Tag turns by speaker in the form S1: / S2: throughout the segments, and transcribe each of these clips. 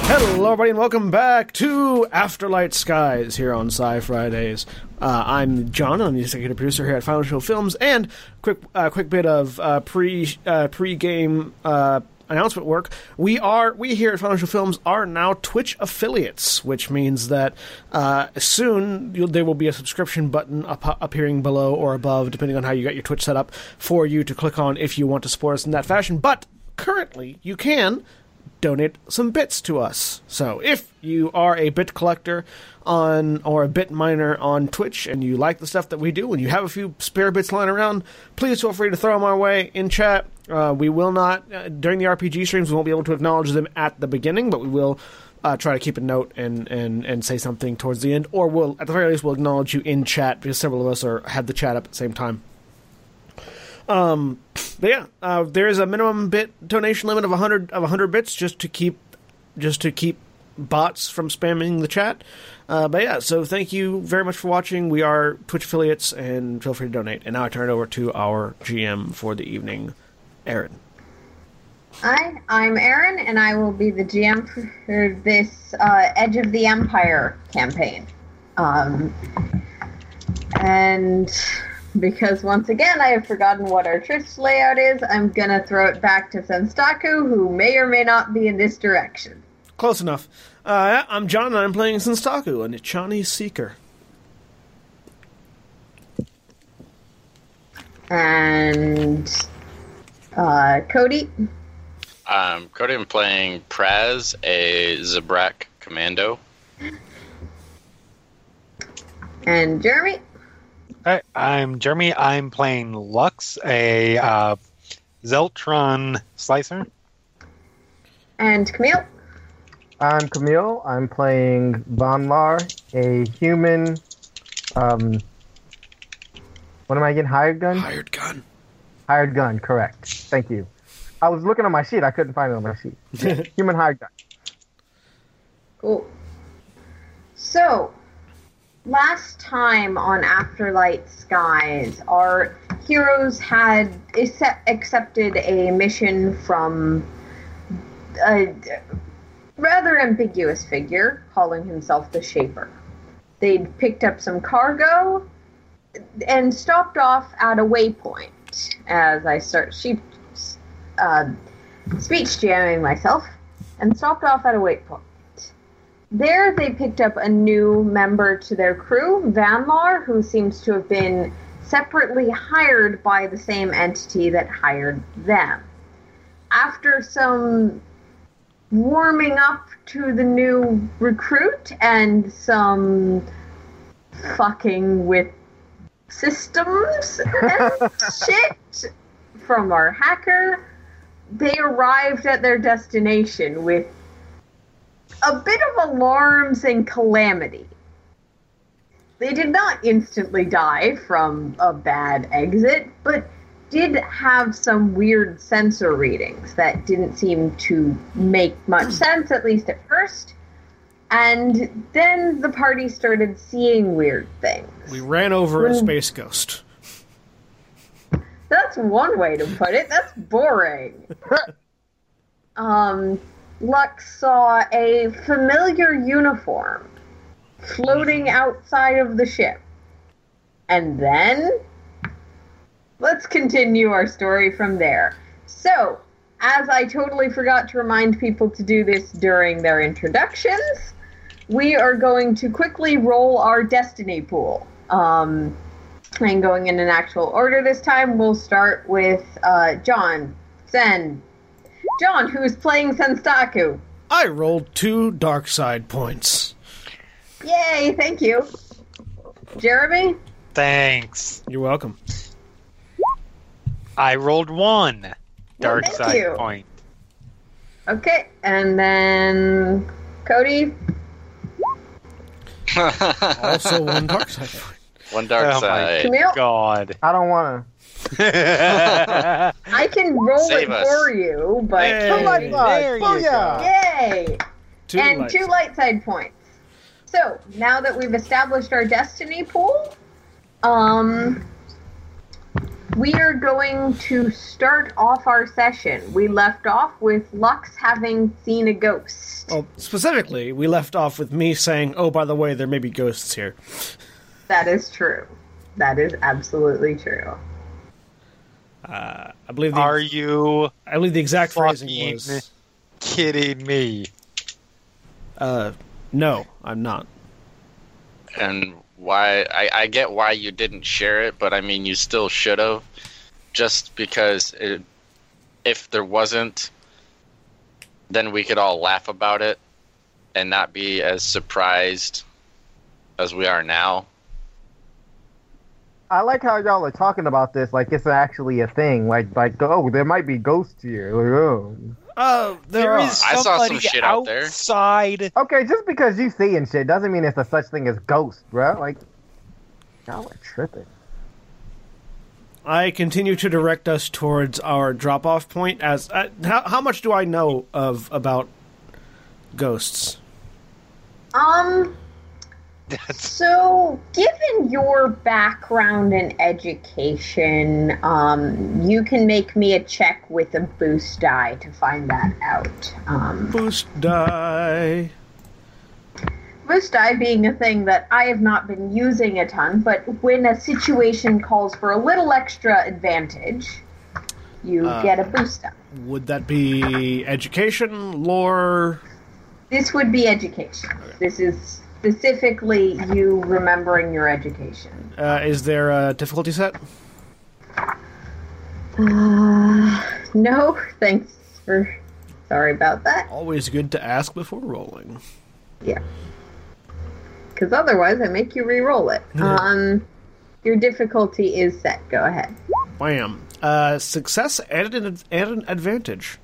S1: everybody, and welcome back to Afterlight Skies here on Sci Fridays. Uh, I'm John. I'm the executive producer here at Final Show Films. And quick, uh, quick bit of uh, pre uh, pre game uh, announcement work. We are we here at Final Show Films are now Twitch affiliates, which means that uh, soon you'll, there will be a subscription button up, appearing below or above, depending on how you got your Twitch set up, for you to click on if you want to support us in that fashion. But currently, you can donate some bits to us. So if you are a bit collector on or a bit miner on Twitch and you like the stuff that we do and you have a few spare bits lying around, please feel free to throw them our way in chat. Uh, we will not uh, during the RPG streams. We won't be able to acknowledge them at the beginning, but we will. Uh, try to keep a note and, and, and say something towards the end, or we'll at the very least we'll acknowledge you in chat because several of us are have the chat up at the same time. Um, but yeah, uh, there is a minimum bit donation limit of 100 of 100 bits just to keep just to keep bots from spamming the chat. Uh, but yeah, so thank you very much for watching. We are Twitch affiliates, and feel free to donate. And now I turn it over to our GM for the evening, Aaron.
S2: Hi, I'm Erin, and I will be the GM for this uh, Edge of the Empire campaign. Um, and because once again I have forgotten what our trips layout is, I'm gonna throw it back to Senstaku, who may or may not be in this direction.
S1: Close enough. Uh, I'm John, and I'm playing Senstaku, an Ichani Seeker.
S2: And uh, Cody,
S3: Um, Cody, I'm playing Praz, a Zabrak commando.
S2: and Jeremy,
S4: Hi, I'm Jeremy. I'm playing Lux, a uh, Zeltron slicer.
S2: and Camille,
S5: I'm Camille. I'm playing Von Lar, a human. Um, what am I getting? Hired gun?
S1: Hired gun.
S5: Hired gun, correct. Thank you. I was looking on my sheet. I couldn't find it on my sheet. Yeah, human hired gun.
S2: Cool. So, last time on Afterlight Skies, our heroes had acce- accepted a mission from a rather ambiguous figure calling himself the Shaper. They'd picked up some cargo and stopped off at a waypoint as I start she, uh, speech jamming myself and stopped off at a waypoint. There, they picked up a new member to their crew, Vanlar, who seems to have been separately hired by the same entity that hired them. After some warming up to the new recruit and some fucking with systems and shit from our hacker, they arrived at their destination with a bit of alarms and calamity. They did not instantly die from a bad exit, but did have some weird sensor readings that didn't seem to make much sense, at least at first. And then the party started seeing weird things.
S1: We ran over a
S2: Ooh.
S1: space ghost.
S2: That's one way to put it. That's boring. um, Lux saw a familiar uniform floating outside of the ship. And then let's continue our story from there. So, as I totally forgot to remind people to do this during their introductions, we are going to quickly roll our destiny pool. Um, and going in an actual order this time, we'll start with uh, John Sen. John, who is playing Senstaku.
S1: I rolled two dark side points.
S2: Yay, thank you. Jeremy,
S4: Thanks.
S1: You're welcome.
S4: I rolled one dark
S2: thank
S4: side
S2: you.
S4: point.
S2: okay, and then Cody,
S1: Also one dark side point.
S3: One dark
S4: Oh my
S3: side.
S2: Camille.
S4: God.
S5: I don't want
S2: I can roll
S3: Save
S2: it
S3: us.
S2: for you, but
S4: Hey,
S5: to.
S2: Yay!
S4: there you go.
S2: Yay!
S1: Two
S2: and
S1: lights.
S2: two light side points. So now that we've established our destiny pool, um, we are going to start off our session. We left off with Lux having seen a ghost.
S1: Well, specifically, we left off with me saying, "Oh, by the way, there may be ghosts here."
S2: That is true. That is absolutely true.
S1: I believe the
S4: Are you
S1: I believe the exact phrasing
S4: fucking
S1: was,
S4: kidding me?
S1: uh, "No, I'm not."
S3: and why I, I get why you didn't share it, but I mean you still should have, just because it, if there wasn't, then we could all laugh about it and not be as surprised as we are now.
S5: I like how y'all are talking about this like it's actually a thing. Like like oh, there might be ghosts here. Like, oh.
S1: Oh, there
S4: Uh, There
S1: are.
S4: is
S3: I saw some
S4: somebody
S3: shit out there.
S4: outside.
S5: Okay, just because you seeing shit doesn't mean it's a such thing as ghosts, bro. Like y'all are tripping.
S1: I continue to direct us towards our drop-off point. As uh, how, how much do I know of about ghosts?
S2: Um,
S4: That's
S2: so given your background in education, um, you can make me a check with a boost die to find that out. Um,
S1: Boost die.
S2: boost die being a thing that I have not been using a ton, but when a situation calls for a little extra advantage, you get a boost die.
S1: Would that be education, lore?
S2: This would be education. This is specifically you remembering your education.
S1: Uh, is there a difficulty set?
S2: Uh, no, thanks for. Sorry about that.
S1: Always good to ask before rolling.
S2: Yeah. Because otherwise, I make you re-roll it. Um, your difficulty is set. Go ahead.
S1: Wham. Uh, success and an, and an advantage.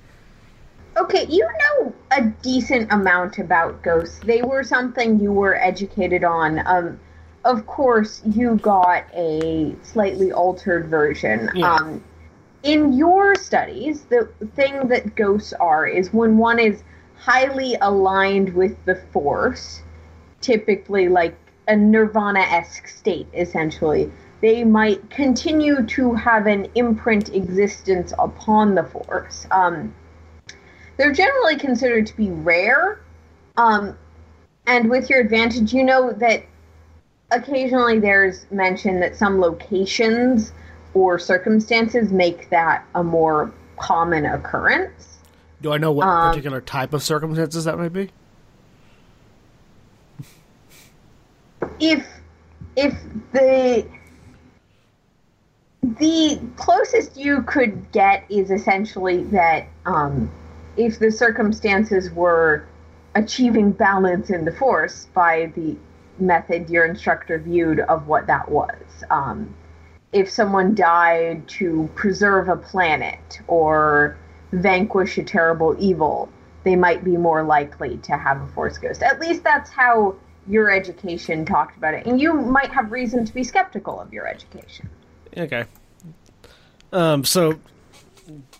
S2: Okay, you know a decent amount about ghosts. They were something you were educated on. Um, of course, you got a slightly altered version.
S1: Yeah.
S2: Um, in your studies, the thing that ghosts are is when one is highly aligned with the force, typically like a nirvana esque state, essentially. They might continue to have an imprint existence upon the force. Um, they're generally considered to be rare. Um, and with your advantage, you know that occasionally there's mention that some locations or circumstances make that a more common occurrence.
S1: Do I know what
S2: Um,
S1: particular type of circumstances that might be?
S2: If if the the closest you could get is essentially that um, if the circumstances were achieving balance in the force by the method your instructor viewed of what that was. Um, if someone died to preserve a planet or vanquish a terrible evil, they might be more likely to have a force ghost. At least that's how your education talked about it. And you might have reason to be skeptical of your education.
S1: Okay. Um, so,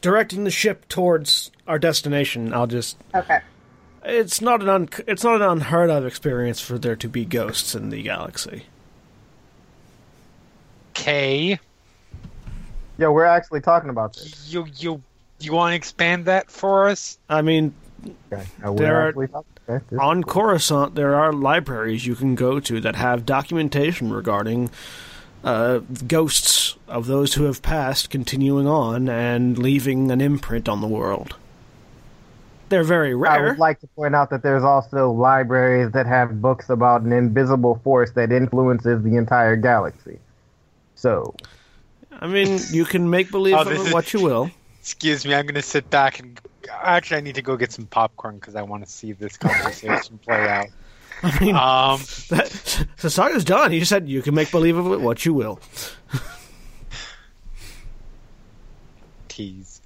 S1: directing the ship towards our destination, I'll just.
S2: Okay.
S1: It's not an un, it's not an unheard of experience for there to be ghosts in the galaxy.
S4: K.
S5: Yo, we're actually talking about this.
S4: You you you want to expand that for us?
S1: I mean,
S5: Okay. Now, we're
S1: There are-
S5: actually talking about this.
S1: on Coruscant, there are libraries you can go to that have documentation regarding uh, ghosts of those who have passed continuing on and leaving an imprint on the world. They're very
S5: I
S1: rare.
S5: would like to point out that there's also libraries that have books about an invisible force that influences the entire galaxy. So,
S1: I mean, you can make believe
S4: Oh,
S1: of
S4: this
S1: it
S4: is-
S1: what you will.
S4: Excuse me, I'm going to sit back and actually I need to go get some popcorn because I want to see this conversation play out.
S1: I mean,
S4: Um,
S1: Sasaga's done. He said you can make believe of it what you will.
S4: tease.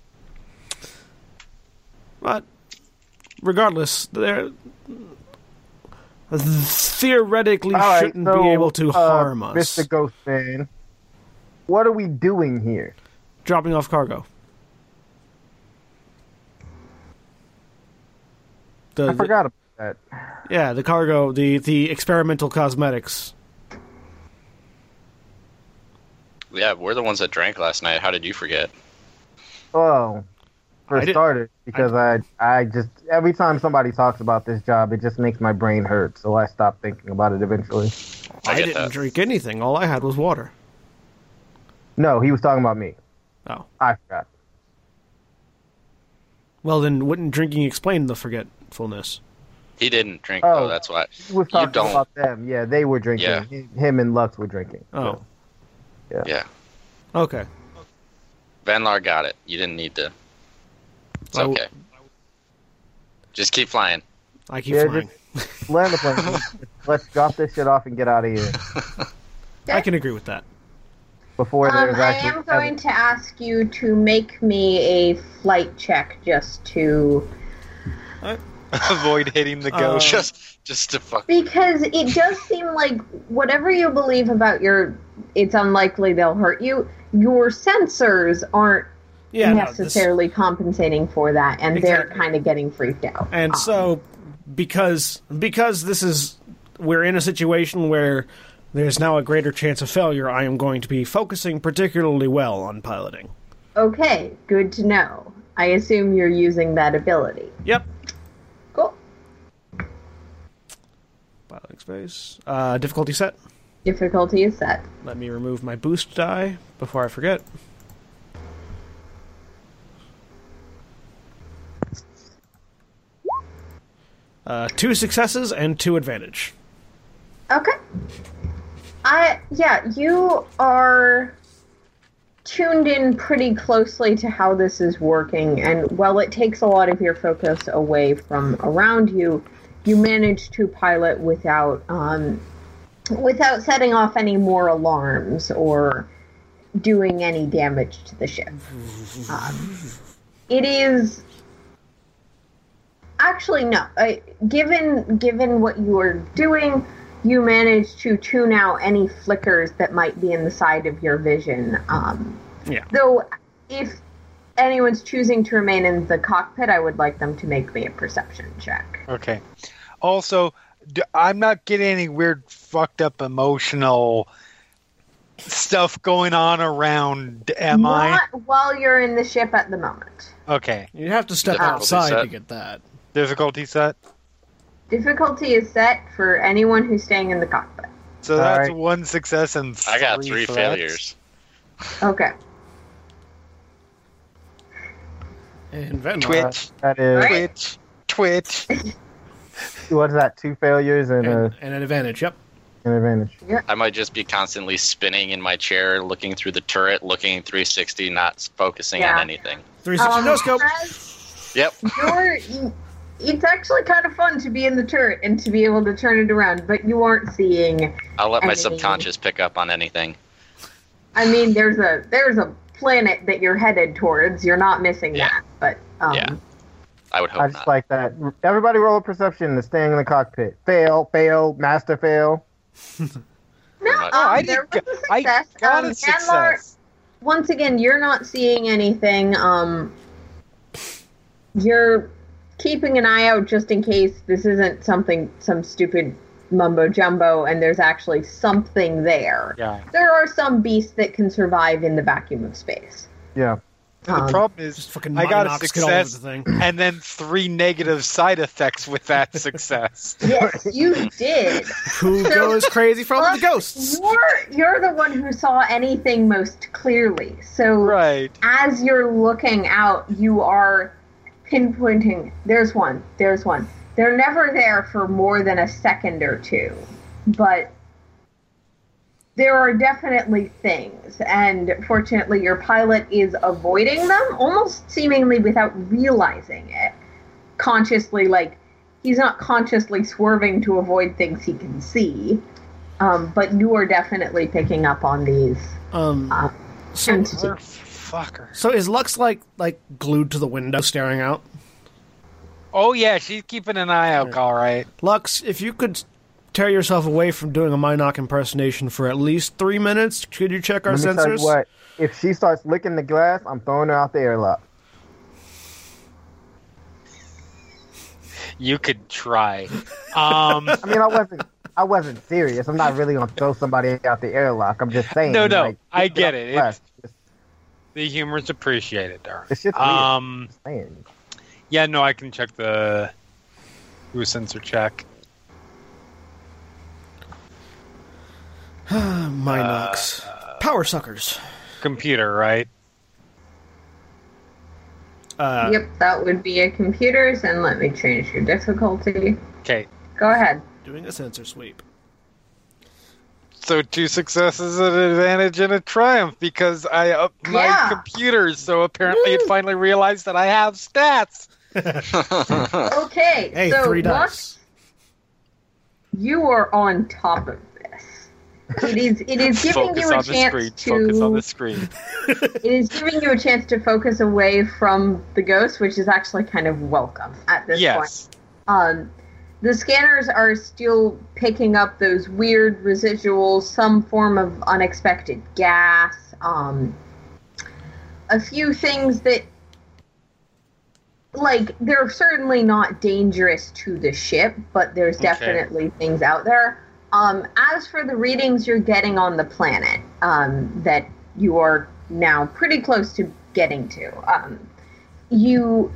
S1: But regardless, there theoretically
S5: All right,
S1: shouldn't
S5: so,
S1: be able to
S5: uh,
S1: harm us.
S5: Mr. Ghostman. What are we doing here?
S1: Dropping off cargo. Uh, The,
S5: I forgot about that.
S1: yeah, the cargo, the the experimental cosmetics.
S3: yeah, we're the ones that drank last night. How did you forget?
S5: Oh,
S1: I
S5: for
S1: didn't-
S5: starters, because I, I just every time somebody talks about this job, it just makes my brain hurt. So I stop thinking about it eventually.
S3: I
S1: I,
S3: get
S1: didn't
S3: that.
S1: drink anything. All I had was water.
S5: No, he was talking about me.
S1: Oh.
S5: I forgot.
S1: Well, then wouldn't drinking explain the forgetfulness?
S3: He didn't drink
S5: Oh.
S3: though. That's why.
S5: He was
S3: You
S5: talking
S3: don't.
S5: about them. Yeah, they were drinking.
S3: Yeah.
S5: Him- Him and Lux were drinking.
S1: Oh.
S5: Yeah.
S3: Yeah,
S1: Okay.
S3: Vanlar got it. You didn't need to. It's
S1: I w-
S3: okay. Just keep flying.
S1: I keep
S5: Yeah,
S1: flying.
S5: Land the plane. Let's drop this shit off and get out of here
S1: I can agree with that.
S5: before
S2: Um,
S5: there's
S2: I
S5: actually.
S2: am going to ask you to make me a flight check just to.
S4: Avoid hitting the ghost.
S1: Uh,
S3: just, just to fuck.
S2: Because it does seem like whatever you believe about your. It's unlikely they'll hurt you. Your sensors aren't
S1: Yeah. no, this-
S2: necessarily compensating for that, and they're
S1: Exactly.
S2: kind of getting freaked out.
S1: and
S2: Um,
S1: so, because because this is we're in a situation where there's now a greater chance of failure, I am going to be focusing particularly well on piloting.
S2: Okay, good to know. I assume you're using that ability.
S1: Yep.
S2: Cool.
S1: Piloting space. Uh, difficulty set.
S2: Difficulty is set.
S1: Let me remove my boost die before I forget. Uh, two successes and two advantage.
S2: Okay. I yeah, you are tuned in pretty closely to how this is working and while it takes a lot of your focus away from around you, you manage to pilot without um without setting off any more alarms or doing any damage to the ship. Um, it is actually no. I, given given what you are doing, you manage to tune out any flickers that might be in the side of your vision. Um,
S1: Yeah.
S2: Though, if anyone's choosing to remain in the cockpit, I would like them to make me a perception check.
S4: Okay. Also, d I'm not getting any weird, fucked up emotional stuff going on around. Am I?
S2: Not while you're in the ship at the moment.
S4: Okay.
S1: You'd have to step
S3: Difficulty
S1: outside
S3: set.
S1: to get that.
S4: Difficulty set.
S2: Difficulty is set for anyone who's staying in the cockpit.
S4: So
S5: All
S4: that's
S5: right.
S4: one success and three
S3: I got three
S4: threats.
S3: failures.
S2: Okay.
S1: And Venlar.
S4: Twitch,
S5: That is
S2: Right.
S4: twitch, twitch.
S5: what's that? Two failures and,
S1: And,
S5: a,
S1: and an advantage. Yep.
S5: an advantage.
S3: I might just be constantly spinning in my chair, looking through the turret, looking 360, not s- focusing
S2: Yeah.
S3: on anything.
S1: Three sixty
S2: Um,
S1: no scope.
S2: Perez,
S3: Yep.
S2: you're- you- it's actually kind of fun to be in the turret and to be able to turn it around, but you aren't seeing.
S3: I'll let my
S2: Enemy.
S3: subconscious pick up on anything.
S2: I mean, there's a there's a planet that you're headed towards. You're not missing
S3: Yeah.
S2: that, but um,
S3: Yeah. I would
S5: I
S3: hope
S5: just
S3: not.
S5: like that. Everybody roll a perception to staying in the cockpit. Fail, fail, master fail.
S2: no,
S3: Oh,
S2: um,
S4: Oh, I,
S2: there
S4: did,
S2: was a
S4: I
S2: success.
S4: got
S2: Um,
S4: a
S2: Ganlar,
S4: success.
S2: once again, you're not seeing anything. Um, you're keeping an eye out just in case this isn't something some stupid mumbo jumbo, and there's actually something there.
S4: Yeah.
S2: There are some beasts that can survive in the vacuum of space.
S5: Yeah.
S2: Um,
S4: the problem is
S1: Just fucking
S4: I got a
S1: Minox get all over
S4: success.
S1: the thing.
S4: and then three negative side effects with that success.
S2: yes, you did.
S1: Who goes crazy from the ghosts?
S2: You're you're the one who saw anything most clearly. So
S4: right.
S2: as you're looking out, you are pinpointing. There's one. There's one. They're never there for more than a second or two, but there are definitely things, and fortunately, your pilot is avoiding them almost seemingly without realizing it. Consciously, like he's not consciously swerving to avoid things he can see, um, but you are definitely picking up on these.
S1: Um, so,
S2: entities.
S4: Motherfucker.
S1: so is Lux like like glued to the window, staring out?
S4: Oh yeah, she's keeping an eye out. All right.
S1: Lux, if you could tear yourself away from doing a Minoc impersonation for at least three minutes, could you check our
S5: Let me
S1: sensors?
S5: tell you what. If she starts licking the glass, I'm throwing her out the airlock.
S4: You could Um, try. Um,
S5: I mean, I wasn't. I wasn't serious. I'm not really gonna throw somebody out the airlock. I'm just saying.
S4: No, no,
S5: like,
S4: I get it. It's,
S5: It's,
S4: the humor's appreciated, Darwin.
S5: it's just weird.
S4: Um,
S5: saying.
S4: yeah, no, I can check the who censor check.
S1: Minox. Power suckers.
S4: Computer, right?
S1: Uh,
S2: yep, that would be a computer's, and let me change your difficulty.
S4: Okay,
S2: Go ahead.
S1: Doing a sensor sweep.
S4: so two successes, an advantage, and a triumph because I up my
S2: Yeah.
S4: computers. So apparently, it
S2: Woo.
S4: finally realized that I have stats.
S2: Okay,
S1: Hey,
S2: so
S1: three
S2: Lux,
S1: dice.
S2: you are on top of this. It is it is giving
S4: Focus
S2: you a
S4: on the
S2: chance
S4: screen.
S2: to
S4: Focus on the screen.
S2: it is giving you a chance to focus away from the ghost, which is actually kind of welcome at this point.
S4: yes.
S2: Um, the scanners are still picking up those weird residuals, some form of unexpected gas, um, a few things that, like, they're certainly not dangerous to the ship, but there's
S4: Okay.
S2: definitely things out there. Um, as for the readings you're getting on the planet, um, that you are now pretty close to getting to, um, you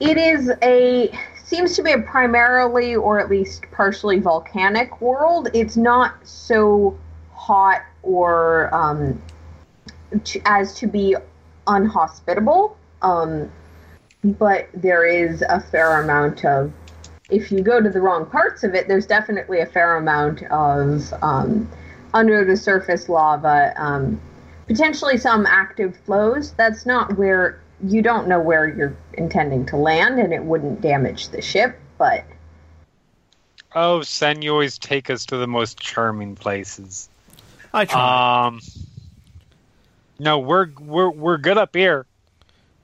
S2: it is a seems to be a primarily or at least partially volcanic world. It's not so hot or um, to, as to be unhospitable, um, but there is a fair amount of. If you go to the wrong parts of it, there's definitely a fair amount of um, under the surface lava, um, potentially some active flows. That's not where you don't know where you're intending to land, and it wouldn't damage the ship, but
S4: Oh, Sen, you always take us to the most charming places.
S1: I try.
S4: Um, no, we're we're we're good up here.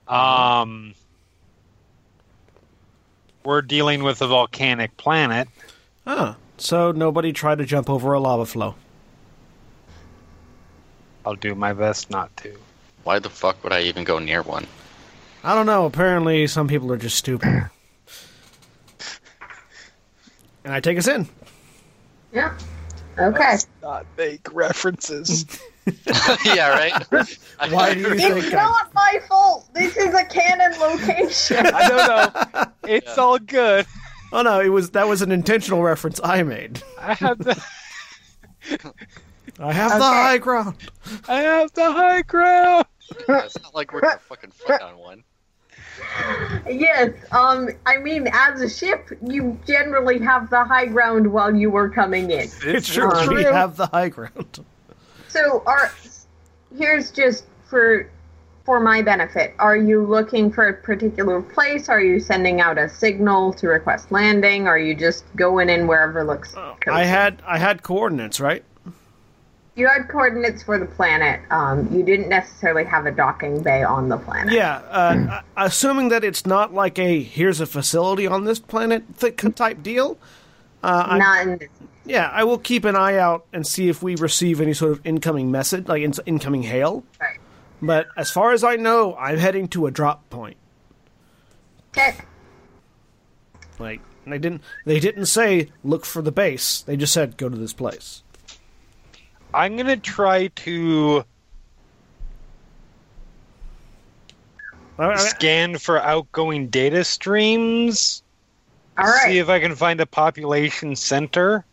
S4: Um, we're dealing with a volcanic planet.
S1: ah, so nobody tried to jump over a lava flow.
S4: I'll do my best not to.
S3: Why the fuck would I even go near one?
S1: I don't know. Apparently, some people are just stupid. and I take us in.
S2: yeah. Okay.
S4: Not make references.
S3: yeah, right.
S1: Why do you
S2: It's
S1: think? I,
S2: not my fault. This is a canon location.
S4: I don't know. It's all good.
S1: oh no, it was that was an intentional reference I made.
S4: I have the
S1: I have the
S2: Okay.
S1: high ground.
S4: I have the high ground.
S3: It's not like we're gonna fucking fight on one.
S2: yes. Um. I mean, as a ship, you generally have the high ground while you were coming in.
S1: It's
S4: It's
S1: true.
S2: true.
S1: We have the high ground.
S2: So, are here's just for for my benefit. Are you looking for a particular place? Are you sending out a signal to request landing? Are you just going in wherever looks?
S1: Oh, I had I had coordinates, right?
S2: You had coordinates for the planet. Um, you didn't necessarily have a docking bay on the planet.
S1: Yeah, uh, a- assuming that it's not like a here's a facility on this planet th- type deal.
S2: Not in this.
S1: Yeah, I will keep an eye out and see if we receive any sort of incoming message, like in- incoming hail.
S2: Right.
S1: But as far as I know, I'm heading to a drop point.
S2: Okay.
S1: Like and they didn't they didn't say look for the base. They just said go to this place.
S4: I'm gonna try to
S1: I- I-
S4: scan for outgoing data streams.
S2: All right.
S4: See if I can find a population center.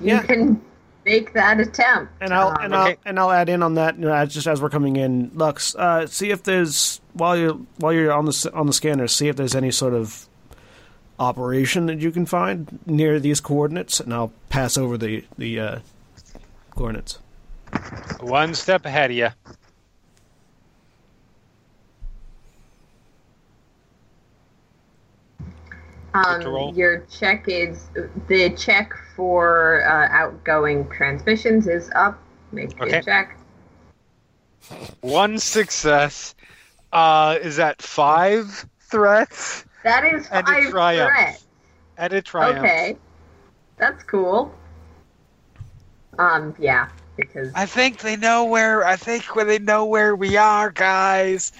S2: you
S1: yeah.
S2: can make that attempt.
S1: and I'll
S2: Um,
S1: and I'll
S4: okay.
S1: and I'll add in on that you know, as- just as we're coming in, Lux. Uh, see if there's while you're while you're on the s- on the scanner, see if there's any sort of operation that you can find near these coordinates, and I'll pass over the the uh, coordinates.
S4: One step ahead of you. to roll?
S2: um, your check is the check for uh, outgoing transmissions is up. Make
S4: Okay.
S2: your check.
S4: One success. Uh, is that five threats
S2: That is
S4: And a
S2: five
S4: triumph.
S2: threats.
S4: at a triumph?
S2: Okay, that's cool. Um, yeah, because
S4: I think they know where. I think when they know where we are, guys.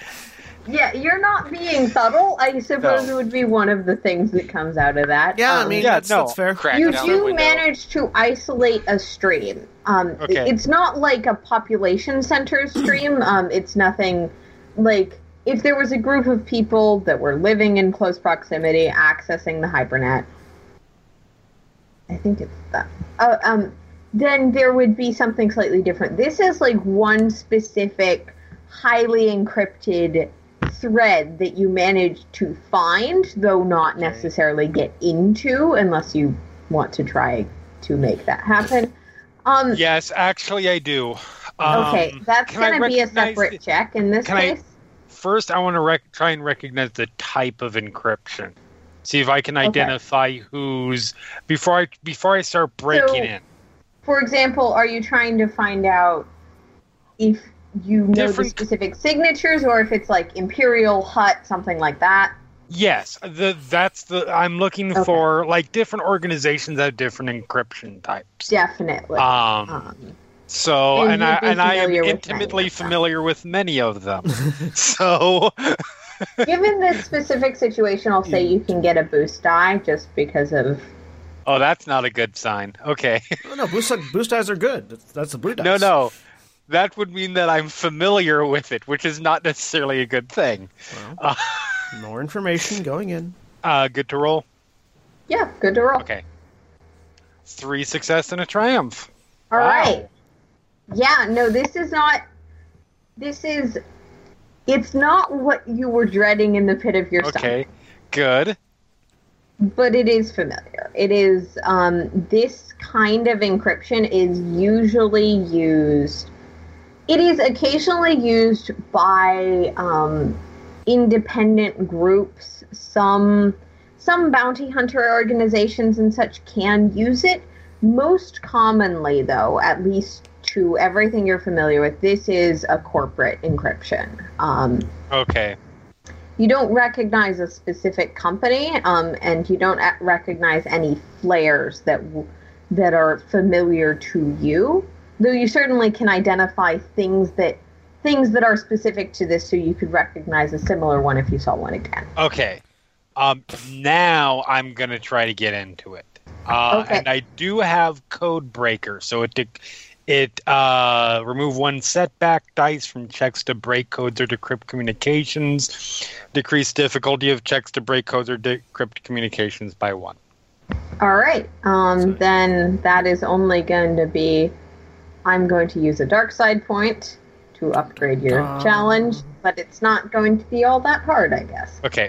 S2: Yeah, you're not being subtle. I suppose
S3: No.
S2: would be one of the things that comes out of that.
S1: Yeah, I
S2: Um,
S1: mean,
S4: yeah,
S1: that's,
S4: no.
S1: that's fair.
S3: Crack
S2: you
S3: down the
S2: do
S3: window.
S2: manage to isolate a stream. Um, it-
S4: Okay.
S2: It's not like a population center stream. um, it's nothing like if there was a group of people that were living in close proximity accessing the hypernet. I think it's that. Uh, um, then there would be something slightly different. This is like one specific, highly encrypted thread that you manage to find, though not necessarily get into, unless you want to try to make that happen. Um,
S4: Yes, actually, I do. Um,
S2: okay, that's
S4: can I
S2: going to be a
S4: recognize
S2: separate
S4: the-
S2: check in this
S4: can I-
S2: case.
S4: First, I want to rec- try and recognize the type of encryption. See if I can identify who's before I before I start breaking
S2: So-
S4: in.
S2: For example, are you trying to find out if you know the
S4: Different-
S2: specific signatures or if it's like Imperial Hut, something like that?
S4: Yes, the that's the I'm looking
S2: Okay.
S4: for like different organizations have different encryption types.
S2: Definitely.
S4: Um,
S2: Um,
S4: so
S2: and
S4: and,
S2: you'd
S4: I
S2: be
S4: and I am
S2: familiar with many
S4: intimately
S2: of them.
S4: familiar with many of them. so
S2: given this specific situation, I'll say you can get a boost die just because of
S4: oh, that's not a good sign. Okay,
S1: No, no, boost, boost dice are good. That's, that's the blue dice.
S4: no, no, that would mean that I'm familiar with it, which is not necessarily a good thing.
S1: More information going in.
S4: Uh, good to roll.
S2: yeah, good to roll.
S4: Okay, three success and a triumph.
S2: All
S4: Wow.
S2: right. Yeah, no, this is not. This is. It's not what you were dreading in the pit of your stomach,
S4: Okay, good.
S2: but it is familiar. It is. Um, this kind of encryption is usually used. It is occasionally used by um, independent groups. Some some bounty hunter organizations and such can use it. Most commonly, though, at least to everything you're familiar with, this is a corporate encryption. Um,
S4: Okay,
S2: you don't recognize a specific company, um, and you don't a- recognize any flares that w- that are familiar to you. Though you certainly can identify things that things that are specific to this, so you could recognize a similar one if you saw one again.
S4: Okay. Um, now I'm gonna try to get into it. Uh,
S2: Okay.
S4: And I do have code breaker, so it dec- it uh, remove one setback dice from checks to break codes or decrypt communications, decrease difficulty of checks to break codes or decrypt communications by one.
S2: All right. Um, then that is only going to be. I'm going to use a dark side point to upgrade your
S1: Um.
S2: challenge, but it's not going to be all that hard, I guess.
S4: Okay.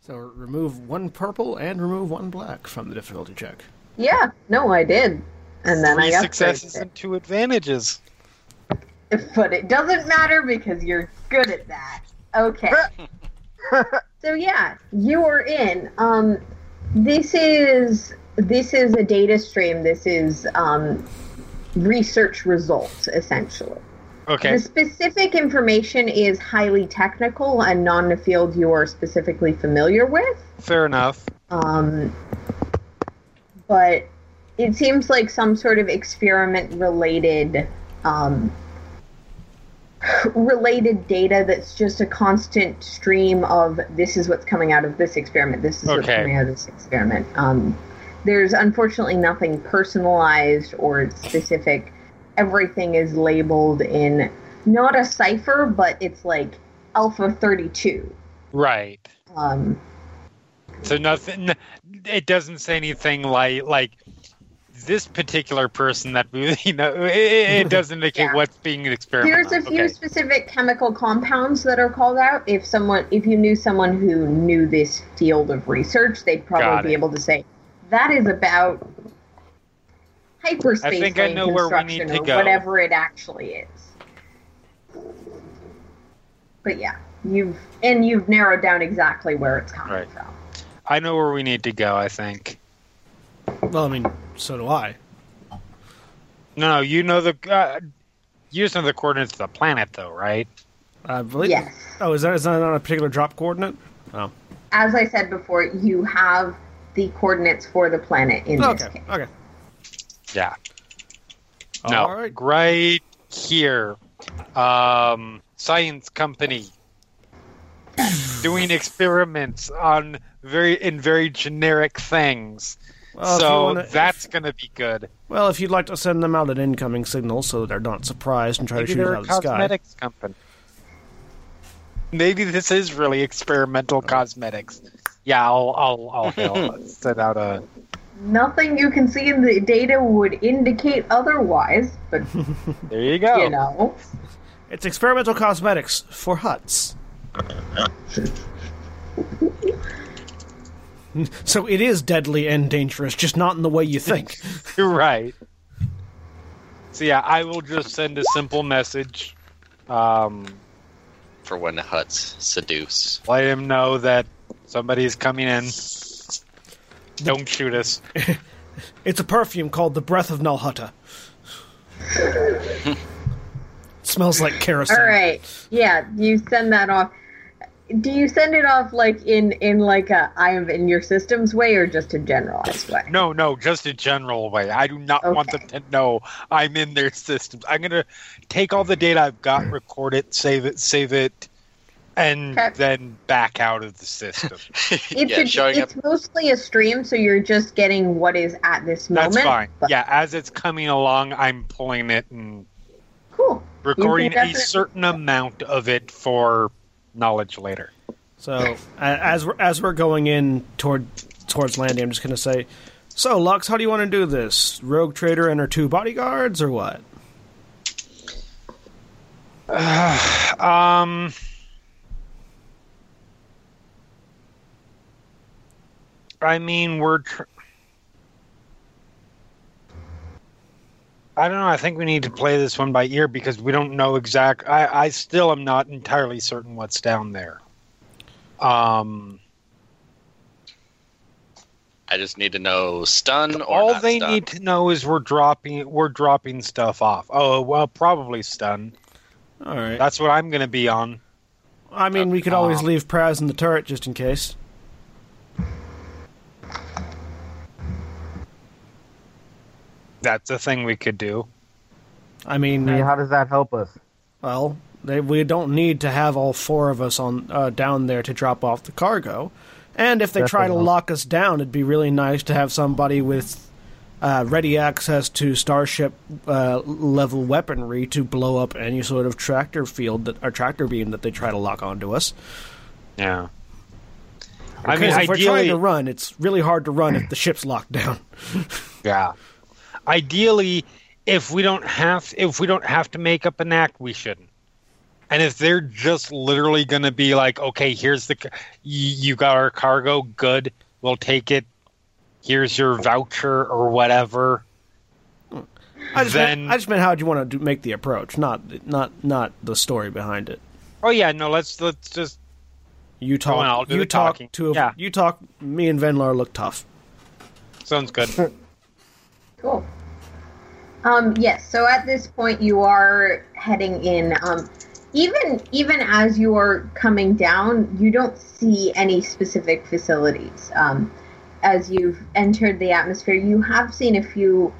S1: So remove one purple and remove one black from the difficulty check.
S2: Yeah. No, I did, and then
S4: Three
S2: I
S4: successes
S2: upgraded
S4: and two advantages.
S2: it. But it doesn't matter because you're good at that. Okay. so yeah, you are in. Um, this is this is a data stream. This is um, research results essentially.
S4: Okay.
S2: The specific information is highly technical and not in a field you are specifically familiar with.
S4: Fair enough.
S2: Um, but it seems like some sort of experiment related um, related data that's just a constant stream of this is what's coming out of this experiment, this is what's
S4: Okay.
S2: coming out of this experiment. Um, there's unfortunately nothing personalized or specific. Everything is labeled in not a cipher, but it's like alpha 32.
S4: Right.
S2: Um,
S4: So nothing. It doesn't say anything like like this particular person that we you know. It, it doesn't indicate
S2: Yeah.
S4: what's being experimented.
S2: Here's a
S4: on.
S2: few
S4: okay.
S2: specific chemical compounds that are called out. If someone, if you knew someone who knew this field of research, they'd probably
S4: Got
S2: be
S4: it.
S2: able to say that is about hyperspace.
S4: I think I
S2: lane
S4: know where we need
S2: construction
S4: to
S2: or
S4: go.
S2: Whatever it actually is. But yeah, you've and you've narrowed down exactly where it's coming
S4: Right.
S2: from.
S4: I know where we need to go. I think.
S1: Well, I mean, so do I.
S4: No, no, you know the. Uh, you just know the coordinates of the planet, though, right?
S1: I believe.
S2: Yes.
S1: Oh, is that is that on a particular drop coordinate? Oh.
S2: As I said before, you have the coordinates for the planet in this
S1: Okay.
S2: case.
S1: Okay.
S4: Yeah. No.
S1: All right.
S4: Right here, um, science company. doing experiments on very in very generic things.
S1: Well, if you
S4: so
S1: wanna- if-
S4: that's gonna be good.
S1: Well, if you'd like to send them out an incoming signal so they're not surprised and try
S4: Maybe
S1: to shoot it
S4: they're a
S1: out of the sky.
S4: cosmetics company. Maybe this is really
S1: Oh.
S4: experimental cosmetics. Yeah, I'll I'll I'll, I'll set out a
S2: Nothing you can see in the data would indicate otherwise, but
S4: There you go.
S2: you know.
S1: It's experimental cosmetics for huts. so it is deadly and dangerous, just not in the way you think.
S4: You're right. So yeah, I will just send a simple message. Um,
S3: for when the huts seduce.
S4: let him know that somebody's coming in. Don't shoot us.
S1: It's a perfume called the Breath of Nalhutta. smells like kerosene.
S2: All right. Yeah, you send that off. Do you send it off like in in like a I am in your systems way or just a generalized way?
S4: No, no, just a general way. I do not want them to know I'm in their systems. I'm gonna take all the data I've got, record it, save it, save it, and
S2: Okay.
S4: then back out of the system.
S2: It's
S3: yeah,
S2: a,
S3: showing up.
S2: it's mostly a stream, so you're just getting what is at this moment.
S4: That's fine.
S2: but-
S4: Yeah, as it's coming along, I'm pulling it and
S2: Cool.
S4: recording a
S2: definitely-
S4: certain amount of it for knowledge later.
S1: So a- as we're as we're going in toward towards landing, I'm just gonna say, so Lux, how do you want to do this? Rogue trader and her two bodyguards, or what?
S4: Um, I mean, we're. Tr- I don't know. I think we need to play this one by ear because we don't know exact. I, I still am not entirely certain what's down there. Um,
S3: I just need to know stun or
S4: all
S3: not
S4: they
S3: stun.
S4: need to know is we're dropping we're dropping stuff off. Oh well, probably stun.
S1: All right.
S4: That's what I'm going to be on.
S1: I mean, we could always
S4: uh,
S1: leave Praz in the turret just in case.
S4: That's a thing we could do.
S1: I mean,
S5: I mean,
S1: uh,
S5: how does that help us?
S1: well, they, we don't need to have all four of us on uh, down there to drop off the cargo. And if they try to
S5: Definitely.
S1: lock us down, it'd be really nice to have somebody with uh, ready access to starship uh, level weaponry to blow up any sort of tractor field that or tractor beam that they try to lock onto us.
S4: Yeah. I mean,
S1: Because if we're trying
S4: ideally,
S1: to run, it's really hard to run if the ship's locked down.
S4: yeah. Ideally, if we don't have if we don't have to make up an act, we shouldn't. And if they're just literally going to be like, "Okay, here's the ca- you, you got our cargo, good. We'll take it. Here's your voucher or whatever."
S1: I just
S4: Then-
S1: meant, I just meant how do you want to do, make the approach, not not not the story behind it.
S4: Oh yeah, no, let's let's just
S1: You talk.
S4: on, I'll do
S1: you
S4: the
S1: talk
S4: talking.
S1: to.
S4: Yeah.
S1: You talk. Me and Venlar look tough.
S4: sounds good.
S2: Cool. Um, yes. So at this point, you are heading in. Um, even even as you are coming down, you don't see any specific facilities. Um, as you've entered the atmosphere, you have seen a few.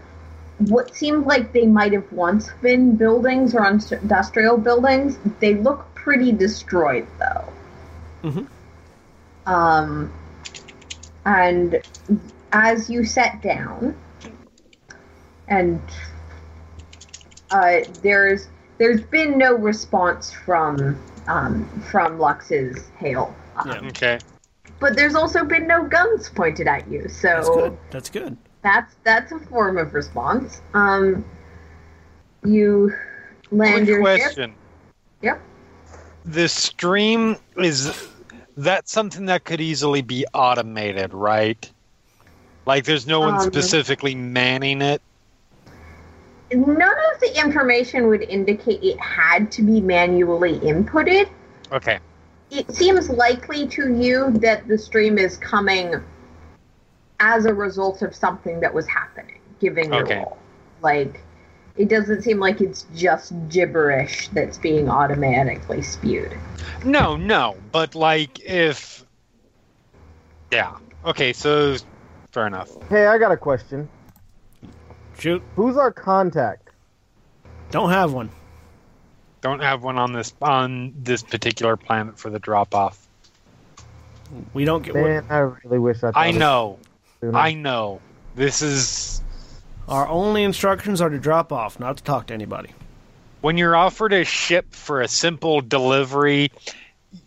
S2: What seemed like they might have once been buildings or unst- industrial buildings. They look pretty destroyed, though.
S1: Mhm.
S2: Um, and as you set down, and uh, there's there's been no response from um, from Lux's hail. Um,
S4: Okay.
S2: But there's also been no guns pointed at you, so
S1: That's good. That's good.
S2: that's that's a form of response. Um, you land
S4: Quick
S2: your ship.
S4: question.
S2: Yep.
S4: The stream is that's something that could easily be automated, right? Like there's no one
S2: Um,
S4: specifically manning it.
S2: None of the information would indicate it had to be manually inputted.
S4: Okay.
S2: it seems likely to you that the stream is coming as a result of something that was happening, given your
S4: Okay.
S2: role. Like, it doesn't seem like it's just gibberish that's being automatically spewed.
S4: No, no, but like if Yeah. Okay, so fair enough.
S5: Hey, I got a question.
S1: Shoot.
S5: Who's our contact?
S1: Don't have one.
S4: Don't have one on this on this particular planet for the drop off.
S1: We don't get
S5: Man,
S1: what,
S5: I really wish I.
S4: I know.
S5: Sooner.
S4: I know. This is
S1: our only instructions are to drop off, not to talk to anybody.
S4: when you're offered a ship for a simple delivery,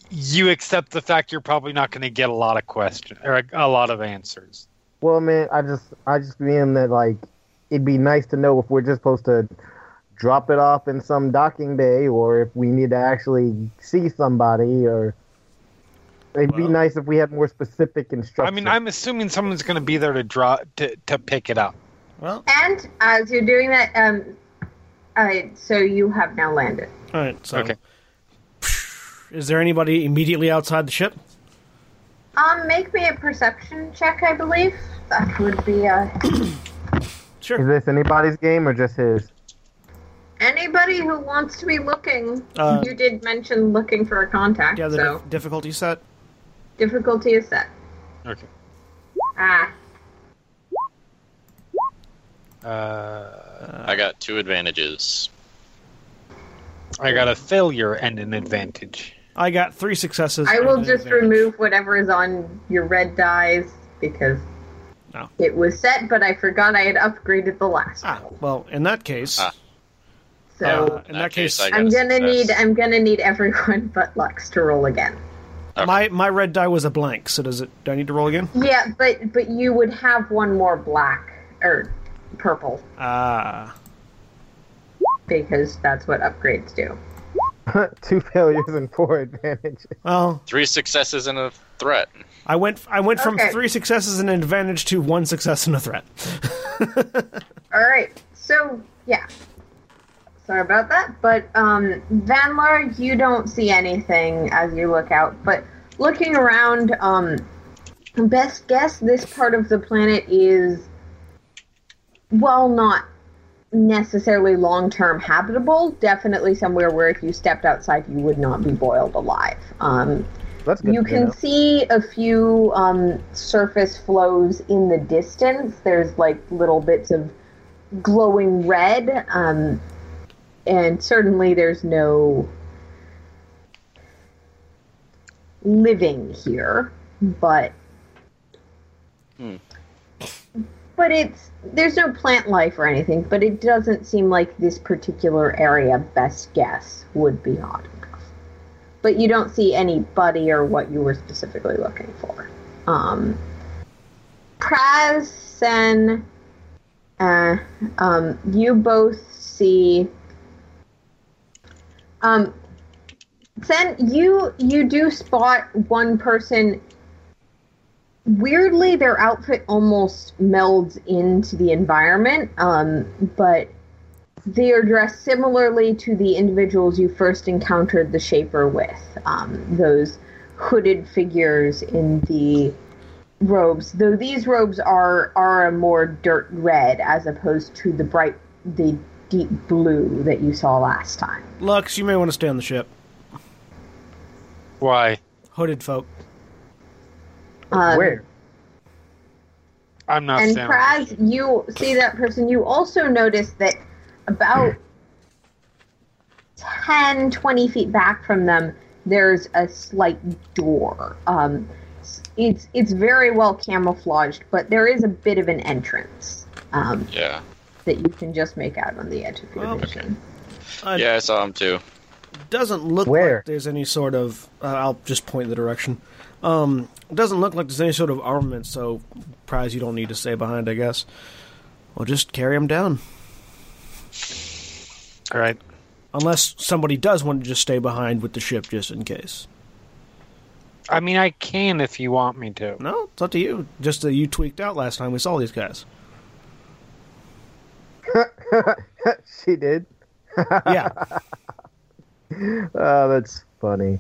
S4: you accept the fact you're probably not going to get a lot of questions or a, a lot of answers.
S5: Well, man, I just I just mean that like it'd be nice to know if we're just supposed to drop it off in some docking bay or if we need to actually see somebody or it'd be
S1: Well-
S5: nice if we had more specific
S4: I
S5: instructions.
S4: mean, I'm assuming someone's going to be there to draw to to pick it up.
S1: Well,
S2: And as you're doing that, um, uh, so you have now landed.
S1: all right. So,
S4: Okay.
S1: is there anybody immediately outside the ship?
S2: Um, make me a perception check, I believe. That would be uh,
S5: Is
S1: Sure.
S5: this anybody's game or just his?
S2: anybody who wants to be looking.
S1: Uh,
S2: you did mention looking for a contact,
S1: Yeah, the
S2: so
S1: dif- difficulty set.
S2: difficulty is set.
S4: Okay.
S2: Ah,
S4: Uh,
S3: I got two advantages.
S4: I got a failure and an advantage.
S1: I got three successes.
S2: I
S1: and
S2: will
S1: an
S2: just
S1: advantage.
S2: remove whatever is on your red dies because
S1: No.
S2: it was set, but I forgot I had upgraded the last.
S1: Ah,
S2: one.
S1: well, in that case,
S3: Ah.
S2: So
S1: uh, in that case,
S3: I got
S2: I'm
S3: a
S2: gonna
S3: success.
S2: need I'm gonna need everyone but Lux to roll again.
S3: Okay.
S1: my my red die was a blank. So does it? Do I need to roll again?
S2: Yeah, but but you would have one more black or purple
S1: Ah,
S2: because that's what upgrades do.
S5: Two failures and four advantages.
S1: well,
S3: three successes and a threat.
S1: I went I went from
S2: Okay.
S1: three successes and an advantage to one success and a threat.
S2: All right, so yeah, sorry about that, but um, Vanlar, you don't see anything as you look out, but looking around, um, best guess this part of the planet is, well, not necessarily long-term habitable. Definitely somewhere where if you stepped outside, you would not be boiled alive. Um,
S5: That's good.
S2: you
S5: to
S2: can
S5: know.
S2: see a few um, surface flows in the distance. There's like little bits of glowing red, um, and certainly there's no living here, but
S3: Hmm.
S2: but it's there's no plant life or anything. But it doesn't seem like this particular area. Best guess would be hot enough but you don't see anybody or what you were specifically looking for. Um, Prasen, uh, um, you both see. Um, Sen, you you do spot one person. Weirdly, their outfit almost melds into the environment, um, but they are dressed similarly to the individuals you first encountered the Shaper with. Um, those hooded figures in the robes, though these robes are are a more dirt red as opposed to the bright, the deep blue that you saw last time.
S1: Lux, you may want to stay on the ship.
S4: Why?
S1: Hooded folk.
S2: Um,
S5: Where?
S4: I'm not
S2: and
S4: saying
S2: Praz, you see that person. You also notice that about 10, 20 feet back from them, there's a slight door. Um, it's it's very well camouflaged, but there is a bit of an entrance um,
S3: Yeah,
S2: that you can just make out on the edge of your
S4: Oh,
S1: Well,
S2: vision.
S1: Uh,
S3: yeah, I saw him too.
S1: Doesn't look
S5: Where?
S1: like there's any sort of. Uh, I'll just point the direction. Um, doesn't look like there's any sort of armament. So, prize you don't need to stay behind, I guess. Well, just carry them down.
S4: All right.
S1: Unless somebody does want to just stay behind with the ship, just in case.
S4: I mean, I can if you want me to.
S1: No, it's up to you. Just that you tweaked out last time we saw these guys.
S5: she did.
S1: Yeah.
S5: Oh, that's funny.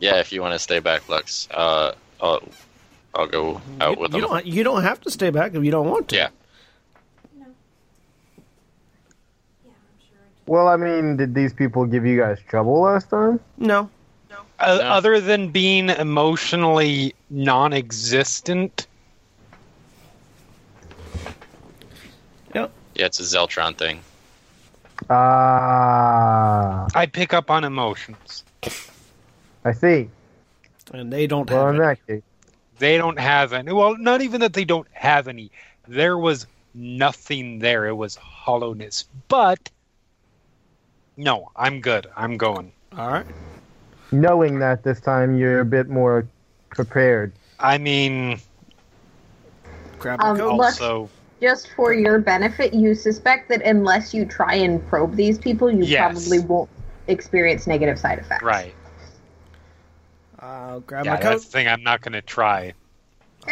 S3: Yeah, if you want to stay back, Lux, uh, I'll, I'll go out
S1: you,
S3: with
S1: you
S3: him.
S1: don't, you don't have to stay back if you don't want to.
S3: Yeah,
S5: Well, I mean, did these people give you guys trouble last time?
S1: No.
S4: Uh,
S3: No.
S4: Other than being emotionally non-existent,
S1: Yep.
S3: yeah, it's a Zeltron thing.
S5: Ah.
S4: I pick up on emotions.
S5: I see.
S1: and they don't
S5: Well,
S1: have
S5: in
S1: it.
S5: that case,
S4: They don't have any. Well, not even that they don't have any. There was nothing there. It was hollowness. But no, I'm good. I'm going.
S1: All right.
S5: knowing that this time you're a bit more prepared.
S4: I mean,
S1: Grab
S2: Um,
S1: the coat.
S2: Look.
S4: also,
S2: Just for your benefit, you suspect that unless you try and probe these people, you
S4: Yes.
S2: probably won't experience negative side effects.
S4: right.
S1: Uh, grab
S4: Yeah,
S1: my coat.
S4: that's the thing. I'm not going to try.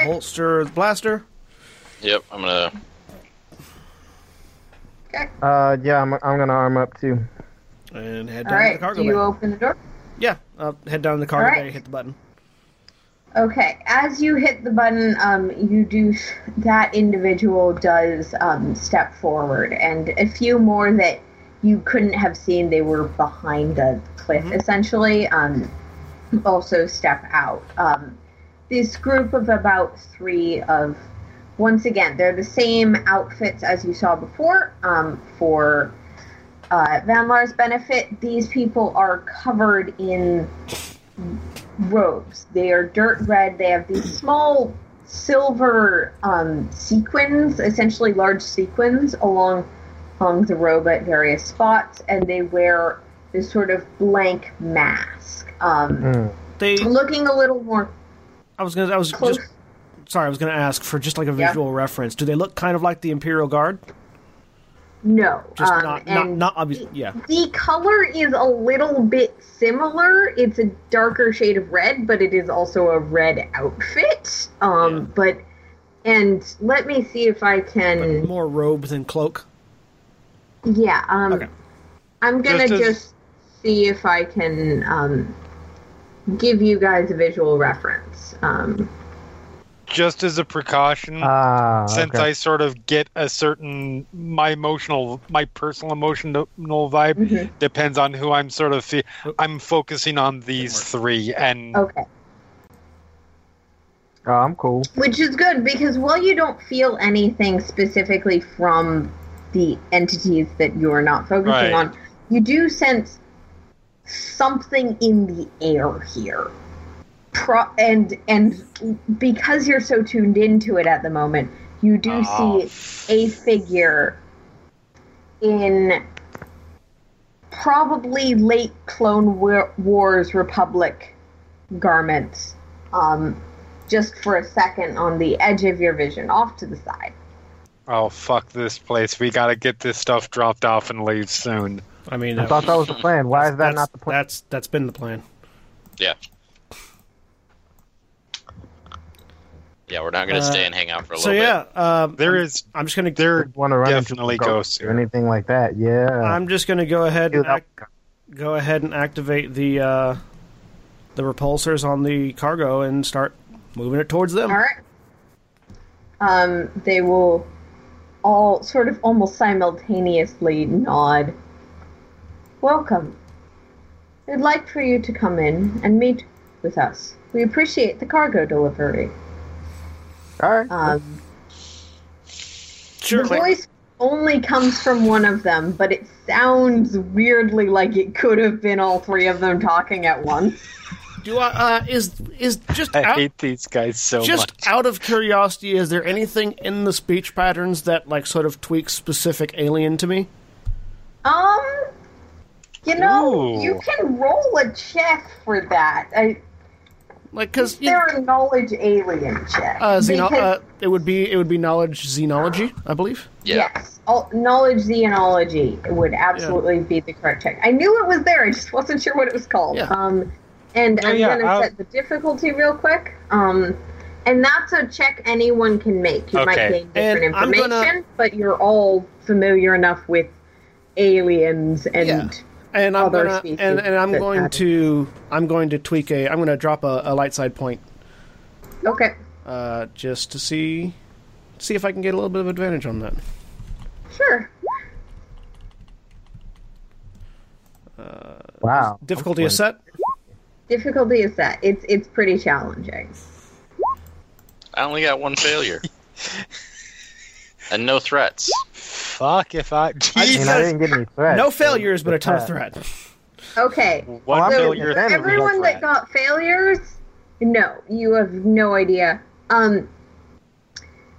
S1: Holster the blaster.
S3: Yep, I'm gonna.
S2: Okay.
S5: Uh, yeah, I'm, I'm gonna arm up too.
S1: And head
S2: All
S1: down to
S2: right.
S1: the cargo
S2: Do you
S1: bay.
S2: open the door?
S1: yeah, uh, head down to the cargo
S2: All right.
S1: bay. Hit the button.
S2: Okay, as you hit the button, um, you do that individual does um, step forward, and a few more that you couldn't have seen. They were behind the cliff, essentially. Um, also step out. Um, this group of about three of, once again, they're the same outfits as you saw before. Um, for uh, Van Lar's benefit, these people are covered in robes. They are dirt red. They have these small silver um, sequins, essentially large sequins, along along the robe at various spots, and they wear this sort of blank mask. Um,
S4: Hmm.
S5: Mm.
S1: They.
S2: looking a little more
S1: I was gonna. I was
S2: close.
S1: just sorry. I was gonna ask for just like a
S2: Yeah.
S1: visual reference. Do they look kind of like the Imperial Guard?
S2: no,
S1: Just
S2: um,
S1: not, not,
S2: and
S1: not obvious. Yeah.
S2: the color is a little bit similar. It's a darker shade of red, but it is also a red outfit. Um,
S1: Yeah.
S2: but and let me see if I can.
S1: More robe than cloak.
S2: Yeah. Um,
S1: Okay.
S2: I'm gonna
S4: Just
S2: just,
S4: as-
S2: see if I can um, give you guys a visual reference. Um,
S4: Just as a precaution,
S5: Ah,
S4: since
S5: okay.
S4: I sort of get a certain my emotional, my personal emotional vibe
S1: Mm-hmm.
S2: Mm-hmm.
S4: depends on who I'm sort of. Fe-
S2: Oh.
S4: I'm focusing on these three, and
S2: okay.
S5: oh, I'm cool.
S2: Which is good because while you don't feel anything specifically from the entities that you're not focusing
S4: Right.
S2: on, you do sense something in the air here. Pro- and and because you're so tuned into it at the moment, you do
S4: Oh.
S2: see a figure in probably late Clone War- Wars Republic garments. Um, just for a second on the edge of your vision, off to the side.
S4: oh fuck this place! We gotta get this stuff dropped off and leave soon.
S1: I mean,
S5: I thought that was the plan. Why is that not the plan?
S1: That's that's been the plan.
S3: Yeah. Yeah, we're not gonna
S1: Uh,
S3: stay and hang out for a
S1: So
S3: little
S1: yeah, um,
S4: There
S1: I'm-
S4: is
S1: I'm just gonna.
S4: there
S5: Want to run into
S4: definitely
S5: a ghost
S4: ghosts
S5: or
S4: here.
S5: anything like that? Yeah.
S1: I'm just gonna go ahead
S5: uh, Do
S1: and
S5: that.
S1: act, go ahead and activate the uh, the repulsors on the cargo and start moving it towards them.
S2: All right. Um, they will all sort of almost simultaneously nod. Welcome. We'd like for you to come in and meet with us. We appreciate the cargo delivery.
S5: All right.
S2: Um,
S1: Sure.
S2: The voice only comes from one of them, but it sounds weirdly like it could have been all three of them talking at once.
S1: Do I? Uh, is is just
S4: I
S1: out,
S4: hate these guys so
S1: just
S4: much.
S1: out of curiosity? Is there anything in the speech patterns that like sort of tweaks specific alien to me?
S2: Um, you know,
S4: Ooh.
S2: you can roll a check for that. I,
S1: Like because
S2: they're a knowledge alien check.
S1: uh, xeno-
S2: Because-
S1: uh, it would be it would be knowledge xenology, I believe.
S3: bit. Yeah.
S2: Yes, all, knowledge xenology would absolutely be the correct check. I knew it was there. I just wasn't sure what it was called.
S1: Yeah.
S2: Um, and
S4: Oh,
S2: I'm
S4: yeah,
S2: gonna
S4: I'll-
S2: set the difficulty real quick. Um, and that's a check anyone can make. You might
S4: Okay.
S2: gain different
S1: And I'm
S2: information,
S1: gonna-
S2: but you're all familiar enough with aliens and.
S1: Yeah. And I'm
S2: Other
S1: gonna,
S2: species
S1: and, and I'm
S2: that
S1: going
S2: have-
S1: to I'm going to tweak a I'm going to drop a, a light side point
S2: Okay.
S1: uh, just to see see if I can get a little bit of advantage on that.
S2: Sure.
S5: wow.
S1: Difficulty is set.
S2: Difficulty is that it's it's pretty challenging.
S3: I only got one failure. and no threats.
S4: Fuck if I.
S5: I mean,
S4: Jesus.
S5: I didn't get any threats.
S1: No
S5: so
S1: failures, but a ton of
S5: it's
S1: threat.
S2: Okay.
S4: One
S5: I'm
S2: So
S4: failure.
S5: getting it.
S2: everyone that got failures, no, you have no idea. Um,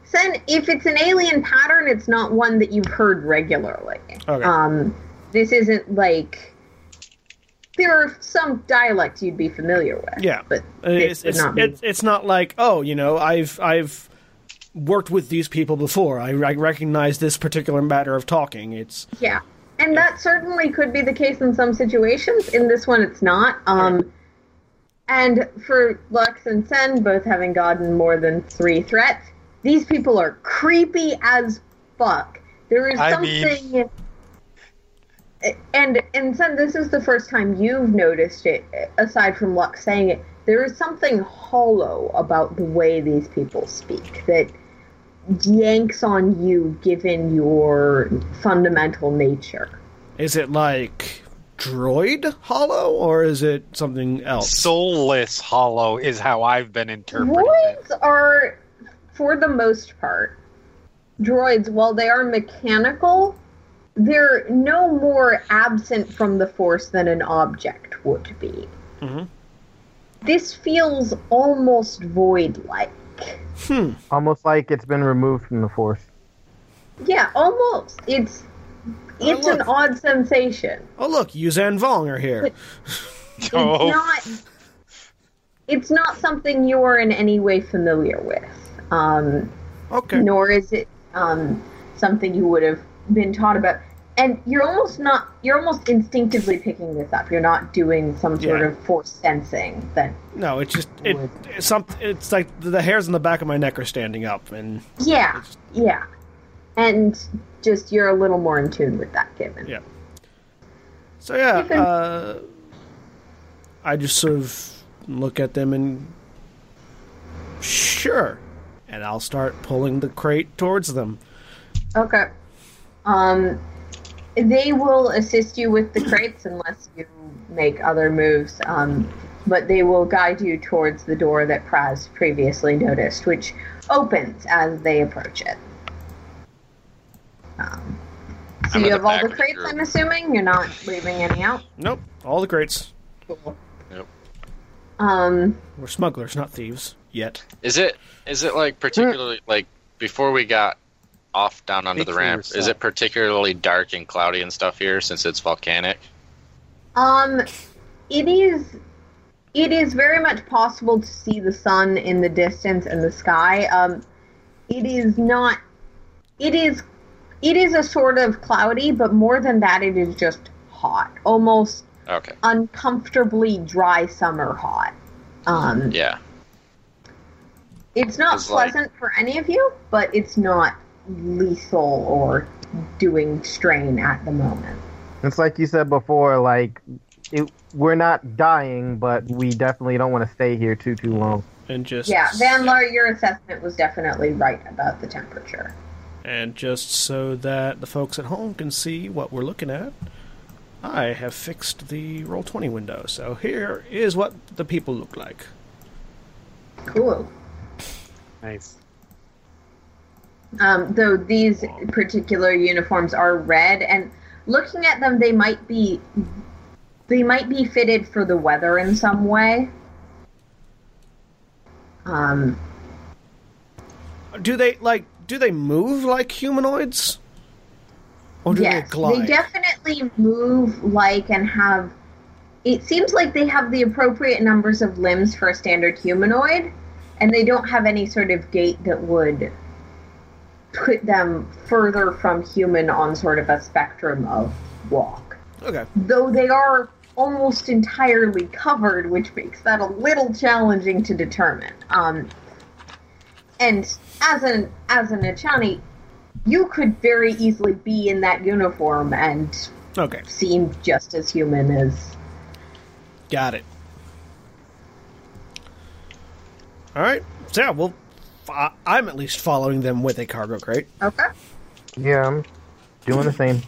S2: send if it's an alien pattern, it's not one that you've heard regularly.
S1: Okay.
S2: Um, this isn't like there are some dialects you'd be familiar with.
S1: Yeah.
S2: but
S1: It's
S2: this would
S1: it's,
S2: not be-
S1: it's it's not like oh you know I've I've worked with these people before. I, I recognize this particular matter of talking. It's
S2: Yeah. And that certainly could be the case in some situations. In this one, it's not. Um, and for Lux and Sen, both having gotten more than three threats, these people are creepy as fuck. There is
S4: I mean-
S2: something. And and Sen, this is the first time you've noticed it, aside from Lux saying it. There is something hollow about the way these people speak that yanks on you given your fundamental nature.
S1: is it like droid hollow or is it something else?
S4: Soulless hollow is how I've been interpreting it.
S2: Droids are, for the most part, droids, while they are mechanical, they're no more absent from the force than an object would be.
S1: Mhm.
S2: This feels almost void like.
S1: hmm.
S5: Almost like it's been removed from the force.
S2: Yeah, almost. It's it's an
S1: look.
S2: odd sensation.
S1: Oh look, Yuzan Vong are here.
S4: Oh.
S2: it's not it's not something you're in any way familiar with um,
S1: Okay.
S2: nor is it um, something you would have been taught about and you're almost not you're almost instinctively picking this up you're not doing some sort
S1: Yeah.
S2: of force sensing that
S1: No, it's just it. It's some. It's like the hairs on the back of my neck are standing up, and
S2: yeah yeah and just you're a little more in tune with that given
S1: Yeah. so yeah.
S2: You can-
S1: Uh, I just sort of look at them and sure, and I'll start pulling the crate towards them.
S2: okay um they will assist you with the crates unless you make other moves. Um, but they will guide you towards the door that Praz previously noticed, which opens as they approach it. Um, so you
S3: I'm in the
S2: have all
S3: back
S2: the
S3: of the
S2: crates,
S3: group.
S2: I'm assuming. You're not leaving any out.
S1: Nope, all the crates.
S2: Cool.
S3: Yep.
S2: Um,
S1: We're smugglers, not thieves yet.
S3: Is it is it like particularly like before we got off down onto
S4: Speak
S3: the
S4: for
S3: ramp? Is
S4: yourself.
S3: it particularly dark and cloudy and stuff here since it's volcanic?
S2: um, it is. It is very much possible to see the sun in the distance and the sky. Um, it is not it is it is a sort of cloudy but more than that it is just hot almost
S3: Okay,
S2: uncomfortably dry summer hot um
S3: yeah,
S2: it's not
S3: It's like-
S2: pleasant for any of you but it's not lethal or doing strain at the moment
S5: It's like you said before, like it, we're not dying, but we definitely don't want to stay here too too long.
S1: And just
S2: yeah van Laar, your assessment was definitely right about the temperature
S1: And just so that the folks at home can see what we're looking at, I have fixed the roll twenty window. So here is what the people look like.
S2: cool
S4: Nice.
S2: Um, though these particular uniforms are red, and looking at them, they might be they might be fitted for the weather in some way. Um,
S1: Do they like? Do they move like humanoids? Or do
S2: yes,
S1: they glide?
S2: they definitely move like and have. It seems like they have the appropriate numbers of limbs for a standard humanoid, and they don't have any sort of gait that would put them further from human on sort of a spectrum of walk.
S1: okay.
S2: though they are almost entirely covered, which makes that a little challenging to determine. Um, and as an as an Achani, you could very easily be in that uniform and
S1: Okay.
S2: seem just as human as.
S1: Got it. All right. So yeah, well, I- I'm at least following them with a cargo crate.
S2: Okay.
S5: Yeah, I'm doing the same.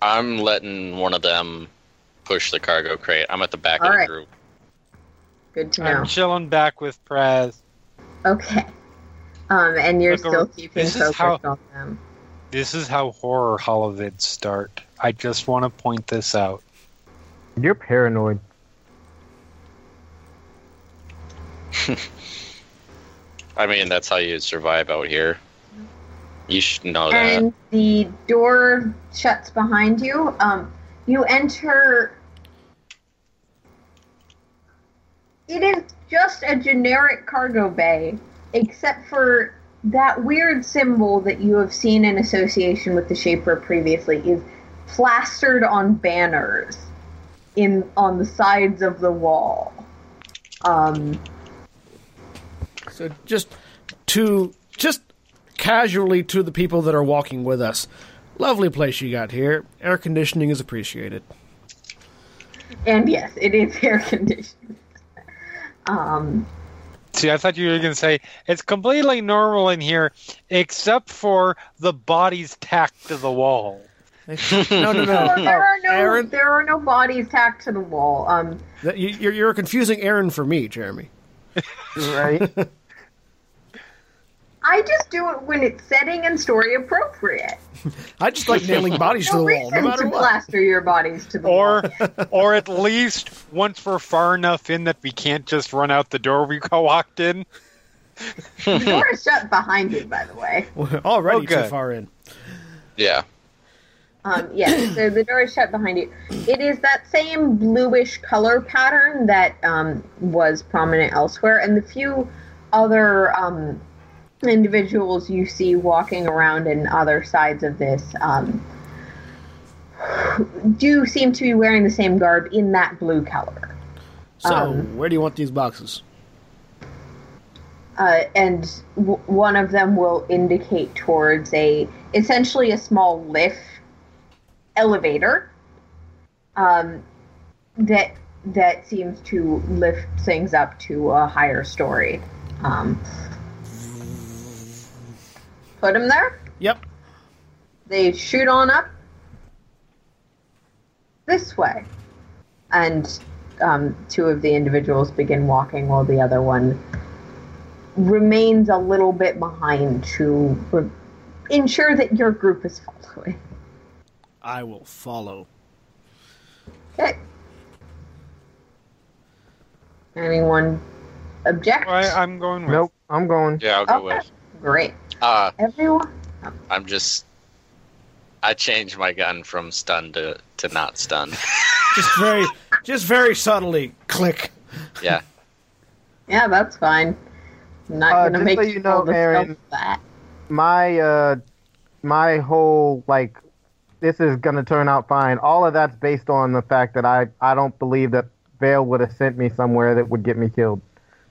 S3: I'm letting one of them push the cargo crate. I'm at the back of the
S2: Alright.
S3: group.
S2: Good to know.
S4: I'm chilling back with Prez.
S2: Okay. Um, and you're
S4: Look,
S2: still
S4: or-
S2: keeping
S4: this is
S2: focused
S4: how-
S2: on them.
S4: This is how horror holovids start. I just want to point this out.
S5: You're paranoid.
S3: I mean, that's how you survive out here. You should know that.
S2: and the door shuts behind you. Um, you enter. It is just a generic cargo bay, except for that weird symbol that you have seen in association with the Shaper previously is plastered on banners in on the sides of the wall. Um,
S1: So just to just casually to the people that are walking with us. Lovely place you got here. Air conditioning is appreciated.
S2: and yes, it is air conditioned. Um,
S4: See, I thought you were going to say it's completely normal in here, except for the bodies tacked to the wall.
S1: No, no, no.
S2: No, Oh, there are no
S1: Aaron,
S2: there are no bodies tacked to the wall. Um,
S1: that- you- you're, you're confusing Aaron for me, Jeremy.
S5: Right?
S2: I just do it when it's setting and story appropriate.
S1: I just like nailing bodies to
S2: No
S1: the wall, no
S2: reason
S1: matter
S2: to
S1: what.
S2: plaster your bodies to the
S4: Or,
S2: wall.
S4: or at least once we're far enough in that we can't just run out the door we got walked in.
S2: The door is shut behind you, by the way.
S1: Already
S4: Okay.
S1: too far in.
S3: yeah.
S2: Um, yes, so the door is shut behind you. It is that same bluish color pattern that um, was prominent elsewhere, and the few other um, individuals you see walking around in other sides of this um, do seem to be wearing the same garb in that blue color.
S1: So,
S2: Um,
S1: where do you want these boxes?
S2: uh, and w- one of them will indicate towards a essentially a small lift elevator um, that that seems to lift things up to a higher story. Um, put them there.
S1: Yep.
S2: They shoot on up this way, and um, two of the individuals begin walking while the other one remains a little bit behind to re- ensure that your group is following.
S1: I will follow.
S2: Okay. Anyone object?
S4: I, I'm going with.
S5: nope. I'm going.
S3: Yeah, I'll go
S2: Okay.
S3: with.
S2: Great.
S3: Uh,
S2: Everyone.
S3: I'm just. I changed my gun from stun to, to not stun.
S1: Just very, just very subtly click.
S3: Yeah.
S2: Yeah, that's fine. I'm not
S5: Uh,
S2: gonna
S5: just
S2: make
S5: so you know,
S2: roll the
S5: Aaron-
S2: stealth that.
S5: My uh, my whole like, this is gonna turn out fine. All of that's based on the fact that I I don't believe that Vale would have sent me somewhere that would get me killed.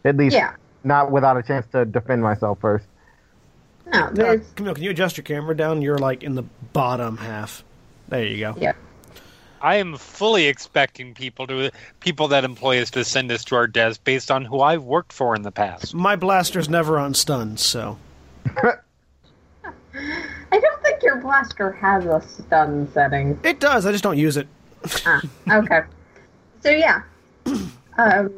S5: At least,
S2: Yeah.
S5: not without a chance to defend myself first.
S2: No,
S1: Uh,
S2: there's
S1: Camille, can you adjust your camera down? You're like in the bottom half. There you go.
S2: yeah.
S4: I am fully expecting people to people that employ us to send us to our desk based on who I've worked for in the past.
S1: My blaster's never on stun, so
S2: I don't think your blaster has a stun setting.
S1: it does. I just don't use it.
S2: Ah, okay. so yeah, um,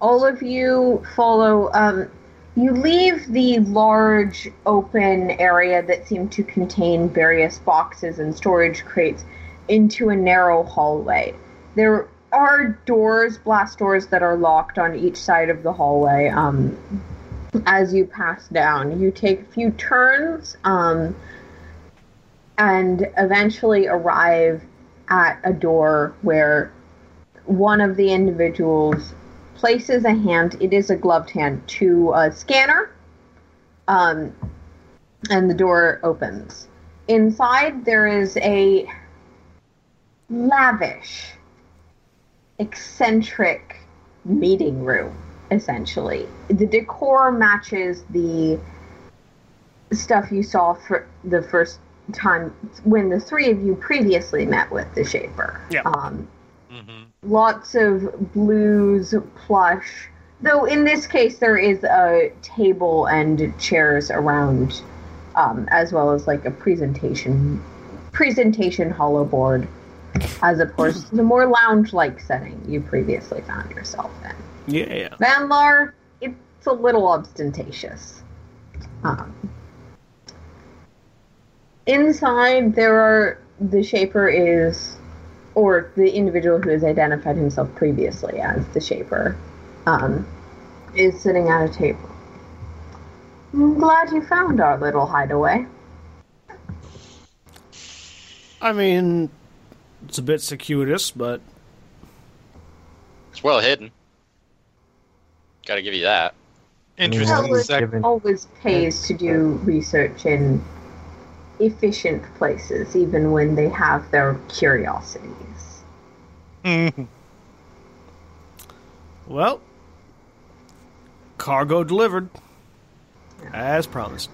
S2: all of you follow. Um, you leave the large open area that seemed to contain various boxes and storage crates into a narrow hallway. There are doors, blast doors, that are locked on each side of the hallway. Um, as you pass down, you take a few turns. Um, and eventually arrive at a door where one of the individuals places a hand, it is a gloved hand, to a scanner, um, and the door opens. Inside, there is a lavish, eccentric meeting room, essentially. The decor matches the stuff you saw for the first time when the three of you previously met with the Shaper.
S1: Yeah.
S2: Um,
S4: hmm
S2: lots of blues, plush. Though in this case, there is a table and chairs around, um, as well as like a presentation presentation hollow board, as opposed to the more lounge-like setting you previously found yourself in.
S1: Yeah.
S2: Vanlar, it's a little ostentatious. Um, inside, there are the Shaper is or the individual who has identified himself previously as the shaper, um, is sitting at a table. I'm glad you found our little hideaway.
S1: I mean, it's a bit circuitous, but
S3: It's well hidden. Gotta give you that.
S4: Interesting.
S2: Yeah.
S4: sec-
S5: Given-
S2: Always pays to do research in efficient places, even when they have their curiosities.
S4: Mhm.
S1: well, cargo delivered as promised.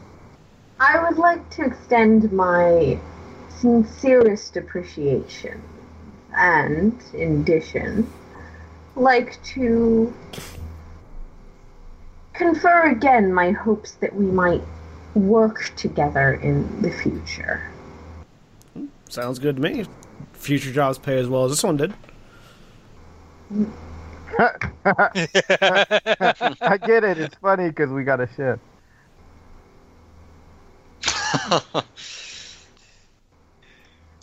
S2: I would like to extend my sincerest appreciation and, in addition, like to confer again my hopes that we might work together in the future.
S1: Sounds good to me. Future jobs pay as well as this one did.
S5: I get it. It's funny because we got a ship.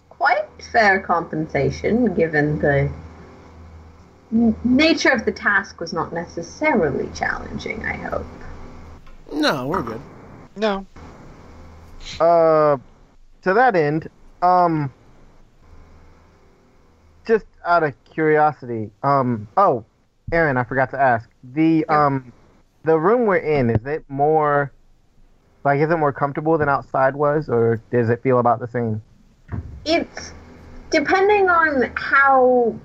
S2: Quite fair compensation, given the n- nature of the task was not necessarily challenging, I hope.
S1: No, we're good.
S4: No.
S5: Uh, to that end, um, just out of curiosity, um, oh, Aaron, I forgot to ask the um, the room we're in is it more like is it more comfortable than outside was, or does it feel about the same?
S2: it's depending on how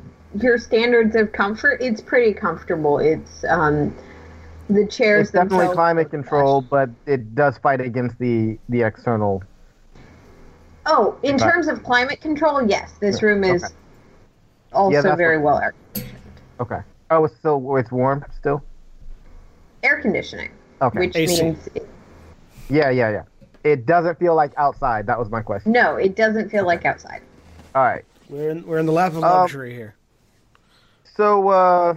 S2: your standards of comfort it's pretty comfortable it's um the chairs
S5: It's definitely
S2: themselves-
S5: climate control, but it does fight against the the external.
S2: oh in
S5: Right.
S2: terms of climate control yes this room is
S5: Okay. Yeah,
S2: also
S5: that's
S2: very well air,
S5: Okay. Oh, it's still it's warm still.
S2: air conditioning
S5: Okay.
S2: which
S1: AC.
S2: means
S5: yeah, yeah, yeah. It doesn't feel like outside. That was my question.
S2: no it doesn't feel like outside
S5: All right.
S1: We're in we're in the lap of
S5: Um,
S1: luxury here.
S5: So, uh,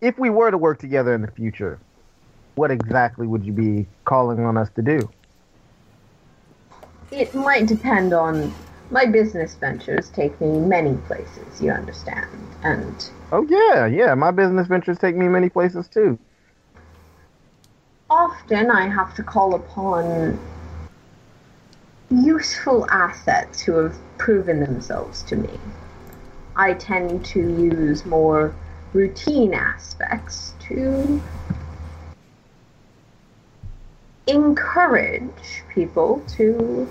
S5: if we were to work together in the future, what exactly would you be calling on us to do?
S2: it might depend on my business ventures take me many places you understand and
S5: Oh yeah, yeah. My business ventures take me many places too.
S2: often I have to call upon useful assets who have proven themselves to me. I tend to use more routine aspects to encourage people to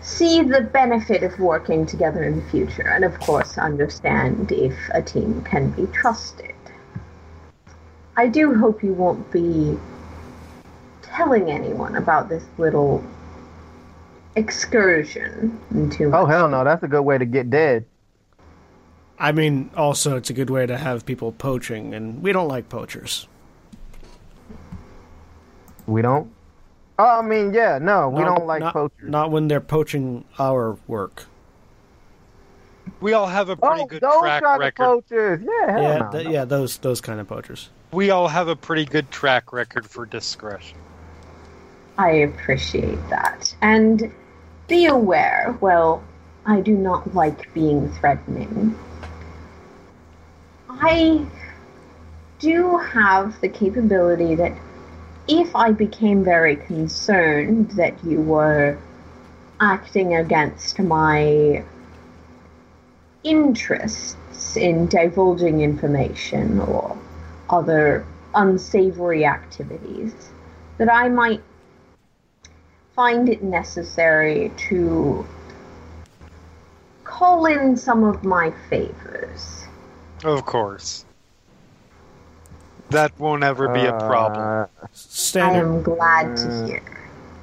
S2: see the benefit of working together in the future and of course understand if a team can be trusted. I do hope you won't be telling anyone about this little excursion into.
S5: Oh hell no, that's a good way to get dead.
S1: I mean, also it's a good way to have people poaching, and we don't like poachers.
S5: We don't. Oh, I mean, yeah, no, we
S1: Not-
S5: don't like
S1: not-
S5: poachers.
S1: Not when they're poaching our work.
S4: We all have a pretty
S5: oh,
S4: good
S5: those
S4: track
S5: kind
S4: record.
S5: of poachers. Yeah, hell
S1: yeah,
S5: no,
S1: th-
S5: no.
S1: yeah, those those kind of poachers.
S4: we all have a pretty good track record for discretion.
S2: I appreciate that. And be aware, well, I do not like being threatening. I do have the capability that if I became very concerned that you were acting against my interests in divulging information or other unsavory activities, that I might find it necessary to call in some of my favors.
S4: Of course. That won't ever be a problem.
S5: Uh,
S2: I
S1: Standard
S2: am glad
S5: Mm.
S2: to hear.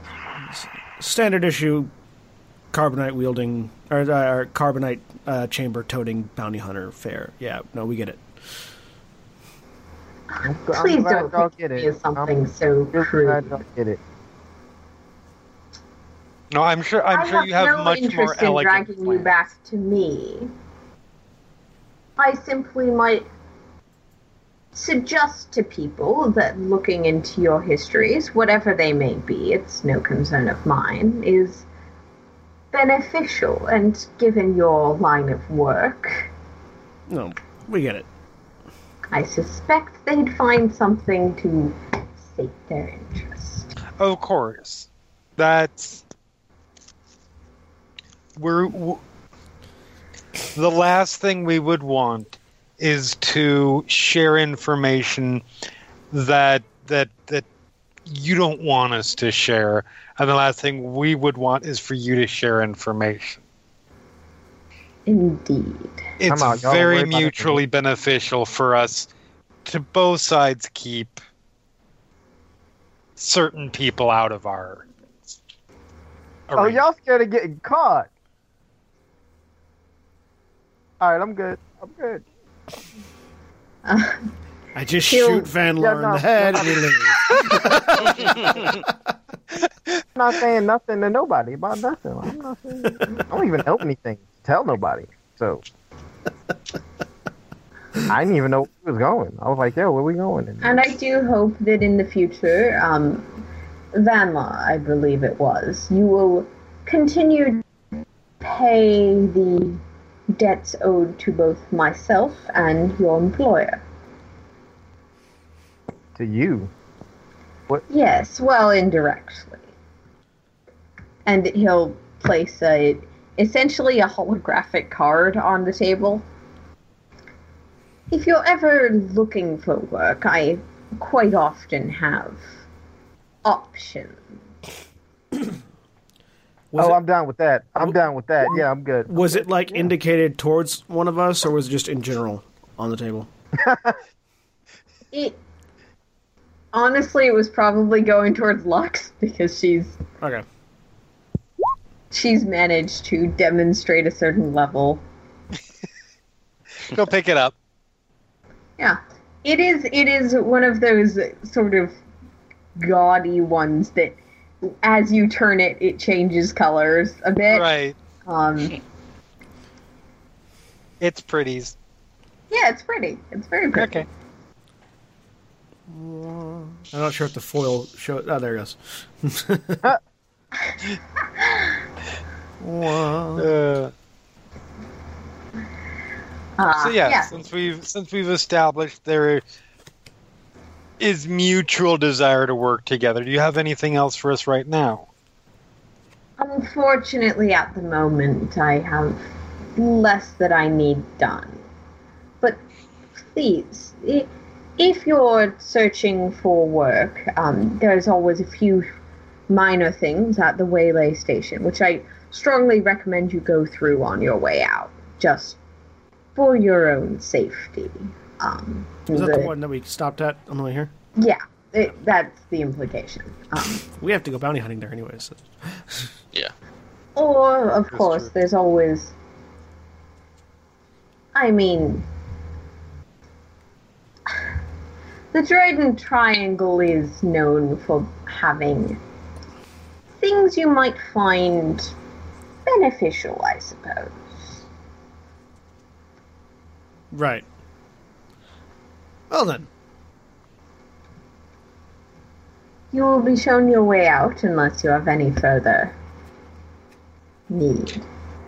S5: Oh.
S1: standard issue, carbonite wielding or, uh, or carbonite uh, chamber toting bounty hunter fare. Yeah, no, we get it.
S5: I'm gl- I'm
S2: Please
S5: glad
S2: don't
S5: y'all
S2: think
S5: get
S2: of
S5: it.
S2: me as something
S5: I'm
S2: so
S5: just glad y'all
S2: crude.
S5: get it.
S4: no, I'm sure. I'm
S2: I
S4: sure you have
S2: no
S4: much more
S2: interest in
S4: elegant.
S2: dragging you
S4: plans.
S2: back to me. I simply might suggest to people that looking into your histories, whatever they may be, it's no concern of mine, is beneficial and given your line of work.
S1: No, we get it.
S2: I suspect they'd find something to sate their interest.
S4: Of course. That's we're w- the last thing we would want is to share information that that that you don't want us to share and the last thing we would want is for you to share information
S2: Indeed.
S4: it's
S5: on, y'all, worry
S4: very
S5: about it.
S4: mutually beneficial for us to both sides keep certain people out of our
S5: Oh, y'all scared of getting caught? All right, I'm good. I'm good.
S1: I just
S2: He'll-
S1: shoot Van
S5: Yeah,
S1: Lor in
S5: no,
S1: the head
S5: no.
S1: and we leave.
S5: I'm not saying nothing to nobody about nothing. I'm not saying. I don't even know anything. Tell nobody. So I didn't even know where we was going. I was like, "Yo, where we going?" And
S2: And I do hope that in the future, um, Vanla, I believe it was, you will continue to pay the debts owed to both myself and your employer.
S5: to you,
S2: Yes, well, indirectly. And he'll place a essentially a holographic card on the table. If you're ever looking for work, I quite often have options.
S1: Was it-
S5: oh, I'm down with that. I'm down with that. Yeah, I'm good.
S1: Was it like indicated towards one of us, or was it just in general on the table?
S2: It honestly, it was probably going towards Lux because she's
S1: Okay.
S2: she's managed to demonstrate a certain level
S4: go pick it up
S2: Yeah, it is. It is one of those sort of gaudy ones that, as you turn it, it changes colors a bit.
S4: right
S2: Um,
S4: it's pretties
S2: yeah, it's pretty. It's very pretty.
S4: okay
S1: I'm not sure if the foil show. Oh, there it goes.
S4: uh,
S2: Uh,
S4: so yeah,
S2: yeah.
S4: since we've since we've established there is mutual desire to work together do you have anything else for us right now
S2: Unfortunately, at the moment, I have less that I need done. But please, i- if you're searching for work, um, there's always a few minor things at the Waylay Station, which I strongly recommend you go through on your way out, just for your own safety. Um,
S1: Is that the
S2: the-
S1: one that we stopped at on the way here?
S2: Yeah, it, that's the implication. Um,
S1: We have to go bounty hunting there, anyways.
S3: Yeah.
S2: Or, of
S4: That's
S2: course,
S4: true.
S2: there's always. I mean. The Dryden Triangle is known for having things you might find beneficial, I suppose.
S1: Right. Well then,
S2: You will be shown your way out unless you have any further need.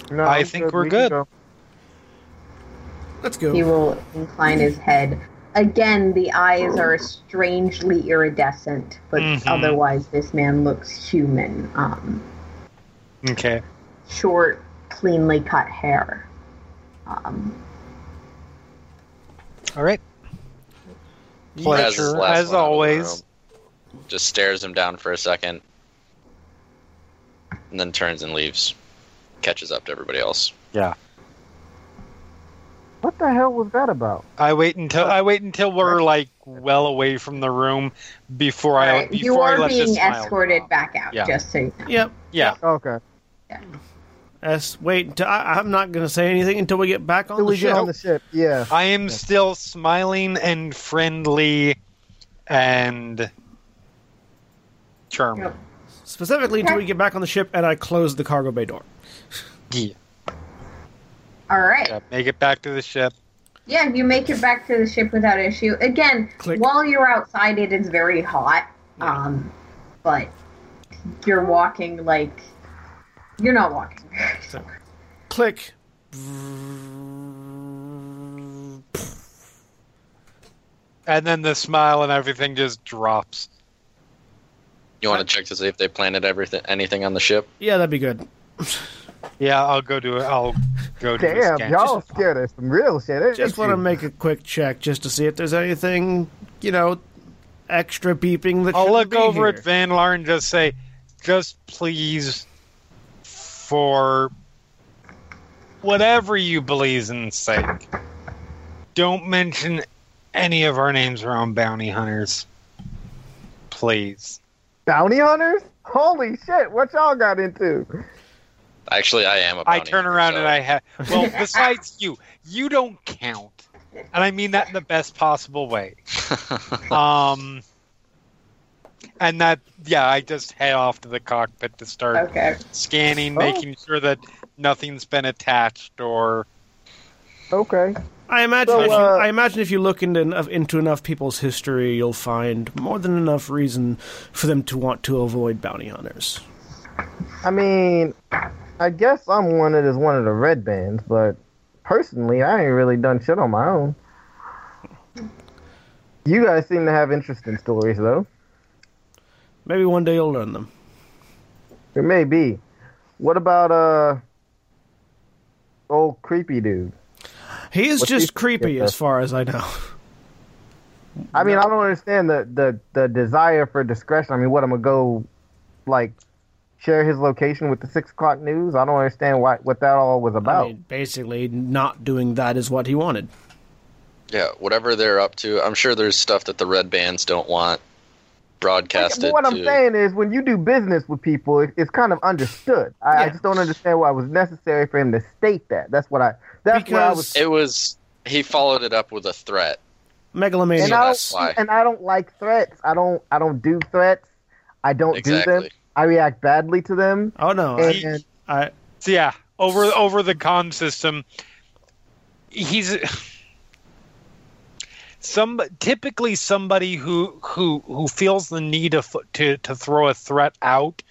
S5: No,
S4: I
S5: I'm
S4: think we're
S5: We can
S4: good.
S5: go.
S1: let's
S2: He
S1: go.
S2: will incline his head. Again, the eyes are strangely iridescent, but
S4: Mhm.
S2: otherwise, this man looks human. Um,
S4: okay
S2: short, cleanly cut hair. Um,
S4: all right
S3: Has his
S4: pleasure
S3: last
S4: as
S3: one out of the
S4: always
S3: room. Just stares him down for a second, and then turns and leaves. Catches up to everybody else.
S5: What the hell was that about?
S4: i wait until i wait until we're like well away from the room before i
S2: alright,
S4: before
S2: you
S4: I
S2: are
S4: let this
S2: being
S4: smile
S2: escorted
S4: drop.
S2: back out,
S4: Yeah.
S2: just so you know.
S1: Yep.
S4: yeah
S5: Okay,
S1: S. Wait. Until, I, I'm not gonna say anything until we get back on
S5: till
S1: the
S5: we get
S1: show.
S5: on the ship. Yeah,
S4: I am still smiling and friendly and charming.
S2: Yep.
S1: Specifically, until we get back on the ship, and I close the cargo bay door.
S4: Yeah.
S2: All right.
S4: Yeah, Make it back to the ship.
S2: Yeah, you make it back to the ship without issue. Again,
S1: Click.
S2: while you're outside, it is very hot. Um, but you're walking like You're not walking.
S1: Click.
S4: And then the smile and everything just drops.
S3: You want to check to see if they planted everything, anything on the ship?
S1: Yeah, that'd be good.
S4: Yeah, I'll go do it. I'll go do a
S5: Damn,
S4: scan.
S5: y'all scared us some real shit. ain't
S1: Just want
S5: you?
S1: to make a quick check just to see if there's anything, you know, extra beeping that
S4: I'll
S1: shouldn't
S4: look
S1: be
S4: over
S1: here.
S4: at Van Laar and just say, just please, for whatever you believe in sake, don't mention any of our names around bounty hunters. Please.
S5: bounty hunters. Holy shit! What y'all got into?
S3: Actually, I am a
S4: I
S3: bounty
S4: turn
S3: hunter,
S4: around
S3: so-
S4: and I have. Well, besides you, you don't count. And I mean that in the best possible way. Um, and that, yeah, I just head off to the cockpit to start
S2: Okay.
S4: scanning,
S5: Oh.
S4: making sure that nothing's been attached or
S5: Okay.
S1: I imagine.
S5: So,
S1: if you,
S5: uh,
S1: I imagine if you look into enough, into enough people's history, you'll find more than enough reason for them to want to avoid bounty hunters.
S5: I mean, I guess I'm wanted as one of the red bands, but personally, I ain't really done shit on my own. You guys seem to have interesting stories, though.
S1: Maybe one day you'll learn them.
S5: It may be. What about uh, old creepy dude?
S1: He is
S5: What's
S1: just
S5: he-
S1: creepy,
S5: Yeah.
S1: as far as I know.
S5: I mean, I don't understand the, the the desire for discretion. I mean, what I'm gonna go like share his location with the six o'clock news? I don't understand why what that all was about.
S1: I mean, basically, not doing that is what he wanted.
S3: Yeah, whatever they're up to. I'm sure there's stuff that the red bands don't want broadcasted.
S5: But what I'm
S3: to-
S5: saying is, when you do business with people, it, it's kind of understood. I, I
S1: Yeah.
S5: just don't understand why it was necessary for him to state that. That's what I. That's what I was.
S1: Because
S3: It was he followed it up with a threat.
S5: And
S1: megalomania.
S5: I
S3: that's why.
S5: don't. And I don't like threats. I don't. I don't do threats. I don't do them.
S3: Exactly.
S5: I react badly to them.
S1: Oh no! I,
S5: And
S1: I,
S4: so yeah, over over the com system. He's some typically somebody who who who feels the need of, to to throw a threat out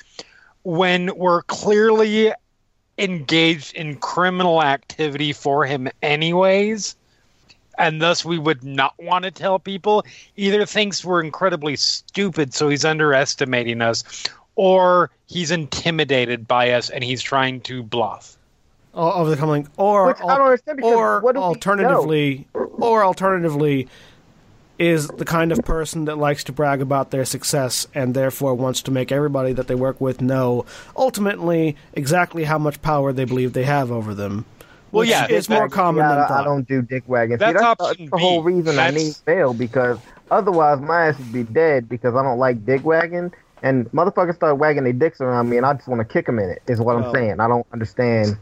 S4: when we're clearly engaged in criminal activity for him anyways and thus we would not want to tell people either thinks we're incredibly stupid so he's underestimating us or he's intimidated by us and he's trying to bluff
S1: all over the coming, or
S5: Which I don't understand because
S1: or
S5: what do we know?
S1: alternatively, or alternatively, is the kind of person that likes to brag about their success and therefore wants to make everybody that they work with know ultimately exactly how much power they believe they have over them.
S4: Well,
S1: which
S4: yeah,
S1: is
S4: that-
S1: more common
S5: Yeah,
S1: than
S5: I- I,
S1: thought.
S5: don't do dick wagons. See,
S4: That's
S5: that's,
S4: option
S5: that's the whole
S4: B.
S5: reason I
S4: That's-
S5: need bail because otherwise my ass would be dead because I don't like dick wagging. And motherfuckers start wagging their dicks around me, and I just want to kick them in it. Is what
S1: Oh.
S5: I'm saying. I don't understand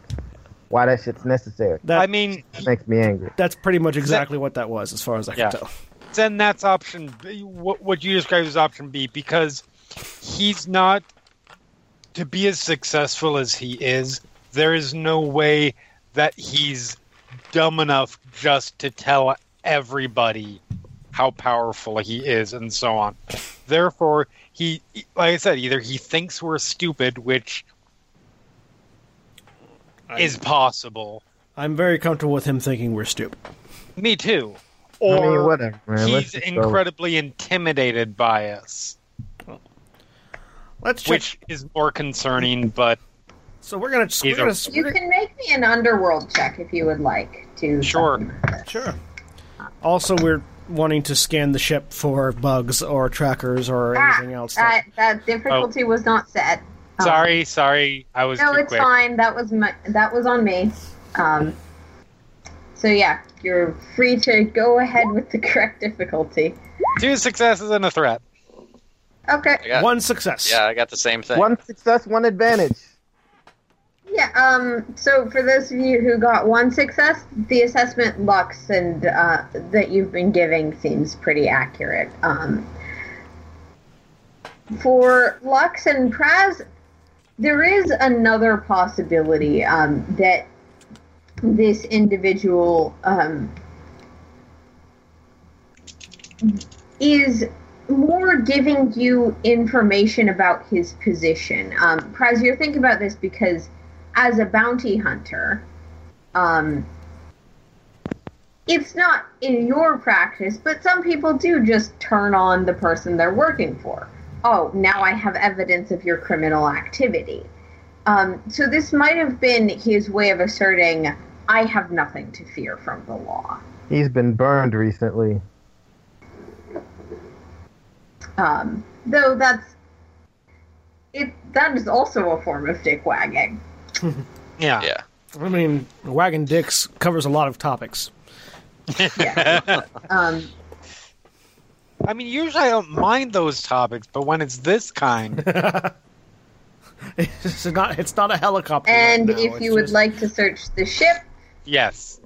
S5: why that shit's necessary.
S1: That-
S4: i mean
S5: It makes me angry.
S1: that's pretty much exactly what that was, as far as I
S4: Yeah.
S1: can tell.
S4: then that's option B, what, what you described as option B because he's not to be as successful as he is. There is no way that he's dumb enough just to tell everybody how powerful he is and so on. Therefore, he like I said, either he thinks we're stupid, which is possible.
S1: I'm very comfortable with him thinking we're stupid.
S4: Me too.
S5: I
S4: Or
S5: mean, whatever, man. Let's
S4: he's
S5: just go.
S4: incredibly intimidated by us,
S1: Let's check.
S4: which is more concerning. But
S1: so we're gonna we're
S4: Either-
S1: gonna
S2: You can make me an underworld check if you would like to.
S4: Sure.
S1: Sure. Also, we're wanting to scan the ship for bugs or trackers or
S2: Ah,
S1: anything else. that-
S2: That that difficulty was not set. Um,
S4: Oh. sorry, sorry, I was
S2: No,
S4: too
S2: it's
S4: quick.
S2: fine. That was my that was on me. Um. So yeah, you're free to go ahead with the correct difficulty.
S4: Two successes and a threat.
S2: Okay.
S3: I got,
S1: One success.
S3: yeah, I got the same thing.
S5: One success, one advantage.
S2: Yeah. Um. So for those of you who got one success, the assessment lux and uh, that you've been giving seems pretty accurate. Um. For Lux and Praz, there is another possibility um, that this individual um, is more giving you information about his position. Um, Praz, you're thinking about this because as a bounty hunter, um, it's not in your practice, but some people do just turn on the person they're working for. Oh, now I have evidence of your criminal activity. Um, so this might have been his way of asserting, I have nothing to fear from the law.
S5: He's been burned recently.
S2: Um, though that's it. That is also a form of dick wagging.
S4: Yeah.
S3: Yeah.
S1: I mean, wagging dicks covers a lot of topics.
S2: Yeah. um,
S4: I mean, usually I don't mind those topics, but when it's this kind,
S1: It's not. It's not a helicopter.
S2: and
S1: right now,
S2: if
S1: it's
S2: you would
S1: just-
S2: like to search the ship,
S4: yes.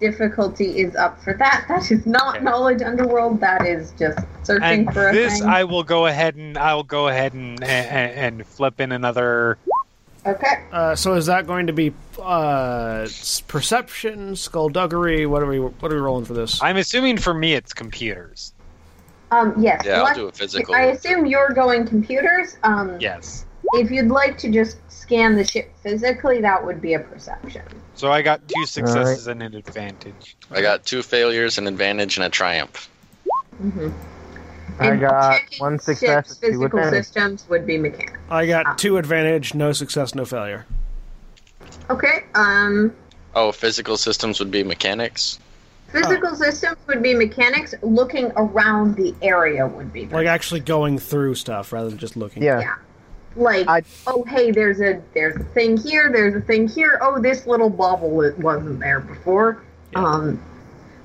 S2: difficulty is up for that. That is not
S4: Okay.
S2: knowledge underworld. That is just searching
S4: And
S2: for a
S4: this,
S2: thing.
S4: I will go ahead and I'll go ahead and and, and flip in another.
S2: Okay.
S1: Uh, so is that going to be uh, s- perception, skullduggery? What are we? What are we rolling for this?
S4: I'm assuming for me it's computers.
S2: Um, yes.
S3: Yeah, I'll
S2: let's-
S3: do a physical.
S2: I assume you're going computers. Um,
S4: Yes.
S2: If you'd like to just scan the ship physically, that would be a perception.
S4: So I got two successes and an advantage.
S3: I got two failures, an advantage, and a triumph.
S2: Mm-hmm.
S5: I got one success. two
S2: Physical
S5: advantage.
S2: systems would be mechanic.
S1: I got two advantage, no success, no failure.
S2: Okay. Um,
S3: Oh, physical systems would be mechanics.
S2: physical systems would be mechanics. Looking around the area would be
S1: Like actually going through stuff rather than just looking.
S5: Yeah.
S2: Yeah. Like,
S5: I-
S2: oh hey, there's a there's a thing here, there's a thing here. Oh, this little bubble it wasn't there before.
S1: Yeah.
S2: Um,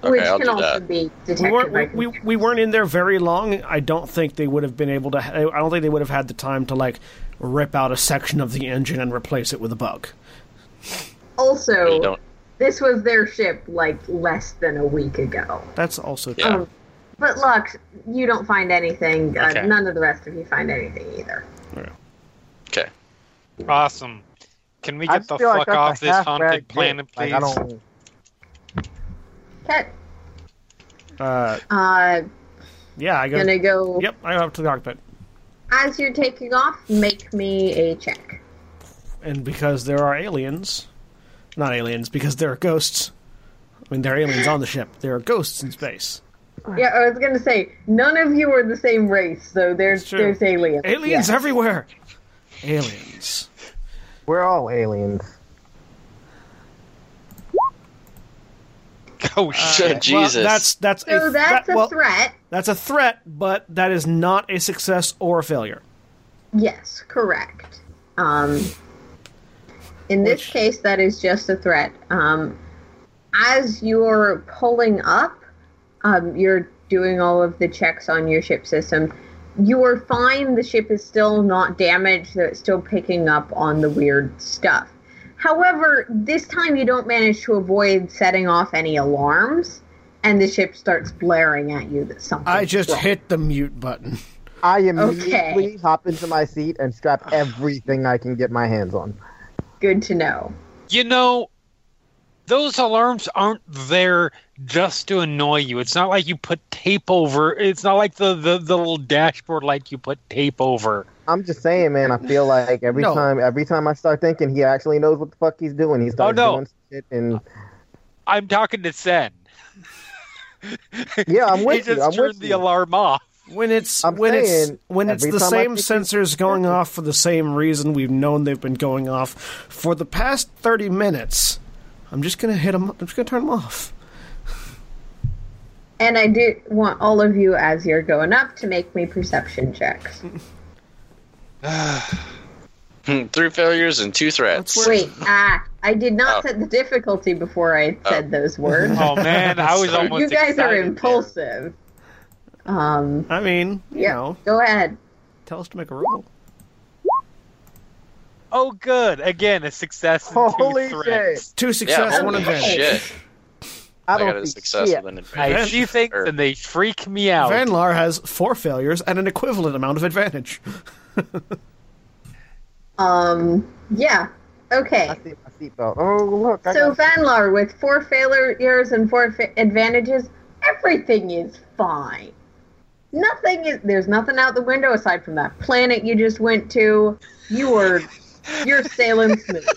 S3: Okay,
S2: which
S3: I'll
S2: can
S3: do
S2: also
S3: that.
S2: be
S1: We
S2: detected by
S1: weren't, we, we,
S2: computer.
S1: we weren't in there very long. I don't think they would have been able to. I don't think they would have had the time to like rip out a section of the engine and replace it with a bug.
S5: Oh.
S3: You
S2: Also,
S3: don't.
S2: this was their ship like less than a week ago.
S1: That's also
S3: Yeah.
S5: Oh.
S1: true.
S2: But Lux, you don't find anything. Uh,
S4: Okay.
S2: None of the rest of you find anything either.
S3: Okay.
S4: Awesome. Can we
S5: I
S4: get
S5: just
S4: the
S5: feel
S4: fuck
S5: like that's a
S4: off this
S5: half-bad
S4: haunted
S5: dick.
S4: planet, please?
S5: Like, I don't.
S2: Okay.
S1: Uh,
S2: Uh,
S1: yeah, I go.
S2: gonna go.
S1: Yep, I go up to the cockpit,
S2: As you're taking off, make me a check.
S1: and because there are aliens, not aliens, because there are ghosts. I mean, there are aliens on the ship. There are ghosts in space.
S2: Yeah, I was gonna say none of you are the same race, so
S1: It's
S2: there's
S1: true.
S2: there's aliens.
S1: Aliens
S2: Yeah.
S1: everywhere. Aliens.
S5: We're all aliens.
S4: Oh shit!
S1: Well,
S3: Jesus.
S1: that's that's
S2: So
S1: a
S2: that's
S1: threat-
S2: a
S1: well,
S2: threat.
S1: That's a threat, but that is not a success or a failure.
S2: Yes, correct. Um, in this
S1: Which-
S2: case, that is just a threat. Um, as you're pulling up, um, you're doing all of the checks on your ship system. You are fine. The ship is still not damaged, so it's still picking up on the weird stuff. However, this time you don't manage to avoid setting off any alarms, and the ship starts blaring at you that something.
S1: I just hit the mute button.
S5: I immediately hop into my seat and strap everything I can get my hands on.
S2: Good to know.
S4: You know, those alarms aren't there just to annoy you. It's not like you put tape over. It's not like the the, the little dashboard like you put tape over.
S5: I'm just saying, man. I feel like every
S1: No.
S5: time, every time I start thinking, he actually knows what the fuck he's doing. He starts
S4: no.
S5: doing shit, and
S4: I'm talking to Sen.
S5: yeah, I'm
S4: He
S5: with
S4: just
S5: you. I'm
S4: turned
S5: with
S4: the
S5: you.
S4: alarm off.
S1: When it's
S5: I'm
S1: when it's
S5: saying,
S1: when it's
S5: every
S1: the
S5: time I
S1: same
S5: think it's
S1: sensors going off for the same reason we've known they've been going off for the past thirty minutes. I'm just gonna hit them. I'm just gonna turn them off.
S2: And I do want all of you, as you're going up, to make me perception checks.
S3: Three failures and two threats.
S1: That's
S2: Wait, ah, I did not
S3: Oh.
S2: set the difficulty before I said those words.
S4: Oh man, I was
S3: Sorry.
S4: almost.
S2: you guys are
S4: excited.
S2: impulsive. Um,
S1: I mean, you
S2: yeah,
S1: know,
S2: go ahead.
S1: tell us to make a roll.
S4: Oh good, again a success. And
S5: Holy
S4: two
S5: shit.
S4: threats.
S1: Two success,
S3: yeah,
S1: one
S3: holy
S1: advantage.
S3: shit.
S5: I
S3: I,
S5: don't
S3: got a
S5: see
S3: success
S5: shit.
S3: with an advantage.
S4: I see things
S3: Or-
S4: and they freak me out.
S1: Vanlar has four failures and an equivalent amount of advantage.
S2: Um, yeah, okay.
S5: I see my seatbelt. Oh look, I
S2: So
S5: got
S2: Vanlar, with four failures and four fa- advantages, everything is fine. nothing is there's nothing out the window aside from that planet you just went to. You were you're sailing smooth.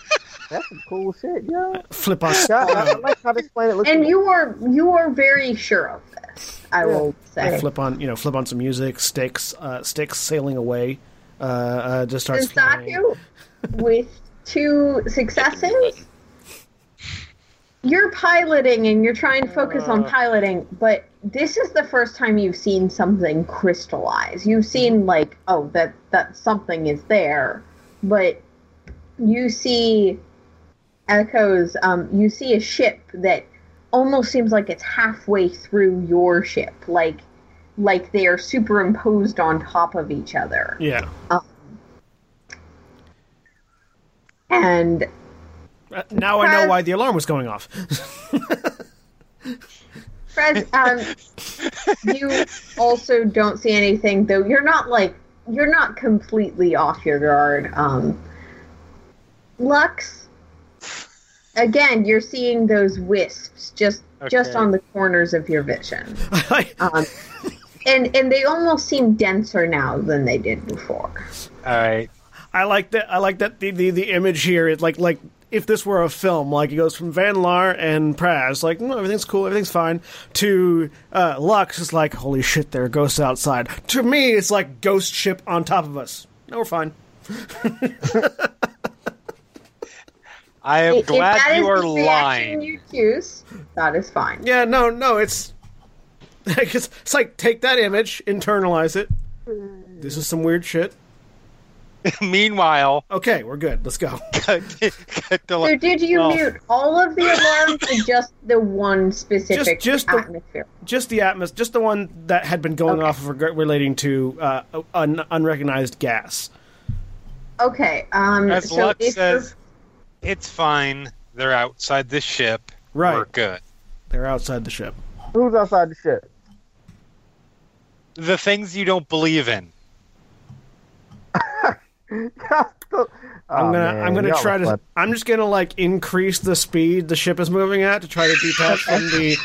S5: That's some cool shit, yeah.
S1: Flip us.
S5: yeah I, I like how to explain it. Look
S2: And you were you were very sure of this, I will
S1: I
S2: say.
S1: flip on you know flip on some music sticks uh, sticks sailing away uh, uh, just starts flying.
S2: Sensaku with two successes. You're piloting and you're trying to focus on piloting, but this is the first time you've seen something crystallize. You've seen like, oh, that that something is there, but you see echoes. Um, you see a ship that almost seems like it's halfway through your ship, like like they are superimposed on top of each other.
S1: yeah
S2: And
S1: Uh, now I know why the alarm was going off
S2: Fred, um, you also don't see anything, though. You're not like you're not completely off your guard. Um, Lux, again, you're seeing those wisps just just
S4: Okay.
S2: on the corners of your vision,
S1: I,
S2: um, and and they almost seem denser now than they did before.
S4: All right.
S1: I like that I like that the, the, the image here is like like if this were a film like it goes from Van Laar and Praz like "Mm, everything's cool everything's fine to uh, Lux is like holy shit there are ghosts outside to me it's like ghost ship on top of us no we're fine
S4: I am
S2: If that
S4: glad
S2: is
S4: you are
S2: the reaction
S4: lying.
S2: You choose that is fine.
S1: yeah no no it's it's, it's like take that image internalize it this is some weird shit
S4: Meanwhile,
S1: okay we're good let's go
S4: cut, cut to,
S2: So
S4: like,
S2: did you
S4: Well-
S2: mute all of the alarms or just the one specific
S1: just the-
S2: atmosphere?
S1: just the atmos, just the one that had been going
S2: Okay.
S1: off of reg- relating to uh, un- unrecognized gas.
S2: Okay. Um,
S4: as
S2: so
S4: Lux
S2: if you're-
S4: says, it's fine. They're outside the ship.
S1: Right,
S4: We're good.
S1: they're outside the ship.
S5: who's outside the ship?
S4: The things you don't believe in.
S5: Oh,
S1: I'm gonna, I'm gonna try to. I'm just gonna like increase the speed the ship is moving at to try to detach from the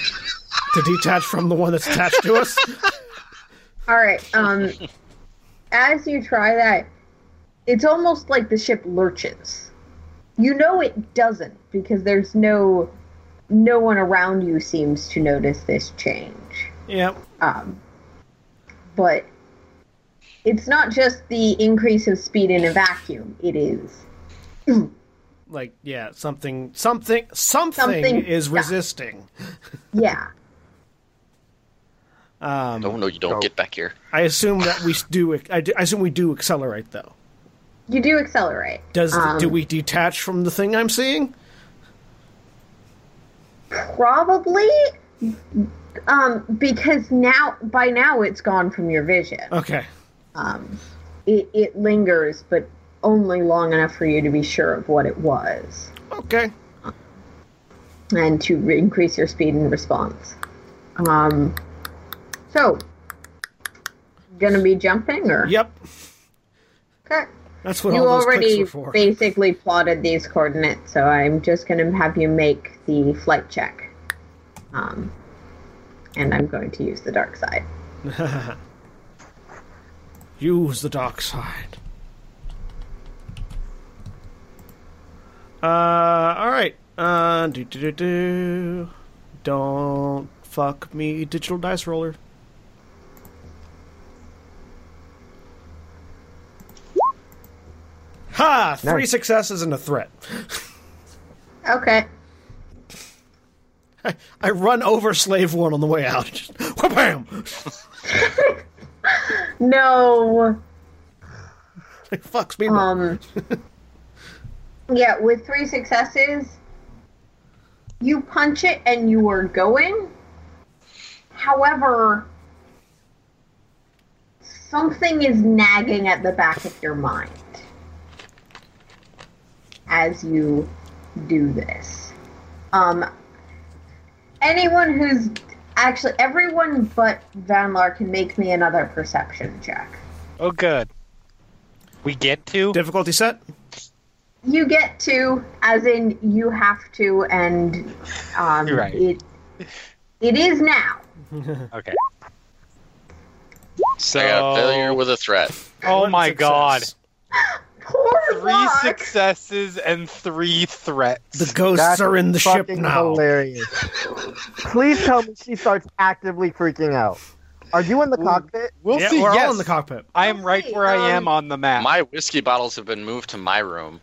S1: to detach from the one that's attached to us.
S2: all right. Um, as you try that, it's almost like the ship lurches. You know it doesn't because there's no no one around you seems to notice this change.
S1: yep.
S2: Um, but it's not just the increase of speed in a vacuum. It is
S1: Like yeah, something, something, something,
S2: Something-
S1: is
S2: yeah.
S1: resisting.
S2: yeah.
S1: Um,
S3: No, no, you don't get back here.
S1: I assume that we do. I, do- I assume we do accelerate though.
S2: You do accelerate.
S1: Does
S2: Um,
S1: do we detach from the thing I'm seeing?
S2: Probably, um, because now by now it's gone from your vision.
S1: Okay.
S2: Um, it, it lingers, but only long enough for you to be sure of what it was
S1: Okay.
S2: and to re- increase your speed in response. Um, so, gonna be jumping or
S1: Yep.
S2: Okay.
S1: That's what
S2: You
S1: all those
S2: already
S1: clicks were for.
S2: basically plotted these coordinates, so I'm just going to have you make the flight check. Um, and I'm going to use the dark side.
S1: Use the dark side. Uh, all right. Uh, do do do do. Don't fuck me, digital dice roller. Ha! Three
S5: Nice.
S1: successes and a threat.
S2: Okay.
S1: I run over slave one on the way out. Just, wha-bam!
S2: No.
S1: It fucks me.
S2: Um, yeah, with three successes, you punch it and you are going. However, something is nagging at the back of your mind as you do this. Um, anyone who's actually everyone but Van Lar can make me another perception check.
S4: Oh, good. We get to.
S1: Difficulty set.
S2: You get to, as in you have to, and um,
S4: You're right.
S2: it it is now.
S4: Okay. So,
S3: I got a failure with a threat.
S4: oh
S1: One
S4: my
S1: success.
S4: god,
S2: Poor
S4: three
S2: Locke.
S4: successes and three threats.
S1: The ghosts
S5: That's
S1: are in the ship
S5: fucking
S1: now.
S5: hilarious. Please tell me she starts actively freaking out. Are you in the cockpit?
S4: We'll
S1: yeah,
S4: see.
S1: we're
S4: yes,
S1: all in the cockpit.
S4: I am right where I am
S2: Um,
S4: on the map.
S3: My whiskey bottles have been moved to my room.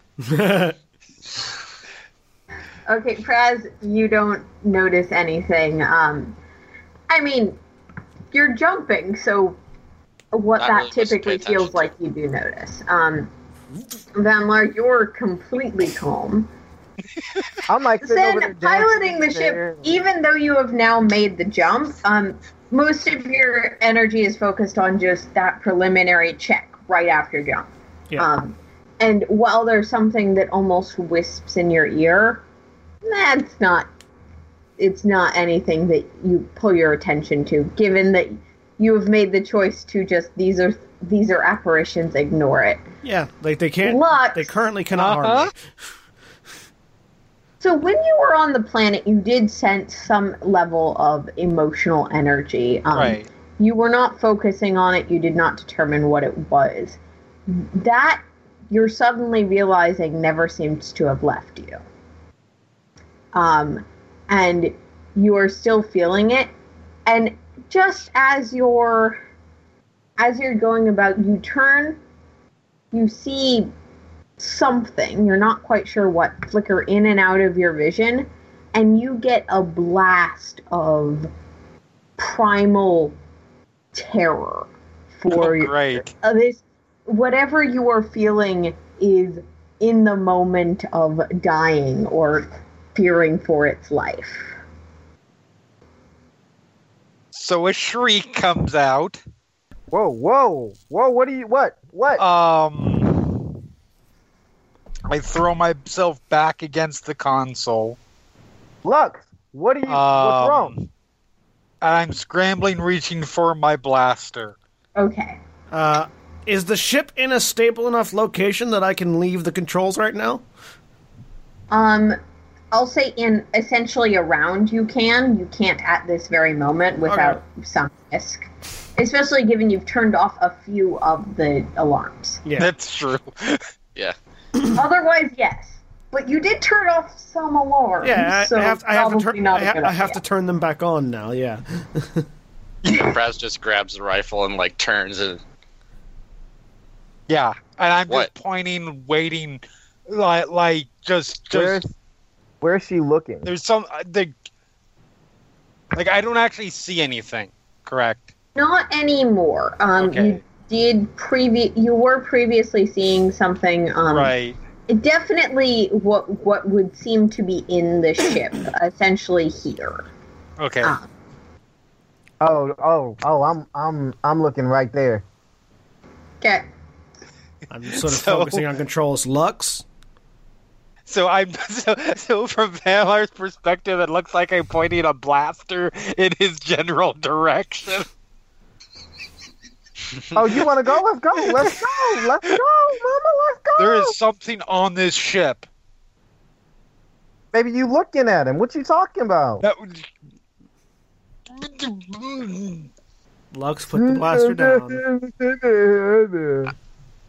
S2: Okay, Praz, you don't notice anything. Um, I mean, you're jumping, so what
S3: Not really
S2: that
S3: supposed to
S2: typically
S3: pay
S2: feels
S3: attention
S2: like you do notice. Um, Vanlar, you're completely calm.
S5: I'm like sitting over there
S2: Then piloting the
S5: dancing
S2: ship, E-
S5: there.
S2: even though you have now made the jump, um, most of your energy is focused on just that preliminary check right after jump.
S1: Yeah.
S2: Um, and while there's something that almost wisps in your ear, that's not. It's not anything that you pull your attention to, given that you have made the choice to just these are these are apparitions. Ignore it.
S1: yeah, like they can't.
S2: Lux.
S1: They currently cannot
S4: Uh-huh.
S1: harm me.
S2: So when you were on the planet, you did sense some level of emotional energy. Um,
S4: right.
S2: You were not focusing on it. You did not determine what it was. That you're suddenly realizing never seems to have left you. Um, and you are still feeling it. And just as you're as you're going about, you turn. You see something. You're not quite sure what flicker in and out of your vision, and you get a blast of primal terror for
S4: Oh,
S2: your
S4: great.
S2: uh, this whatever you are feeling is in the moment of dying or fearing for its life.
S4: So a shriek comes out.
S5: Whoa, whoa, whoa! What do you? What? What?
S4: Uh, Um, I throw myself back against the console.
S5: Lux, what are you? what's
S4: Um,
S5: wrong?
S4: I'm scrambling, reaching for my blaster.
S2: Okay.
S1: Uh, is the ship in a stable enough location that I can leave the controls right now?
S2: Um I'll say in essentially around you can. You can't at this very moment without some risk. Especially given you've turned off a few of the alarms.
S1: Yeah.
S4: That's true.
S3: Yeah.
S2: Otherwise, yes. But you did turn off some alarms.
S1: Yeah, I,
S2: so
S1: I have, I have to
S2: probably
S1: turn.
S2: not
S1: I,
S2: a
S1: ha-
S2: good
S1: I have
S2: idea.
S1: to turn them back on now. Yeah.
S3: Braz just grabs the rifle and like turns and
S4: Yeah, and I'm
S3: What?
S4: just pointing, waiting, like, like just, just.
S5: Where's where is she looking?
S4: There's some uh, the. Like I don't actually see anything. Correct.
S2: Not anymore. Um,
S4: Okay.
S2: You did previ- You were previously seeing something. Um,
S4: right.
S2: Definitely, what what would seem to be in the ship, essentially here.
S4: Okay.
S2: Ah.
S5: Oh, oh, oh! I'm, I'm, I'm looking right there.
S2: Okay.
S1: I'm sort of
S4: So-
S1: focusing on controls. Lux.
S4: So I'm so, so from Valar's perspective, it looks like I'm pointing a blaster in his general direction.
S5: Oh, you want to go? Let's go! Let's go! Let's go, Mama! Let's go!
S4: There is something on this ship.
S5: Maybe you looking at him. What you talking about?
S4: That would-
S1: Lux, put the blaster down.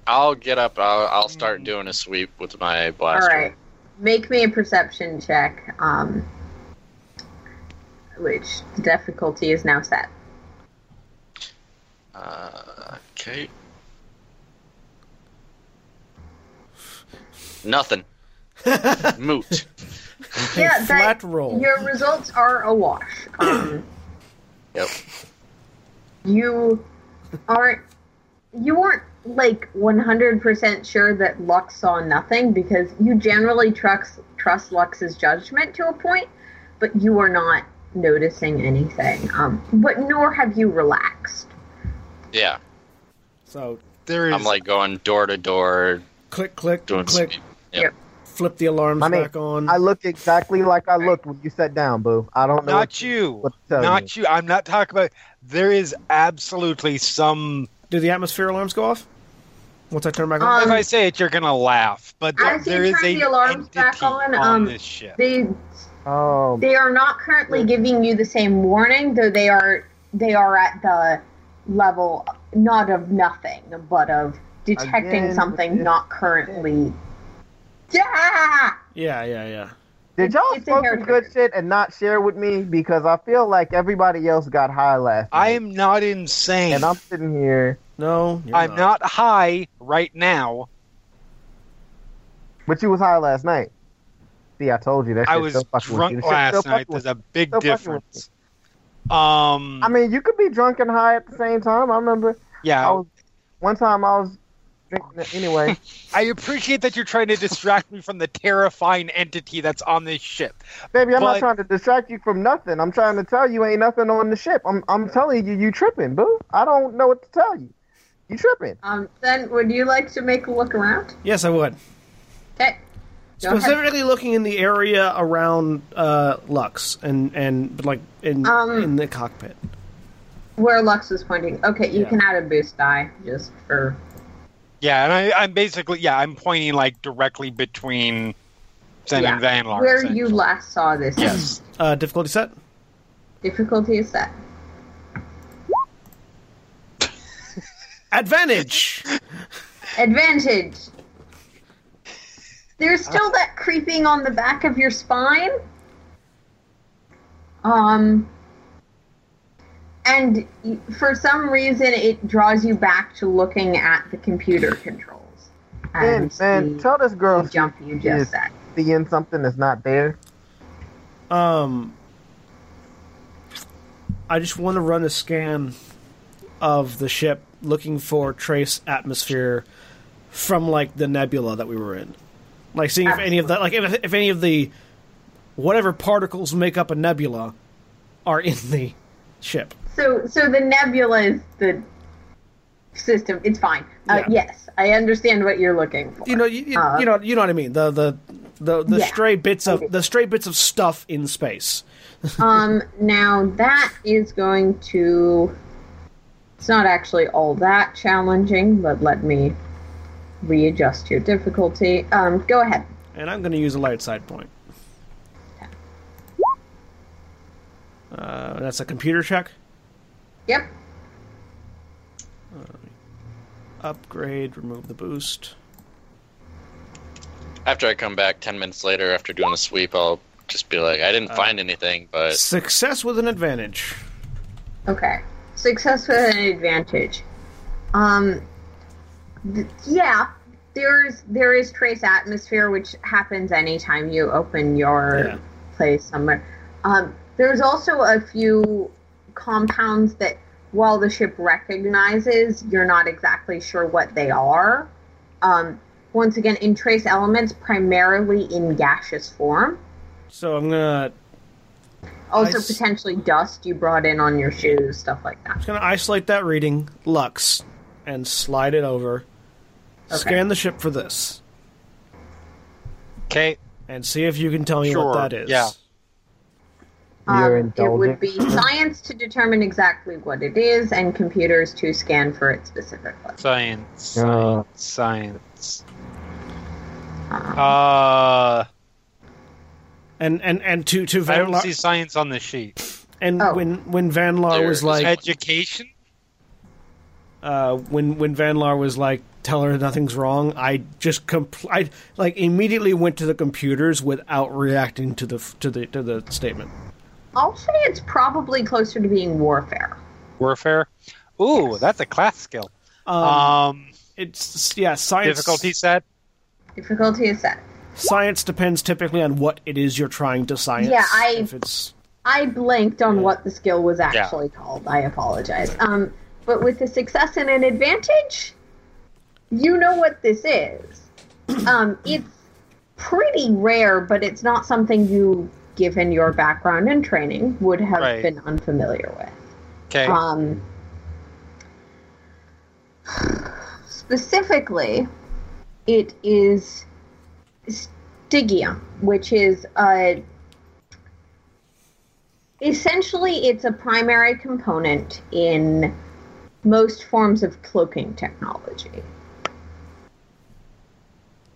S3: I'll get up. I'll, I'll start doing a sweep with my
S2: All
S3: blaster.
S2: right. Make me a perception check. Um, which the difficulty is now set.
S3: Uh, okay. Nothing. Moot.
S2: Yeah, that-
S1: flat roll.
S2: Your results are a wash. Um,
S3: Yep.
S2: you aren't you weren't like 100% sure that Lux saw nothing because you generally trust trust Lux's judgment to a point, but you are not noticing anything. Um, but nor have you relaxed.
S3: Yeah.
S1: So
S4: there is
S3: I'm like going door to door
S1: click, click,
S3: doing
S1: click.
S3: sweep.
S1: Flip the alarms
S5: I mean,
S1: back on.
S5: I look exactly like I looked when you sat down, boo. I don't know.
S4: not
S5: what-
S4: you,
S5: what to tell
S4: not you. I'm not talking about. There is absolutely some.
S1: Do the atmosphere alarms go off? Once I turn back on.
S2: Um,
S4: if I say it, you're gonna laugh. But there,
S2: as you
S4: there is
S2: turn
S4: a
S2: the alarms
S4: entity
S2: back on,
S4: on,
S2: um,
S4: this ship.
S2: They
S5: Oh,
S2: they are not currently giving you the same warning, though they are they are at the level not of nothing, but of detecting
S5: Again,
S2: something
S5: yeah.
S2: not currently. Yeah.
S1: Yeah, yeah, yeah.
S5: Did y'all
S2: It's a
S5: smoke
S2: hair
S5: some good
S2: trigger.
S5: shit and not share with me? Because I feel like everybody else got high last
S4: I
S5: night.
S4: am not insane.
S5: and I'm sitting here.
S1: No, you're
S4: I'm not high right now.
S5: But you was high last night. See, I told you that.
S4: I
S5: shit's
S4: was
S5: still fucking with you.
S4: drunk
S5: This shit's still
S4: last night.
S5: fucking with
S4: There's a big
S5: Still fucking with
S4: difference. Um,
S5: I mean, you could be drunk and high at the same time. I remember I
S4: yeah,
S5: was one time I was drinking it anyway.
S4: I appreciate that you're trying to distract me from the terrifying entity that's on this ship.
S5: Baby, I'm
S4: But-
S5: not trying to distract you from nothing. I'm trying to tell you ain't nothing on the ship. I'm I'm telling you, you tripping, boo. I don't know what to tell you. You tripping.
S2: Um. Then, would you like to make a look around?
S1: Yes, I would.
S2: Okay. Go ahead.
S1: Specifically, looking in the area around uh, Lux and and but like in
S2: Um,
S1: in the cockpit.
S2: Where Lux was pointing. Okay, you
S1: Yeah.
S2: can add a boost die just for.
S4: Yeah, and I, I'm basically yeah, I'm pointing like directly between Zen and Van Laren.
S2: Where you last saw this.
S4: Yes.
S1: Uh, difficulty set.
S2: Difficulty is set.
S1: Advantage.
S2: Advantage. There's still that creeping on the back of your spine. Um, and y- for some reason, it draws you back to looking at the computer controls.
S5: Man,
S2: And
S5: man,
S2: the-
S5: tell this girl
S2: the jump you just
S5: Yes.
S2: said.
S5: she's seeing something that's not there.
S1: um, I just want to run a scan of the ship, looking for trace atmosphere from like the nebula that we were in, like seeing if any of that, like if, if any of the whatever particles make up a nebula are in the ship.
S2: So, so the nebula is the system. It's fine. Uh,
S1: Yeah.
S2: Yes, I understand what you're looking for.
S1: you know, you, you,
S2: Uh,
S1: you know, you know what I mean. The the the, the
S2: Yeah.
S1: stray bits of the stray bits of stuff in space.
S2: Um, now that is going to. It's not actually all that challenging, but let me readjust your difficulty. Um, go ahead.
S1: And I'm going to use a light side point. Uh, that's a computer check.
S2: Yep.
S1: Upgrade. Remove the boost.
S3: After I come back ten minutes later, after doing a sweep, I'll just be like, I didn't
S1: Uh,
S3: find anything, but
S1: Success with an advantage.
S2: Okay. Success with an advantage. Um, th- yeah, there's there is trace atmosphere, which happens anytime you open your
S1: Yeah.
S2: place somewhere. Um, there's also a few compounds that, while the ship recognizes, you're not exactly sure what they are. Um, once again, in trace elements, primarily in gaseous form.
S1: So I'm gonna
S2: Also,
S1: Nice.
S2: potentially dust you brought in on your shoes, stuff like that.
S1: just gonna isolate that reading Lux and slide it over. Scan the ship for this
S4: Okay.
S1: and see if you can tell me
S4: Sure,
S1: what that is.
S4: yeah.
S5: You're
S2: Um, it would
S5: indulgent.
S2: be science to determine exactly what it is, and computers to scan for it specifically.
S4: Science.
S5: Uh.
S4: Science.
S2: Um,
S4: Uh,
S1: And and and to to
S4: I
S1: Van
S4: don't
S1: La-
S4: see science on the sheet.
S1: and
S2: Oh.
S1: when when Van Laar
S3: There
S1: was
S3: is-
S1: like
S4: Education.
S1: uh, when when Van Laar was like, "Tell her nothing's wrong." I just compl- I like immediately went to the computers without reacting to the f- to the to the statement.
S2: I'll say it's probably closer to being warfare.
S4: Warfare. Ooh, that's a class skill.
S1: Um,
S4: Um,
S1: it's yeah, science.
S4: difficulty set.
S2: Difficulty is set.
S1: Science depends typically on what it is you're trying to science.
S2: Yeah, I-
S1: If it's
S2: I blanked on what the skill was actually called. I apologize. Um, but with a success and an advantage, you know what this is. Um, it's pretty rare, but it's not something you, given your background and training, would have
S4: Right.
S2: been unfamiliar with.
S4: Okay.
S2: Um, specifically, it is Stygia, which is a. Essentially, it's a primary component in most forms of cloaking technology.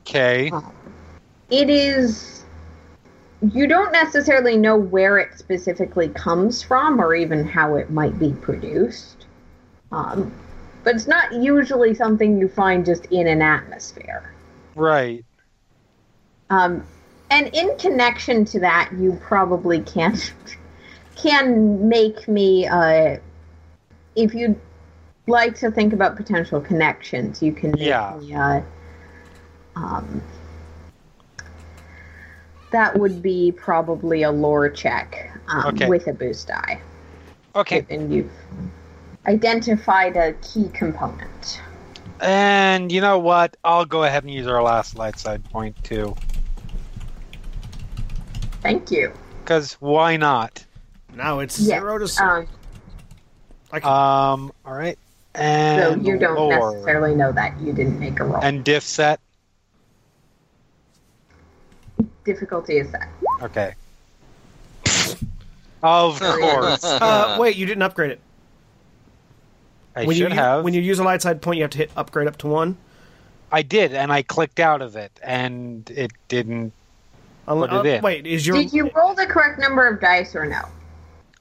S4: Okay.
S2: It is. You don't necessarily know where it specifically comes from or even how it might be produced. Um, but it's not usually something you find just in an atmosphere.
S4: Right.
S2: Um, and in connection to that, you probably can can make me uh, if you'd like to think about potential connections, you can make
S4: Yeah.
S2: me, uh, um, that would be probably a lore check um,
S4: Okay.
S2: with a boost die,
S4: Okay.
S2: and you've identified a key component.
S4: And you know what? I'll go ahead and use our last light side point too.
S2: Thank you.
S4: Because why not?
S1: Now it's
S2: Yes,
S1: zero to six.
S2: Um,
S4: Um, all right.
S2: so
S4: And
S2: you don't
S4: lore.
S2: necessarily know that you didn't make a roll.
S4: And diff set.
S2: Difficulty is that.
S4: Okay. Of course.
S1: Uh, wait, you didn't upgrade it.
S4: I
S1: when
S4: should
S1: you,
S4: have.
S1: When you use a light side point, you have to hit upgrade up to one.
S4: I did, and I clicked out of it, and it didn't.
S1: Unle-
S4: Put it
S1: uh,
S4: in.
S1: wait, is your
S2: Did you roll the correct number of dice or no?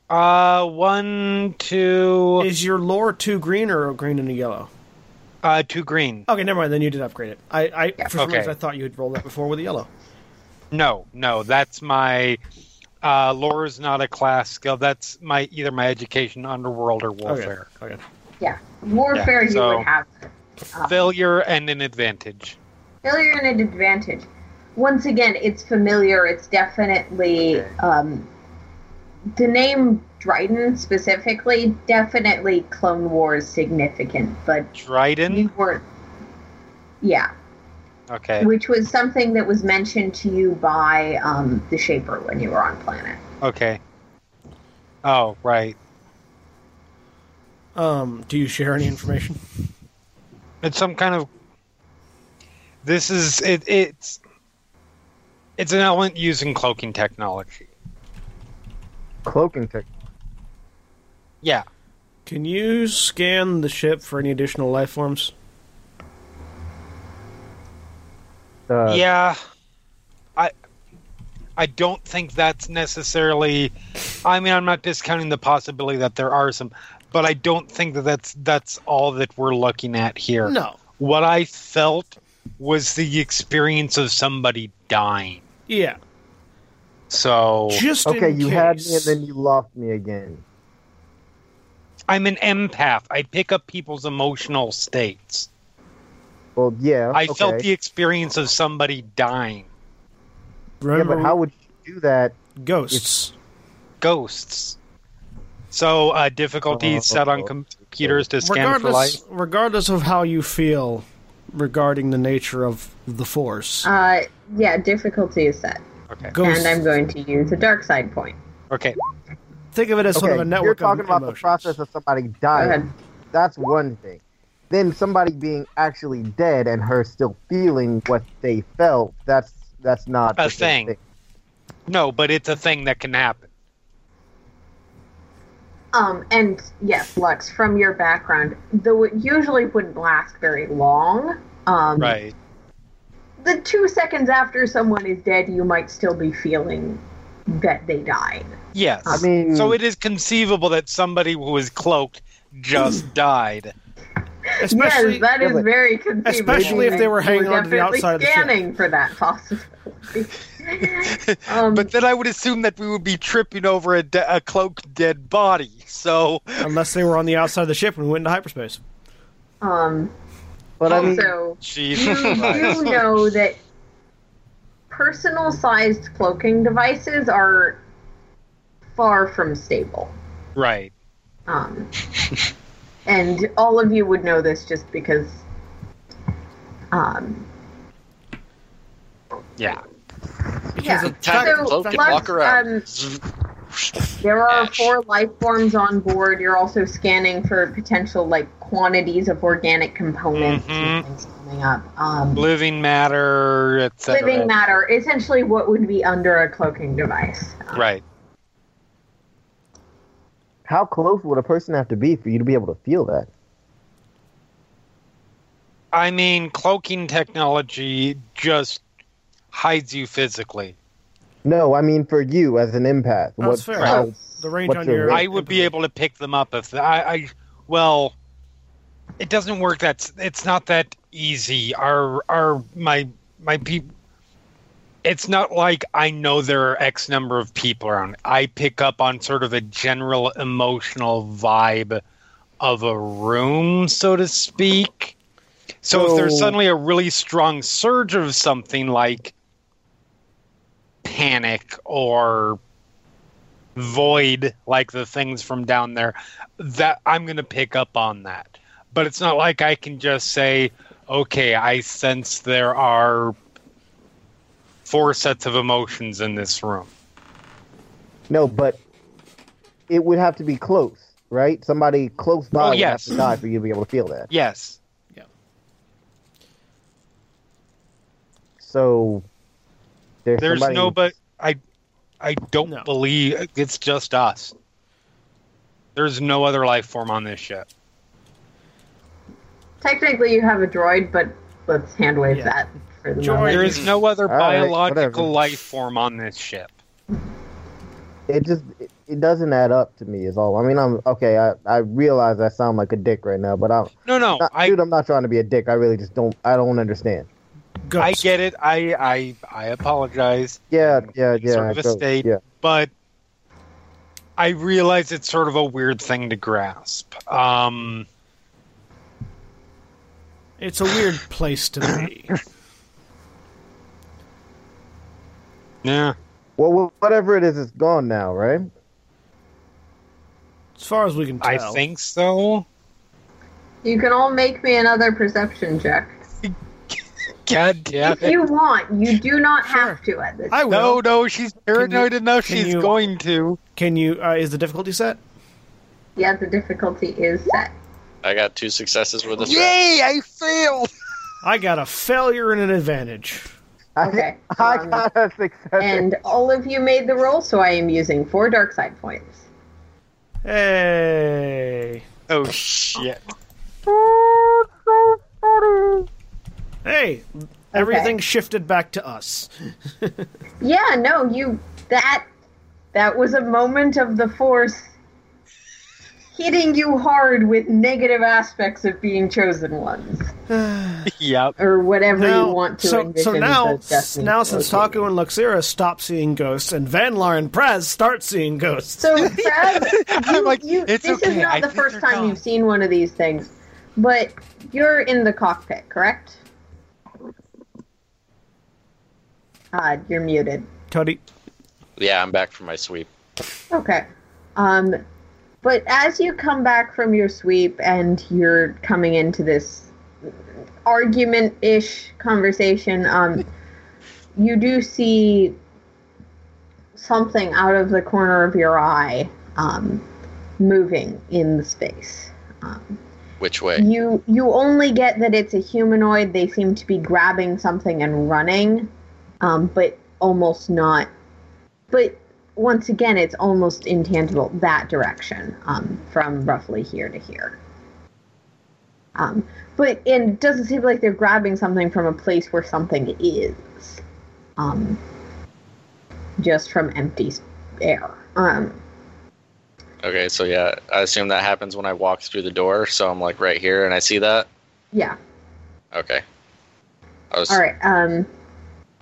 S4: Uh, one, two,
S1: is your lore two green or green and a yellow?
S4: uh, two green.
S1: Okay, never mind. Then you did upgrade it. I, I for some
S4: Okay.
S1: reason I thought you had rolled that before with a yellow.
S4: No, no, that's my. Uh, lore is not a class skill. That's my either my education, underworld, or warfare.
S1: Okay. okay.
S2: Yeah. Warfare
S4: Yeah, so-
S2: you would have. Uh,
S4: Failure and an advantage.
S2: failure and an advantage. Once again, it's familiar. It's definitely um, the name Dryden specifically. Definitely, Clone War is significant, but you
S4: Dryden.
S2: weren't. Yeah,
S4: Okay.
S2: which was something that was mentioned to you by um, the Shaper when you were on planet.
S4: Okay. Oh right.
S1: Um, do you share any information?
S4: It's some kind of. This is it. It's. It's an element using cloaking technology.
S5: Cloaking tech.
S4: Yeah.
S1: Can you scan the ship for any additional life forms?
S5: Uh,
S4: yeah i i don't think that's necessarily i mean i'm not discounting the possibility that there are some but i don't think that that's that's all that we're looking at here
S1: No.
S4: what i felt was the experience of somebody dying
S1: Yeah.
S4: so
S1: Just
S5: Okay,
S1: in
S5: you had me and
S1: case.
S5: then you lost me again.
S4: i'm an empath i pick up people's emotional states
S5: Well, yeah.
S4: i
S5: okay.
S4: felt the experience of somebody dying
S5: Yeah,
S1: remember
S5: but how would you do that?
S1: ghosts.
S4: ghosts so uh, difficulty
S5: Oh,
S4: set on com- computers to scan for life
S1: Regardless, regardless of how you feel regarding the nature of the
S5: Ah,
S1: force,
S2: Uh, yeah, difficulty is set,
S4: Okay.
S1: ghosts.
S2: and I'm going to use a dark side point.
S4: Okay.
S1: think of it as sort of
S5: Okay,
S1: a network
S5: you're talking
S1: of
S5: about
S1: emotions.
S5: the process of somebody
S2: Go
S5: dying.
S2: ahead.
S5: That's one thing. Then somebody being actually dead and her still feeling what they felt. That's that's not
S4: A
S5: the
S4: thing.
S5: same
S4: No, but it's a thing that can happen.
S2: Um, and yes, Lux, from your background, though it usually wouldn't last very long, um,
S4: Right.
S2: the two seconds after someone is dead, you might still be feeling that they died.
S4: Yes.
S5: I mean,
S4: so it is conceivable that somebody who was cloaked just died.
S1: Especially,
S2: yes, that
S5: yeah,
S2: is
S5: but-
S2: very conceivable.
S1: especially if they were hanging
S2: We're
S1: onto the
S2: definitely
S1: outside of the ship.
S2: scanning for that possibility. um,
S4: But then I would assume that we would be tripping over a, de- a cloaked dead body. So
S1: unless they were on the outside of the ship when we went into hyperspace.
S2: um,
S5: But I mean,
S2: also, you
S4: Jesus
S2: do
S4: Christ.
S2: know that personal-sized cloaking devices are far from stable.
S4: Right.
S2: Um, and all of you would know this just because. Um,
S4: Yeah.
S2: yeah.
S3: the time
S2: So,
S3: to cloak and
S2: Lux,
S3: walk around.
S2: um, there are
S3: Ash.
S2: four life forms on board. You're also scanning for potential like quantities of organic components and
S4: Mhm.
S2: things coming up. Um,
S4: Living matter, etc.
S2: living matter, essentially, what would be under a cloaking device. Um,
S4: Right.
S5: how close would a person have to be for you to be able to feel that?
S4: I mean, cloaking technology just hides you physically.
S5: No, I mean for you as an empath.
S1: That's
S5: what,
S1: fair.
S5: how-
S1: The range
S5: What's
S1: on
S5: your
S1: your
S5: rate?
S4: I would be able to pick them up if I, I well, it doesn't work. That's it's not that easy. Our our my my people. It's not like I know there are X number of people around. I pick up on sort of a general emotional vibe of a room, so to speak. So, if there's
S1: So-
S4: suddenly a really strong surge of something like panic or void, like the things from down there, that I'm going to pick up on that. But it's not like I can just say, okay, I sense there are four sets of emotions in this room.
S5: No, but it would have to be close, right? Somebody close by
S4: Oh,
S5: would
S4: yes.
S5: have to die for you to be able to feel that.
S4: Yes.
S5: So there's,
S4: There's
S5: somebody-
S4: no but I I don't
S1: No.
S4: believe it's just us. There's no other life form on this ship.
S2: Technically, you have a droid, but let's handwave
S1: Yeah.
S2: that for the
S1: Droid.
S4: There
S2: moment.
S4: is no other
S5: All right,
S4: biological
S5: whatever.
S4: life form on this ship.
S5: It just it, it doesn't add up to me is all. I mean, I'm okay. I I realize I sound like a dick right now, but I'm
S4: No, no,
S5: not,
S4: I
S5: dude. I'm not trying to be a dick. I really just don't. I don't understand.
S4: I
S1: Ghost.
S4: get it. I I I apologize,
S5: Yeah, yeah,
S4: It's
S5: yeah.
S4: sort of a
S5: so-
S4: state.
S5: Yeah.
S4: but I realize it's sort of a weird thing to grasp. Um
S1: It's a weird place to be.
S4: yeah.
S5: Well, well, whatever it is, it's gone now, right?
S1: As far as we can tell.
S4: I think so.
S2: You can all make me another perception check.
S4: God damn
S2: If
S4: it.
S2: you want, you do not have to at this.
S1: I
S4: No,
S1: will.
S4: no, she's paranoid enough.
S1: can
S4: She's
S1: you-
S4: going to.
S1: Can you? Uh, is the difficulty set?
S2: Yeah, the difficulty is set.
S3: I got two successes with a threat.
S4: Yay! I failed.
S1: I got a failure and an advantage.
S5: I-
S2: Okay.
S5: I,
S2: um,
S5: got a success.
S2: and all of you made the roll, so I am using four dark side points.
S1: Hey.
S4: Oh shit!
S1: Hey. Everything shifted back to us.
S2: Yeah, no, you that that was a moment of the force hitting you hard with negative aspects of being chosen ones
S4: Yep.
S2: or whatever
S1: Now,
S2: you want to
S1: so,
S2: envision
S1: so now,
S2: those destinies
S1: now since
S2: located.
S1: Taku and Luxira stop seeing ghosts and Vanlar and Prez start seeing ghosts,
S2: So, Brad, you,
S4: I'm like,
S2: you,
S4: "It's
S2: this is
S4: okay,
S2: not
S4: I
S2: the
S4: think
S2: first
S4: they're
S2: time
S4: gone."
S2: you've seen one of these things, but you're in the cockpit, correct? Uh, you're muted.
S1: Tony,
S3: Yeah, I'm back from my sweep.
S2: Okay. Um, but as you come back from your sweep and you're coming into this argument ish conversation, um, you do see something out of the corner of your eye um, moving in the space. Um,
S3: Which way?
S2: you you only get that it's a humanoid. They seem to be grabbing something and running, um, but almost not. But once again, it's almost intangible that direction um, from roughly here to here. Um, but and it doesn't seem like they're grabbing something from a place where something is, um, just from empty s- air. Um,
S3: Okay, so yeah, I assume that happens when I walk through the door. So I'm like right here, and I see that.
S2: yeah.
S3: Okay. I was
S2: All right. Um,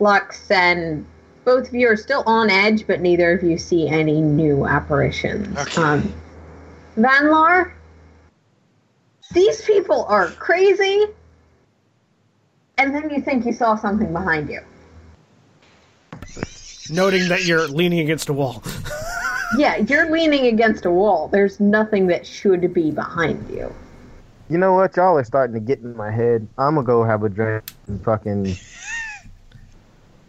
S2: Lux and both of you are still on edge, but neither of you see any new apparitions.
S4: Okay.
S2: Um, Vanlar, these people are crazy. And then you think you saw something behind you.
S1: noting that you're leaning against a wall.
S2: Yeah, you're leaning against a wall. There's nothing that should be behind you.
S5: you know what? Y'all are starting to get in my head. I'm gonna go have a drink and fucking.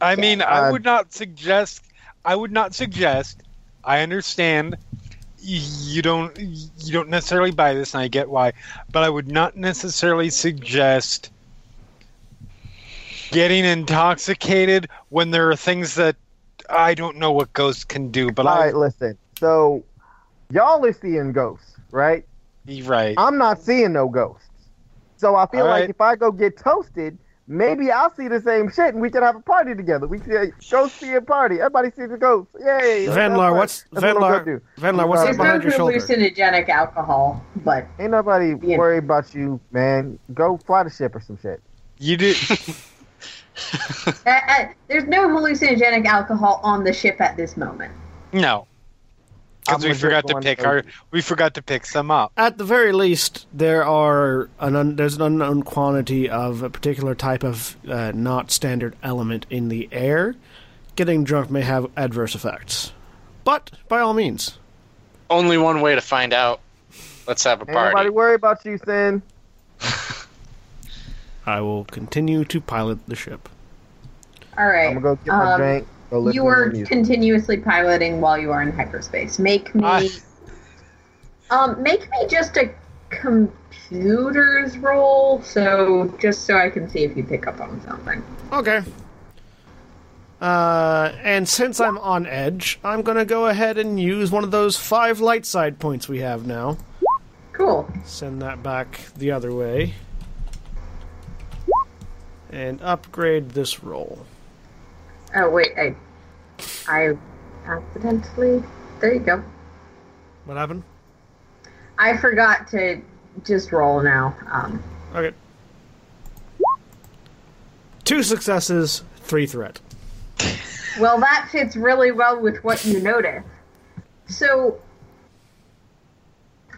S4: I mean, I
S5: Uh,
S4: would not suggest. I would not suggest. I understand. y- You don't. You don't necessarily buy this, and I get why. But I would not necessarily suggest getting intoxicated when there are things that I don't know what ghosts can do. But
S5: All
S4: I
S5: right, listen. So y'all are seeing ghosts, right?
S4: be right.
S5: I'm not seeing no ghosts. So I feel
S4: All
S5: like
S4: right.
S5: if I go get toasted, Maybe I'll see the same shit, and we can have a party together. We can go see a party. Everybody sees the ghost. Yay!
S1: Venlar, what's
S5: That's what I'm
S1: Venlar?
S5: gonna do.
S1: Venlar, what's
S2: There's
S1: that
S5: Sorry.
S2: no
S1: behind your shoulder?
S2: hallucinogenic alcohol, but
S5: Ain't nobody
S2: Yeah.
S5: worried about you, man. Go fly the ship or some shit.
S4: You did.
S2: uh, uh, there's no hallucinogenic alcohol on the ship at this moment.
S4: No.
S5: I'm
S4: Because we
S5: legit
S4: forgot to
S5: going
S4: pick
S5: crazy.
S4: our, we forgot to pick some up.
S1: At the very least, there are an un- there's an unknown quantity of a particular type of uh, not standard element in the air. Getting drunk may have adverse effects, but by all means,
S3: Only one way to find out. Let's have a
S5: Ain't nobody
S3: party.
S5: worried about you, Sin.
S1: I will continue to pilot the ship.
S2: All right.
S5: I'm gonna go get my
S2: um,
S5: drink. Go listen
S2: You are
S5: to music.
S2: continuously piloting while you are in hyperspace. Make me,
S4: I-
S2: um, make me just a computer's roll. So just so I can see if you pick up on something.
S1: Okay. Uh, and since I'm on edge, I'm gonna go ahead and use one of those five light side points we have now.
S2: Cool.
S1: Send that back the other way. And upgrade this roll.
S2: Oh wait, I, I accidentally. There you go.
S1: What happened?
S2: I forgot to just roll now. Um,
S1: Okay. Two successes, three threat.
S2: Well, that fits really well with what you noticed. So,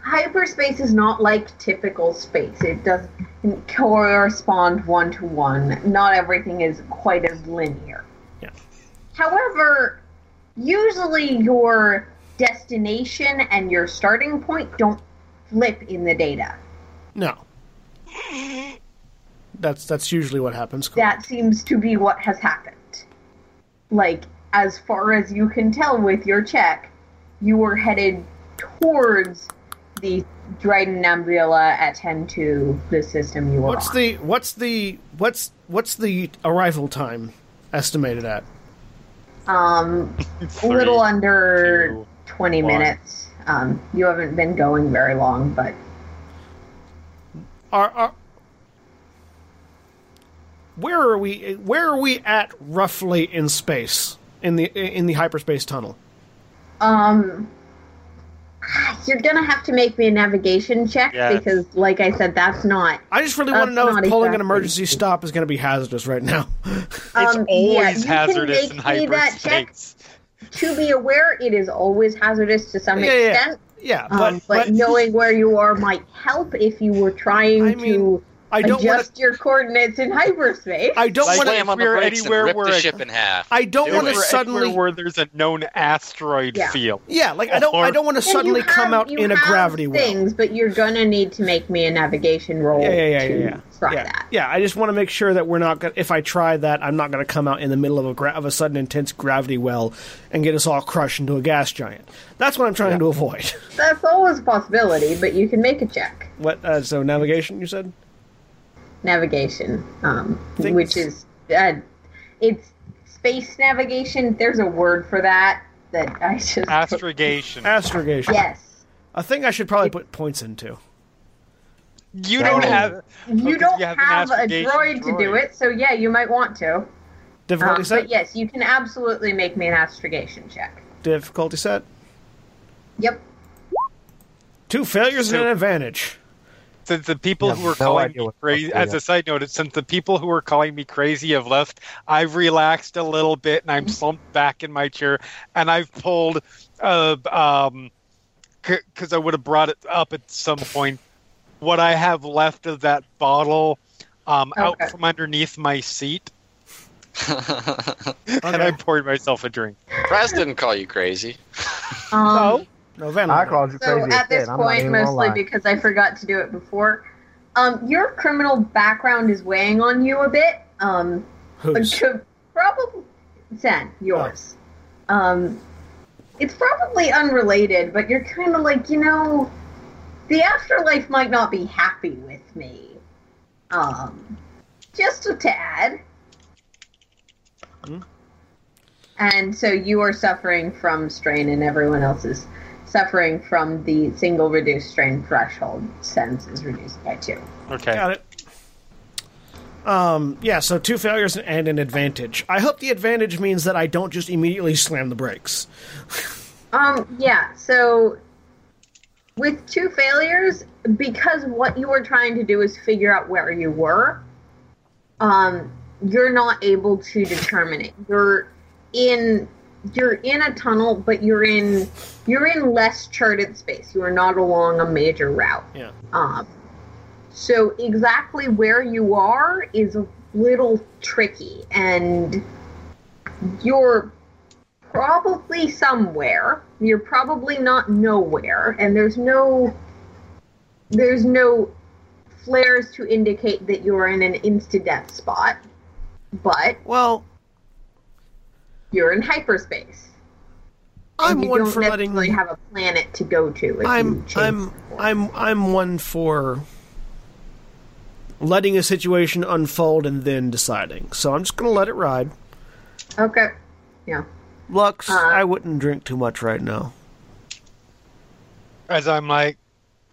S2: hyperspace is not like typical space. It doesn't correspond one to one. Not everything is quite as linear.
S1: Yeah.
S2: However, usually your destination and your starting point don't flip in the data.
S1: No. That's that's usually what happens. Cool.
S2: that seems to be what has happened. Like, as far as you can tell with your check, you were headed towards the Dryden Ambula at 10 to the system you were
S1: What's
S2: on.
S1: the what's the what's what's the arrival time estimated at?
S2: um, a
S4: Three,
S2: little under
S4: two,
S2: 20
S4: one.
S2: minutes. Um, you haven't been going very long, but
S1: Are, are where are we? Where are we at roughly in space in the in the hyperspace tunnel?
S2: um, you're gonna have to make me a navigation check
S4: Yes.
S2: because, like I said, that's not.
S1: I just really want to
S2: That's
S1: know if
S2: not
S1: pulling an
S2: exactly-
S1: emergency stop is going to be hazardous right now.
S4: It's
S2: um, yeah, you
S4: always
S2: can
S4: hazardous
S2: make
S4: in
S2: me that check
S4: hyperspace.
S2: to be aware, it is always hazardous to some
S1: Yeah, yeah.
S2: extent.
S1: yeah,
S2: um,
S1: but,
S2: but,
S1: but
S2: knowing where you are might help if you were trying
S1: I mean,
S2: to
S1: I don't
S2: adjust
S1: want to.
S2: your coordinates in hyperspace.
S1: I don't
S4: Like,
S1: want to.
S4: wait,
S3: Slam on the
S4: we're
S3: brakes and
S4: anywhere
S3: rip
S4: we're
S3: the
S4: at-
S3: ship in half.
S1: I don't
S3: Do
S1: want to
S3: it.
S4: Anywhere
S1: suddenly.
S4: where there's a known asteroid
S2: Yeah.
S4: field.
S1: Yeah, like I don't. I
S4: Or-
S1: don't want to
S2: And you
S1: suddenly
S2: have-
S1: come out
S2: you
S1: in a
S2: have
S1: gravity well.
S2: things, but you're gonna need to make me a navigation roll
S1: Yeah, yeah, yeah, yeah.
S2: to
S1: yeah.
S2: try
S1: yeah.
S2: that.
S1: yeah, I just want to make sure that we're not. Gonna, if I try that, I'm not going to come out in the middle of a gra- of a sudden intense gravity well and get us all crushed into a gas giant. That's what I'm trying to avoid.
S2: That's always a possibility, but you can make a check.
S1: what? Uh, so navigation, you said?
S2: Navigation, um,
S1: Things-
S2: which is uh, it's space navigation. There's a word for that that I just
S4: Astrogation.
S1: Astrogation.
S2: yes.
S1: A thing I should probably put points into.
S4: You don't
S5: No.
S4: have.
S2: You
S4: Because
S2: don't
S4: you have an
S2: have a
S4: astrogation
S2: droid, to do
S4: droid.
S2: it, so yeah, you might want to.
S1: Difficulty
S2: Um,
S1: set.
S2: but yes, you can absolutely make me an astrogation check.
S1: Difficulty set.
S2: Yep.
S1: Two failures and
S4: So-
S1: an advantage.
S4: Since the people
S5: Yeah,
S4: who were
S5: no
S4: calling
S5: idea
S4: me
S5: what the fuck
S4: crazy,
S5: they
S4: as a
S5: got.
S4: side note, since the people who were calling me crazy have left, I've relaxed a little bit and I'm slumped back in my chair, and I've pulled, uh, um, because I would have brought it up at some point, what I have left of that bottle, um,
S2: Okay.
S4: out from underneath my seat, and
S1: Okay.
S4: I poured myself a drink.
S3: Raz didn't call you crazy.
S2: Um,
S1: No, Van.
S5: I called you
S2: So
S5: crazy.
S2: at
S5: as
S2: this
S5: shit. I'm not
S2: point,
S5: even gonna
S2: mostly
S5: lie.
S2: because I forgot to do it before, um, your criminal background is weighing on you a bit. Um,
S1: Who's?
S2: probably Zen, yours. Um, it's probably unrelated, but you're kind of like, you know, the afterlife might not be happy with me. Um, just a tad.
S1: Hmm.
S2: And so you are suffering from strain, and everyone else is suffering from the single
S4: Oh,
S2: reduced strain threshold. Sense is reduced by two.
S4: Okay.
S1: Got it. Um, yeah, so two failures and an advantage. I hope the advantage means that I don't just immediately slam the brakes.
S2: Um, yeah, so with two failures, because what you were trying to do is figure out where you were, um, you're not able to determine it. You're in you're in a tunnel, but you're in you're in less charted space. You are not along a major route.
S1: Yeah.
S2: Um, so exactly where you are is a little tricky, and you're probably somewhere. You're probably not nowhere, and there's no there's no flares to indicate that you're in an insta death spot, but
S1: Well,
S2: you're in hyperspace.
S1: I'm
S2: and you
S1: one
S2: don't
S1: for letting
S2: necessarily have a planet to go to. If you
S1: I'm
S2: change
S1: I'm
S2: the course.
S1: I'm I'm one for letting a situation unfold and then deciding. So I'm just gonna let it ride.
S2: okay. Yeah.
S1: Lux,
S2: Uh,
S1: I wouldn't drink too much right now.
S4: As I'm like,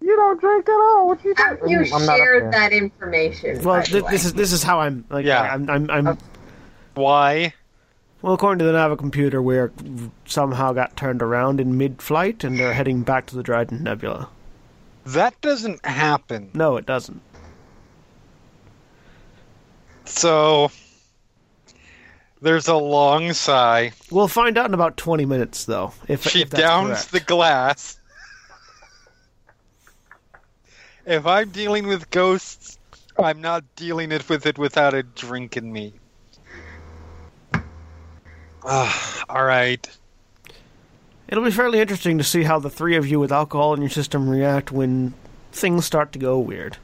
S5: You don't drink at all. What you
S2: Have
S5: doing?
S2: you
S5: I'm not up there.
S2: shared that information?
S1: Well,
S2: by the
S1: th-
S2: way?
S1: this is this is how I'm like.
S4: Yeah.
S1: I'm I'm, I'm
S4: why?
S1: well, according to the Nava computer, we're somehow got turned around in mid-flight and they're heading back to the Dryden Nebula.
S4: That doesn't happen.
S1: No, it doesn't.
S4: So there's a long sigh.
S1: We'll find out in about 20 minutes, though. If
S4: She
S1: if that's
S4: downs
S1: correct.
S4: the glass. if I'm dealing with ghosts, I'm not dealing it with it without a drink in me. Ah, all right.
S1: It'll be fairly interesting to see how the three of you with alcohol in your system react when things start to go weird.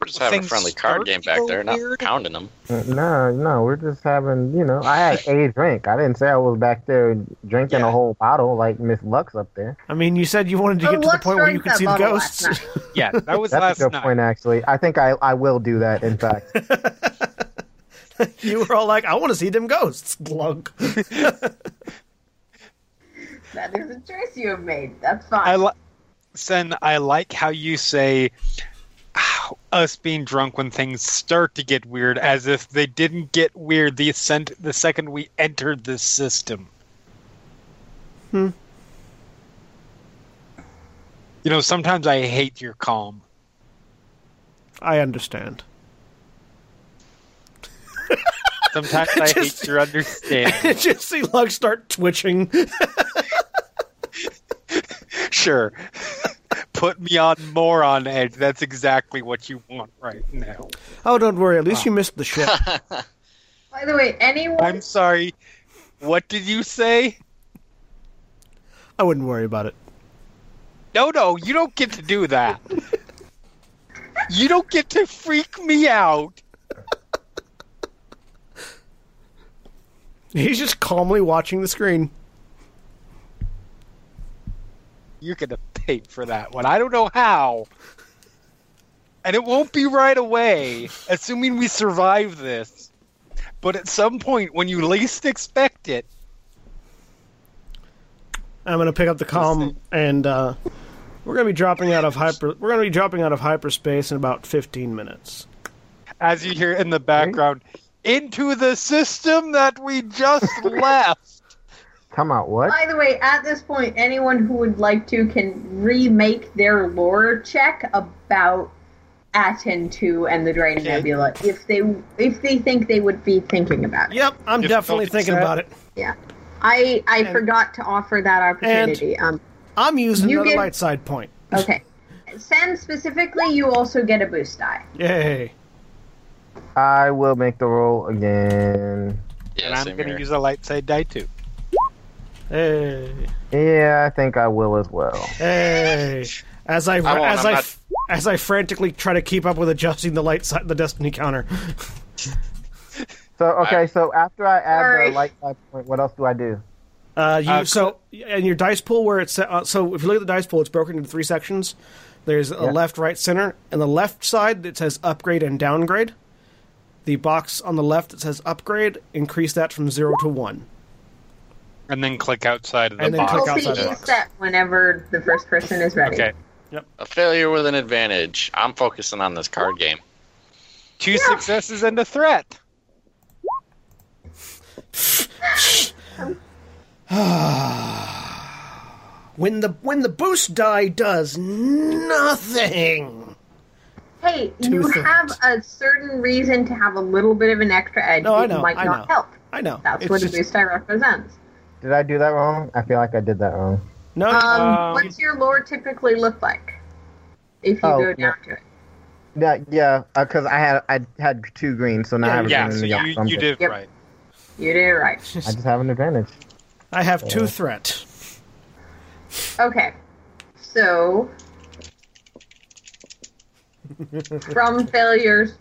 S3: We're just having a
S4: Things
S3: friendly
S4: start
S3: card game
S4: to
S3: back
S4: go
S3: there, not
S4: weird.
S3: pounding them.
S5: No, no, we're just having, you know, I had a drink. I didn't say I was back there drinking
S4: Yeah.
S5: a whole bottle like Miss Lux up there.
S1: I mean, you said you wanted to
S2: Oh,
S1: get to the
S2: Lux
S1: point where you
S2: drank
S1: could
S2: that
S1: see the
S2: bottle
S1: ghosts.
S2: last night.
S4: Yeah, that was
S5: That's
S4: last
S5: a good
S4: night.
S5: point, actually. I think I, I will do that, in fact.
S1: you were all like, "I want to see them ghosts." Glug.
S2: that is a choice you have made. That's fine.
S4: I li- Sen, I like how you say "Ow, us being drunk when things start to get weird, as if they didn't get weird the ascent the second we entered this system.
S1: Hmm.
S4: You know, sometimes I hate your calm.
S1: I understand.
S4: Sometimes I
S1: Just-
S4: hate your understanding.
S1: Just see Lux start twitching.
S4: sure. Put me on more on edge. That's exactly what you want right now.
S1: oh, don't worry. At least you missed the ship.
S2: By the way, anyone
S4: I'm sorry. What did you say?
S1: I wouldn't worry about it.
S4: No, no, you don't get to do that. you don't get to freak me out.
S1: He's just calmly watching the screen.
S4: You're going to pay for that one. I don't know how. And it won't be right away, assuming we survive this. But at some point, when you least expect it,
S1: I'm gonna pick up the comm,
S4: Listen.
S1: and uh, we're gonna be dropping out of hyper. We're gonna be dropping out of hyperspace in about 15 minutes.
S4: as you hear in the background, into the system that we just left.
S5: Come out, what?
S2: By the way, at this point, anyone who would like to can remake their lore check about Aten Two and the Dragon
S4: Okay.
S2: Nebula if they if they think they would be thinking about it.
S1: Yep, I'm
S4: If
S1: definitely
S4: Celtics
S1: thinking
S4: had-
S1: about it.
S2: Yeah. I I
S1: And-
S2: forgot to offer that opportunity. um,
S1: I'm using
S2: You
S1: another
S2: get-
S1: light side point.
S2: okay. Sen specifically, you also get a boost die.
S1: Yay!
S5: I will make the roll again.
S3: Yeah,
S4: and I'm
S3: same
S4: going to
S3: here.
S4: use a light side die too.
S1: Hey!
S5: Yeah, I think I will as well.
S1: Hey! As I
S3: won't,
S1: as
S3: I'm
S1: I
S3: not-
S1: as I frantically try to keep up with adjusting the light side, the destiny counter.
S5: So, okay, so after I add
S2: Sorry.
S5: the light side point, what else do I do?
S1: Uh, you
S4: Uh,
S1: so and your dice pool where it's uh, so if you look at the dice pool, it's broken into three sections. There's a
S5: Yeah.
S1: left, right, center, and the left side that says upgrade and downgrade. The box on the left that says upgrade, increase that from zero to one.
S4: And then click outside of the
S1: And then
S4: box.
S1: click
S2: We'll
S1: outside
S2: see
S1: the
S2: you
S1: box.
S2: set whenever the first person is ready.
S4: Okay.
S1: Yep.
S3: A failure with an advantage. I'm focusing on this card game.
S4: Two successes and a threat.
S1: When the when the boost die does nothing.
S2: Hey,
S1: Two
S2: you
S1: things.
S2: have a certain reason to have a little bit of an extra edge.
S1: No, I
S2: that
S1: know,
S2: might
S1: I
S2: not
S1: know.
S2: help.
S1: I know.
S2: That's
S1: It's
S2: what
S1: just-
S2: a boost die represents.
S5: Did I do that wrong? I feel like I did that wrong.
S1: No,
S2: Um,
S4: Um,
S2: what's your lore typically look like? If you
S5: Oh,
S2: go down
S5: yeah.
S2: to it.
S5: Yeah, yeah, because I had I had two greens, so now I have a
S4: Yeah,
S5: green
S4: so
S5: and a
S4: you,
S5: yellow, so
S4: you
S5: I'm
S4: did
S2: Yep.
S4: right.
S2: You did it right.
S5: good. I just have an advantage.
S1: I have two threat.
S2: Okay. So from failures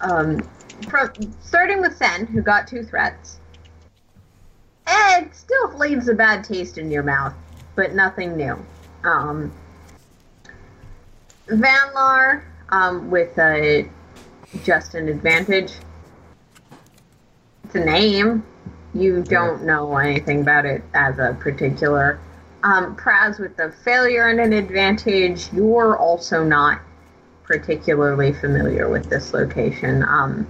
S2: um from starting with Sen, who got two threats. eh, It still leaves a bad taste in your mouth, but nothing new. Um Vanlar, um, with a just an advantage. It's a name. You don't know anything about it as a particular um, Praz with the failure and an advantage. You're also not particularly familiar with this location. Um,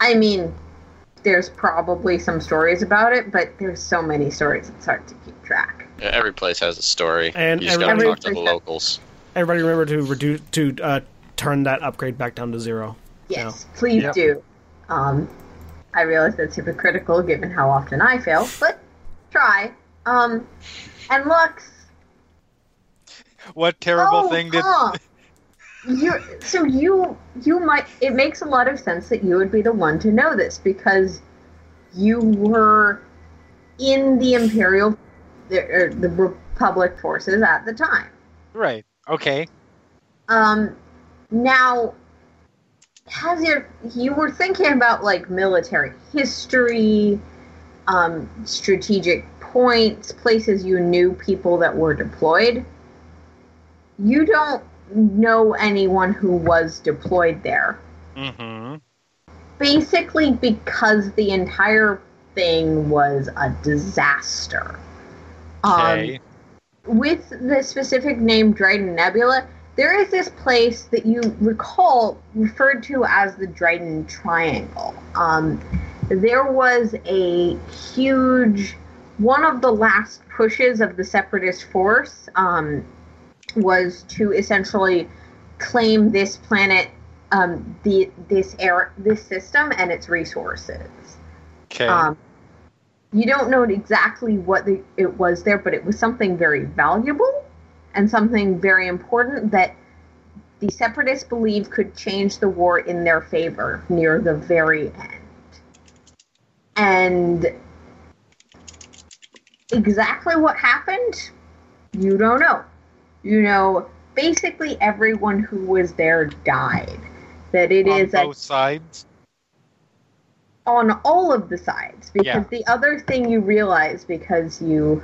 S2: I mean, there's probably some stories about it, but there's so many stories it's hard to keep track.
S3: Yeah, Every place has a story.
S1: And
S3: you just gotta
S1: every-
S3: talk to the locals.
S1: Everybody remember to reduce to uh, turn that upgrade back down to zero.
S2: Yes, please
S4: Yep.
S2: do. Um, I realize that's hypocritical given how often I fail, but try. Um, and Lux,
S4: What terrible
S2: Oh,
S4: thing did?
S2: huh. you so you you might it makes a lot of sense that you would be the one to know this because you were in the imperial the, er, the republic forces at the time
S4: Right. Okay.
S2: um now has your you were thinking about like military history um strategic points places you knew people that were deployed you don't know anyone who was deployed there Um,
S4: Mm-hmm.
S2: basically because the entire thing was a disaster um
S4: Okay.
S2: with the specific name Dryden Nebula, there is this place that you recall referred to as the Dryden Triangle. Um, there was a huge one of the last pushes of the separatist force um, was to essentially claim this planet, um, the this air, this system, and its resources.
S4: okay.
S2: Um, you don't know exactly what the, it was there, but it was something very valuable and something very important that the separatists believe could change the war in their favor near the very end. And exactly what happened, you don't know. You know, basically everyone who was there died. That it
S4: On
S2: is a
S4: both sides.
S2: on all of the sides because
S4: Yeah.
S2: the other thing you realized because you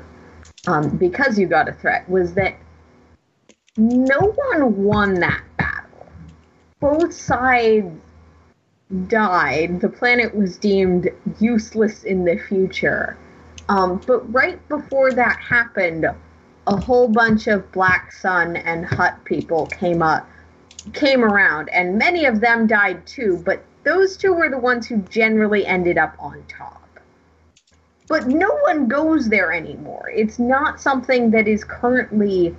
S2: um, because you got a threat was that no one won that battle both sides died the planet was deemed useless in the future um, but right before that happened a whole bunch of black sun and hut people came up came around, and many of them died too, but those two were the ones who generally ended up on top. But no one goes there anymore. It's not something that is currently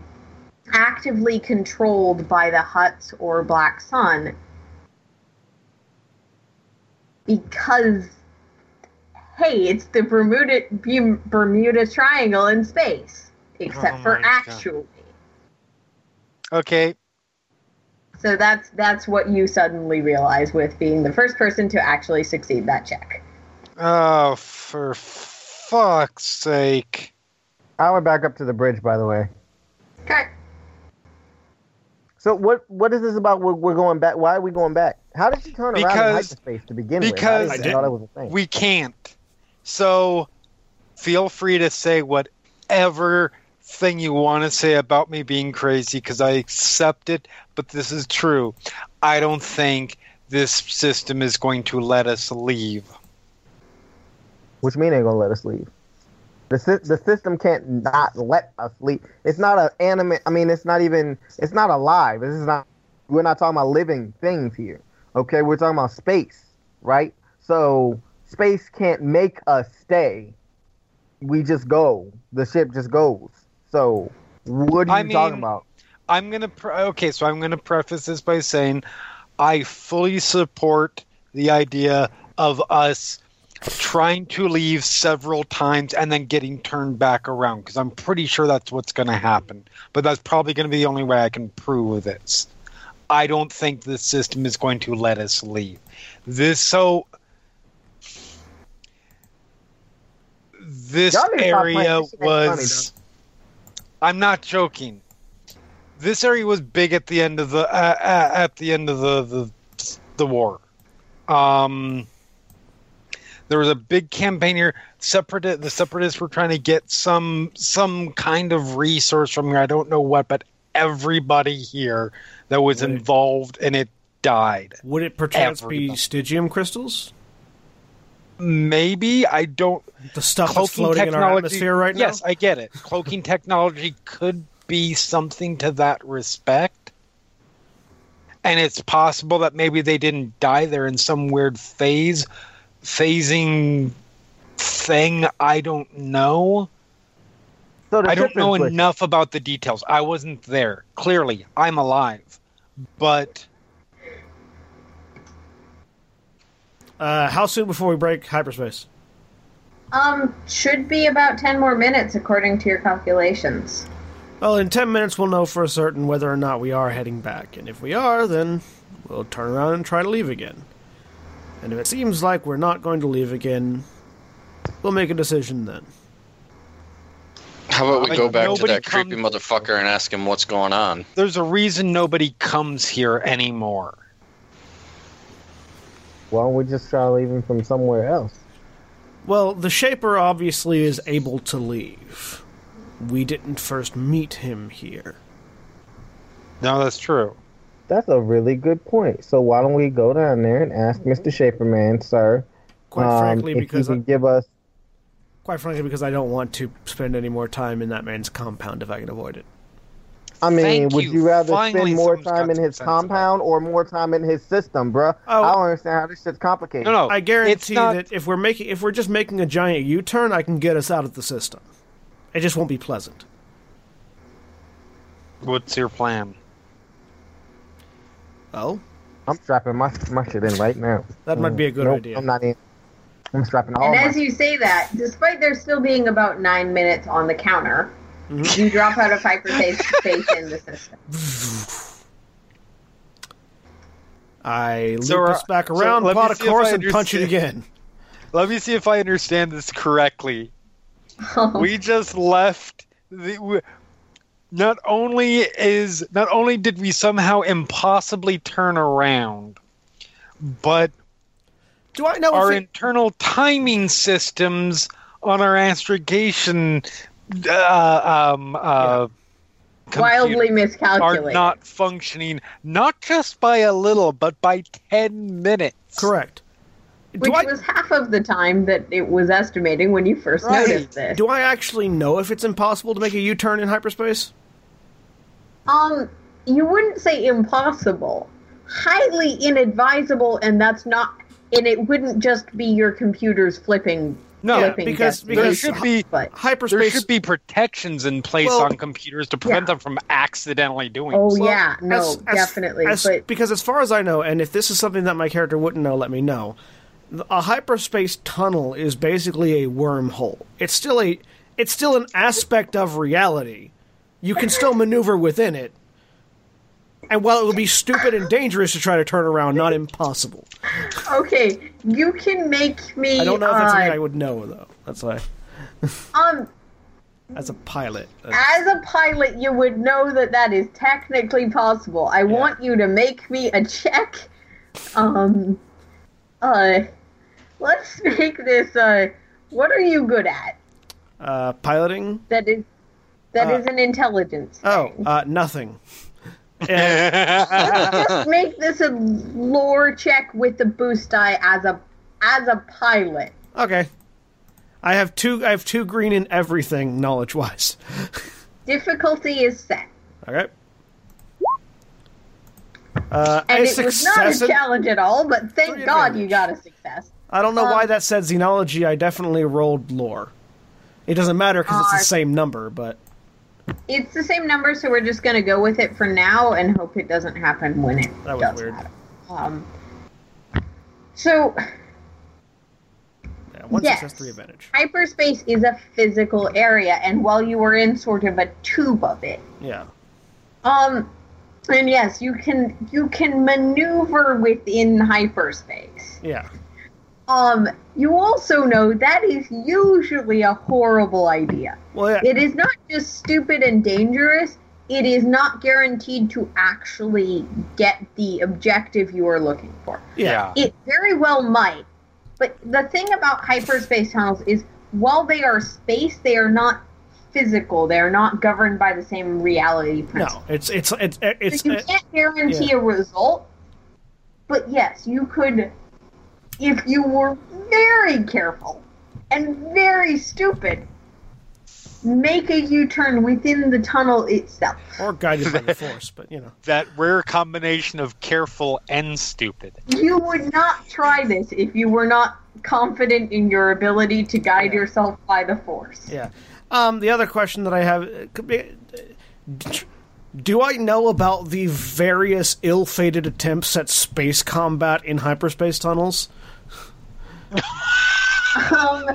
S2: actively controlled by the Huts or Black Sun because, hey, it's the Bermuda, Bum- Bermuda Triangle in space, except
S4: Oh
S2: for
S4: my God.
S2: actually.
S4: Okay.
S2: So that's that's what you suddenly realize with being the first person to actually succeed that check.
S4: Oh, for fuck's sake!
S5: I went back up to the bridge, by the way.
S2: Okay.
S5: So what what is this about? We're, we're going back. Why are we going back? How did she turn around in
S4: Because-
S5: hyperspace to begin
S4: because-
S5: with?
S1: I
S5: I,
S1: didn't.
S5: thought it was a thing.
S4: We can't. So, feel free to say whatever thing you want to say about me being crazy because I accept it. But this is true. I don't think this system is going to let us leave.
S5: Which mean they're gonna let us leave. The sy- the system can't not let us leave. It's not an anime. I mean, it's not even. It's not alive. This is not. We're not talking about living things here. Okay, we're talking about space, right? So space can't make us stay. We just go. The ship just goes. So what are you
S4: I
S5: talking
S4: mean,
S5: about?
S4: I'm gonna pre- okay, so I'm gonna preface this by saying I fully support the idea of us trying to leave several times and then getting turned back around because I'm pretty sure that's what's going to happen. But that's probably going to be the only way I can prove this. I don't think the system is going to let us leave. This so this
S5: Y'all need to stop playing
S4: area
S5: this shit ain't funny,
S4: was I'm not joking this area was big at the end of the uh, uh, at the end of the the, the war. Um, there was a big campaign here. Separate the separatists were trying to get some some kind of resource from here. I don't know what, but everybody here that was
S1: Right.
S4: involved in it died.
S1: Would it perchance be
S4: Everybody.
S1: stygium crystals?
S4: Maybe I don't.
S1: The stuff that's floating in our atmosphere right now?
S4: Yes, I get it. Cloaking technology could be something to that respect. And it's possible that maybe they didn't die. They're in some weird phase, phasing thing. I don't know.
S5: So the
S4: I don't
S5: ship
S4: know
S5: is like-
S4: enough about the details. I wasn't there. Clearly, I'm alive. But
S1: Uh, how soon before we break hyperspace?
S2: Um, should be about 10 more minutes according to your calculations.
S1: Well, in 10 minutes, we'll know for certain whether or not we are heading back. And if we are, then we'll turn around and try to leave again. And if it seems like we're not going to leave again, we'll make a decision then.
S3: How about we
S4: Like,
S3: go back to
S4: nobody
S3: that creepy
S4: comes-
S3: motherfucker and ask him what's going on?
S4: there's a reason nobody comes here anymore.
S5: Well, we just try leaving from somewhere else.
S1: Well, the Shaper obviously is able to leave. We didn't first meet him here.
S4: No, that's true.
S5: That's a really good point. So why don't we go down there and ask Mr. Shaperman, sir?
S1: Quite
S5: um,
S1: frankly,
S5: if he
S1: because
S5: can
S1: I,
S5: give us
S1: quite frankly, because I don't want to spend any more time in that man's compound if I can avoid it.
S5: I mean,
S4: Thank
S5: would
S4: you.
S5: you, rather
S4: Finally
S5: spend more
S4: someone's
S5: time
S4: got
S5: in
S4: some
S5: his
S4: sense about it.
S5: compound or more time in his system, bruh?
S1: Oh.
S5: I don't understand how this shit's complicated.
S4: No, no.
S1: I
S4: Oh, it's
S1: guarantee
S4: not-
S1: that if we're making, if we're just making a giant U-turn, I can get us out of the system. It just won't be pleasant.
S4: What's your plan?
S1: Oh,
S5: I'm strapping my, my shit in right now.
S1: that might be a good
S5: Nope,
S1: idea.
S5: I'm not in. I'm strapping all
S2: and
S5: Oh my
S2: as you say that, despite there still being about 9 minutes on the counter, you drop out of hyperspace in the system.
S1: I loop
S4: So are-
S1: us back
S4: so
S1: around,
S4: let me
S1: plot a
S4: see if I
S1: course, and punch it
S4: understand.
S1: again.
S4: Let me see if I understand this correctly. We just left the. w not only is not only did we somehow impossibly turn around, but
S1: Do I know?
S4: our
S1: if it-
S4: internal timing systems on our astrogation uh, um, uh,
S2: Wildly
S4: computer
S2: miscalculated.
S4: are not functioning, not just by a little, but by ten minutes.
S1: correct.
S2: which
S1: Do I,
S2: was half of the time that it was estimating when you first
S4: Right.
S2: noticed this.
S1: do I actually know if it's impossible to make a U-turn in hyperspace?
S2: Um, you wouldn't say impossible, highly inadvisable, and that's not. And it wouldn't just be your computers flipping.
S4: No,
S1: Yeah,
S2: flipping
S1: because-
S4: there
S1: because-
S2: destinations,
S4: should be
S2: But
S4: There
S1: Hyperspace.
S4: should be protections in place
S1: Well-
S4: on computers to prevent them from accidentally doing
S2: oh
S4: so.
S2: yeah, no,
S1: as- as-
S2: definitely.
S1: as-
S2: but
S1: because as far as I know, and if this is something that my character wouldn't know, let me know. A hyperspace tunnel is basically a wormhole. It's still a, it's still an aspect of reality. You can still maneuver within it. And while it would be stupid and dangerous to try to turn around, not impossible.
S2: okay, you can make me.
S1: I don't know if that's something I
S2: uh,
S1: would know though. That's why,
S2: um,
S1: as a pilot, uh,
S2: as a pilot, you would know that that is technically possible. I want you to make me a check. Um, uh, let's make this. Uh, what are you good at?
S1: uh, piloting.
S2: That is that
S1: Uh,
S2: is an intelligence.
S1: Oh,
S2: thing.
S1: uh, nothing. And uh.
S2: Let's make this a lore check with the boost die as a as a pilot.
S1: Okay. I have two. I have two green in everything, knowledge wise.
S2: Difficulty is set.
S1: Okay. Uh,
S2: And
S1: a
S2: it was not
S1: success.
S2: a challenge at all, but thank
S1: Three
S2: God you
S1: advantage.
S2: got a success.
S1: I don't know why that said xenology. I definitely rolled lore. It doesn't matter because it's the
S2: Alright.
S1: same number, but
S2: It's the same number, so we're just going to go with it for now and hope it doesn't happen when it
S1: that was
S2: does
S1: weird.
S2: happen. Um, so,
S1: Yeah, one
S2: Yes.
S1: success, three advantage.
S2: hyperspace is a physical area, and while you were in sort of a tube of it,
S1: Yeah.
S2: um, and yes, you can you can maneuver within hyperspace.
S1: Yeah.
S2: Um, you also know that is usually a horrible idea.
S1: Well, yeah.
S2: It is not just stupid and dangerous. It is not guaranteed to actually get the objective you are looking for.
S1: yeah.
S2: It very well might. But the thing about hyperspace tunnels is while they are space, they are not physical. They are not governed by the same reality
S1: No,
S2: principle.
S1: it's it's it's it's.
S2: so you can't guarantee a result. But yes, you could if you were very careful and very stupid make a U-turn within the tunnel itself.
S1: or guided by the force, but you know.
S4: That rare combination of careful and stupid.
S2: You would not try this if you were not confident in your ability to guide yourself by the force.
S1: Yeah. Um, the other question that I have uh, could be: uh, Do I know about the various ill-fated attempts at space combat in hyperspace tunnels?
S2: Um,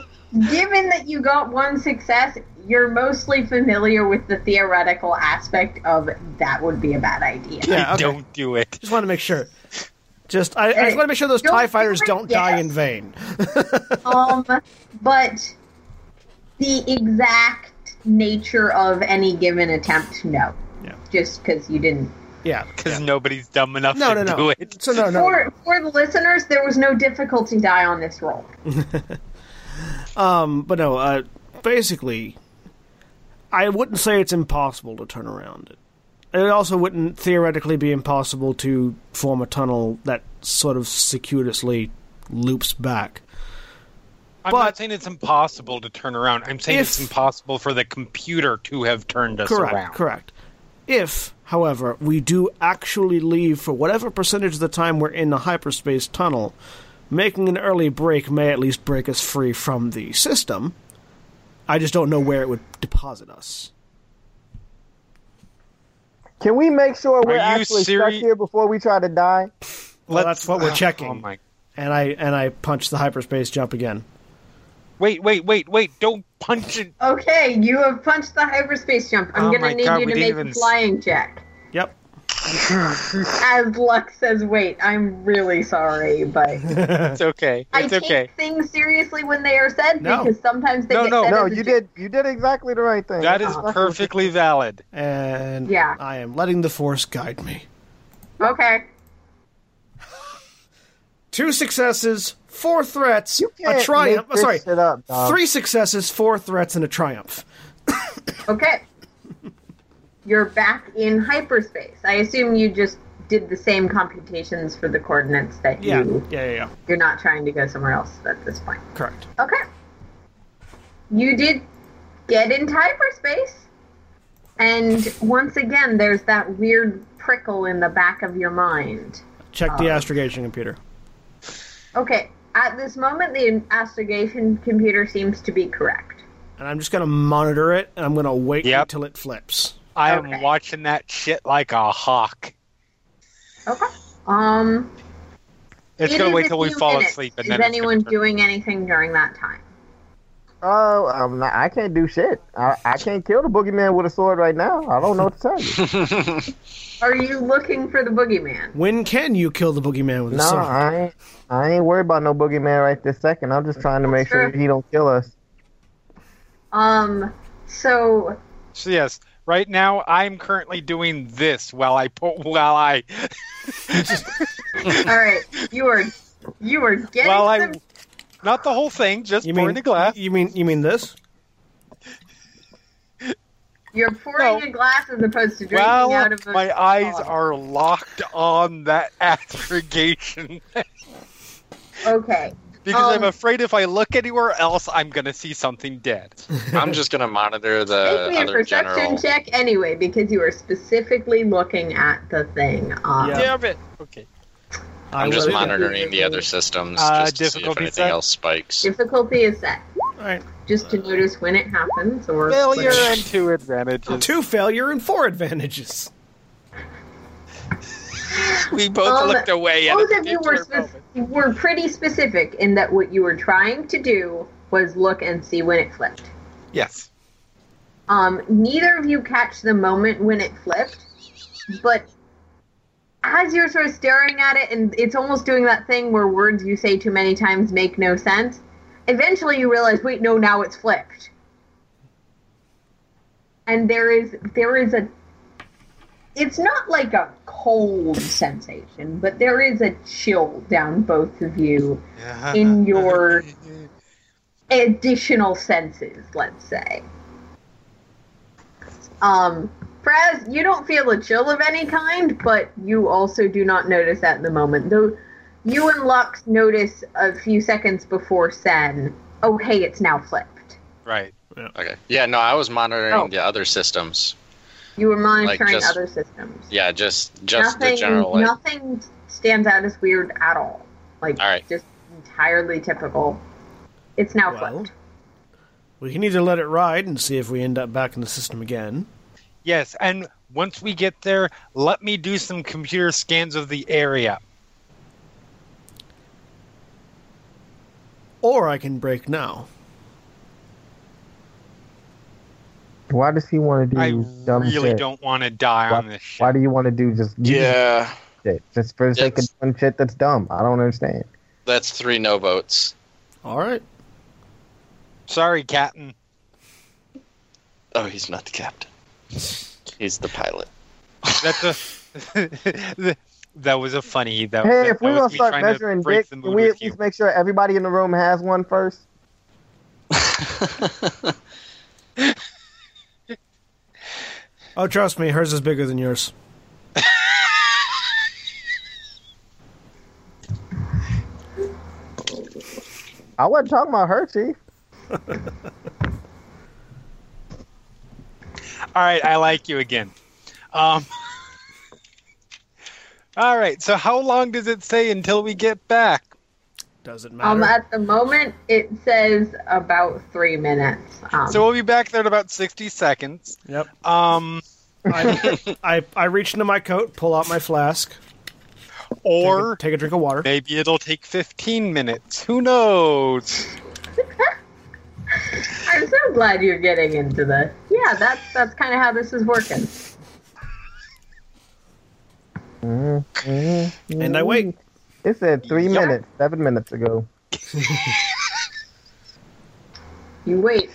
S2: given that you got one success, you're mostly familiar with the theoretical aspect of that would be a bad idea.
S1: Yeah, okay.
S4: Don't do it.
S1: Just want to make sure. Just I, I just
S2: Hey,
S1: want to make sure those
S2: don't
S1: Tie fighters
S2: do it,
S1: don't die
S2: yes.
S1: in vain.
S2: Um, but the exact nature of any given attempt, no.
S1: Yeah.
S2: Just because you didn't.
S1: Yeah.
S4: Because nobody's dumb enough
S1: No,
S4: to
S1: no,
S4: do
S1: no.
S4: it.
S1: So no, no.
S2: For, for the listeners, there was no difficulty die on this roll.
S1: Um, but no. Uh, basically, I wouldn't say it's impossible to turn around it. It also wouldn't theoretically be impossible to form a tunnel that sort of circuitously loops back.
S4: I'm
S1: But-
S4: not saying it's impossible to turn around. I'm saying
S1: If-
S4: it's impossible for the computer to have turned us
S1: Correct,
S4: around.
S1: correct. If, however, we do actually leave for whatever percentage of the time we're in the hyperspace tunnel, making an early break may at least break us free from the system. I just don't know where it would deposit us.
S5: Can we make sure we're
S4: you
S5: actually stuck
S4: seri-
S5: here before we try to die?
S1: Well,
S4: Let's-
S1: that's what we're
S4: oh,
S1: checking.
S4: Oh my!
S1: And I and I punch the hyperspace jump again.
S4: Wait, wait, wait, wait! Don't punch it.
S2: Okay, you have punched the hyperspace jump. I'm
S4: Oh
S2: going
S4: my
S2: to need
S4: God,
S2: you
S4: we
S2: to
S4: didn't
S2: make
S4: even
S2: a
S4: s-
S2: flying check.
S1: Yep.
S2: As Luck says, wait, I'm really sorry, but
S4: It's okay.
S2: I
S4: It's
S2: take
S4: okay.
S2: things seriously when they are said
S1: No.
S2: because sometimes they
S4: No,
S2: get
S4: no,
S2: said
S5: No,
S2: as a
S5: you
S2: joke.
S5: did. You did exactly the right thing.
S4: That is
S5: It's not-
S4: perfectly valid.
S1: And
S2: Yeah.
S1: I am letting the force guide me.
S2: Okay.
S1: Two successes, four threats,
S5: You
S1: a
S5: can't
S1: triumph.
S5: make
S1: oh,
S5: this
S1: sorry,
S5: shit up, dog.
S1: three successes, four threats, and a triumph.
S2: Okay. You're back in hyperspace. I assume you just did the same computations for the coordinates that
S1: Yeah,
S2: you
S1: yeah, yeah, yeah.
S2: you're not trying to go somewhere else at this point.
S1: Correct.
S2: Okay. You did get into hyperspace. And once again there's that weird prickle in the back of your mind.
S1: Check
S5: Uh,
S1: the astrogation computer.
S2: Okay. At this moment the astrogation computer seems to be correct.
S1: And I'm just going to monitor it, and I'm going to wait
S4: Yep.
S1: until it flips.
S4: I am
S2: Okay.
S4: watching that shit like a hawk.
S2: Okay. Um
S4: It's
S2: it
S4: gonna
S2: is
S4: wait
S2: a
S4: till we
S2: few
S4: fall
S2: minutes.
S4: asleep, and
S2: Is
S4: then it's gonna
S2: anyone
S4: turn.
S2: doing anything during that time?
S5: Oh, I'm not, I can't do shit. I, I can't kill the boogeyman with a sword right now. I don't know what to tell you.
S2: Are you looking for the boogeyman?
S1: When can you kill the boogeyman with a
S5: no,
S1: sword?
S5: I ain't, I ain't worried about no boogeyman right this second. I'm just trying to make sure
S2: Sure.
S5: he don't kill us.
S2: Um, so
S4: So yes, right now I'm currently doing this while I po- while I
S2: all right, you are you are getting
S4: while I
S2: some,
S4: not the whole thing, just
S1: You
S4: pouring
S1: mean
S4: the glass.
S1: You mean you mean this?
S2: you're pouring
S4: No.
S2: a glass as opposed to drinking
S4: While
S2: out of a
S4: my eyes
S2: bottle.
S4: are locked on that astrogation.
S2: Okay.
S4: because I'm
S2: Um,
S4: afraid if I look anywhere else, I'm gonna see something dead.
S3: I'm just gonna monitor the
S2: Make me a
S3: Uh, other
S2: perception
S3: general.
S2: check anyway, because you are specifically looking at the thing. Uh,
S1: Yeah.
S4: Damn it! Okay.
S3: I'm just
S1: will-
S3: monitoring the other systems
S4: Uh,
S3: just to see if
S4: difficulty
S3: anything
S4: set?
S3: else spikes.
S2: Difficulty is set,
S1: All right.
S2: just to notice when it happens or
S4: Failure
S2: when-
S4: and two advantages.
S1: Two failure and four advantages.
S4: We both
S2: Um,
S4: looked away at a
S2: Both of you were,
S4: particular
S2: spec-
S4: moment.
S2: were pretty specific in that what you were trying to do was look and see when it flipped.
S4: Yes.
S2: Um, neither of you catch the moment when it flipped, but as you're sort of staring at it, and it's almost doing that thing where words you say too many times make no sense, eventually you realize, wait, no, now it's flipped. And there is there is a it's not like a cold sensation, but there is a chill down both of you in your additional senses, let's say. Um, Fraz, you don't feel a chill of any kind, but you also do not notice that in the moment. Though you and Lux notice a few seconds before Sen, oh hey, it's now flipped.
S4: Right.
S3: Okay. Yeah, no, I was monitoring
S2: Oh.
S3: the other systems.
S2: You were monitoring
S3: just-
S2: other systems.
S3: Yeah, just just
S2: nothing,
S3: the general. like-
S2: nothing stands out as weird at all. Like
S3: All right.
S2: just entirely typical. It's now
S1: Well,
S2: flipped.
S1: We can either let it ride and see if we end up back in the system again.
S4: Yes, and once we get there, let me do some computer scans of the area.
S1: Or I can break now.
S5: Why does he want to do
S4: I
S5: dumb
S4: really
S5: shit?
S4: don't want to die on this shit.
S5: Why do you want to do just
S3: yeah,
S5: shit? Just for the sake of
S3: It's-
S5: doing shit that's dumb. I don't understand.
S3: that's three no votes.
S1: All right.
S4: Sorry, Captain.
S3: Oh, he's not the captain. He's the pilot.
S4: That's a. that was a funny. That,
S5: Hey,
S4: that,
S5: if
S4: that
S5: we're
S4: was
S5: gonna
S4: me
S5: start
S4: trying to
S5: measuring
S4: break
S5: dick,
S4: the
S5: can
S4: mood
S5: we
S4: with
S5: at
S4: you.
S5: least make sure everybody in the room has one first?
S1: Oh, trust me, hers is bigger than yours.
S5: I wasn't talking about her, Chief.
S4: All right, I like you again. Um, all right, so how long does it say until we get back?
S1: Doesn't
S2: Um,
S1: matter.
S2: at the moment, it says about three minutes. Um,
S4: So we'll be back there in about 60 seconds.
S1: yep.
S4: Um,
S1: I, I I reach into my coat, pull out my flask, take a-
S4: or
S1: take a drink of water.
S4: maybe it'll take 15 minutes. Who knows?
S2: I'm so glad you're getting into this. Yeah, that's that's kind of how this is working.
S1: And I wait.
S5: Mm-hmm. It said three
S4: Yeah.
S5: minutes, seven minutes ago.
S2: You wait.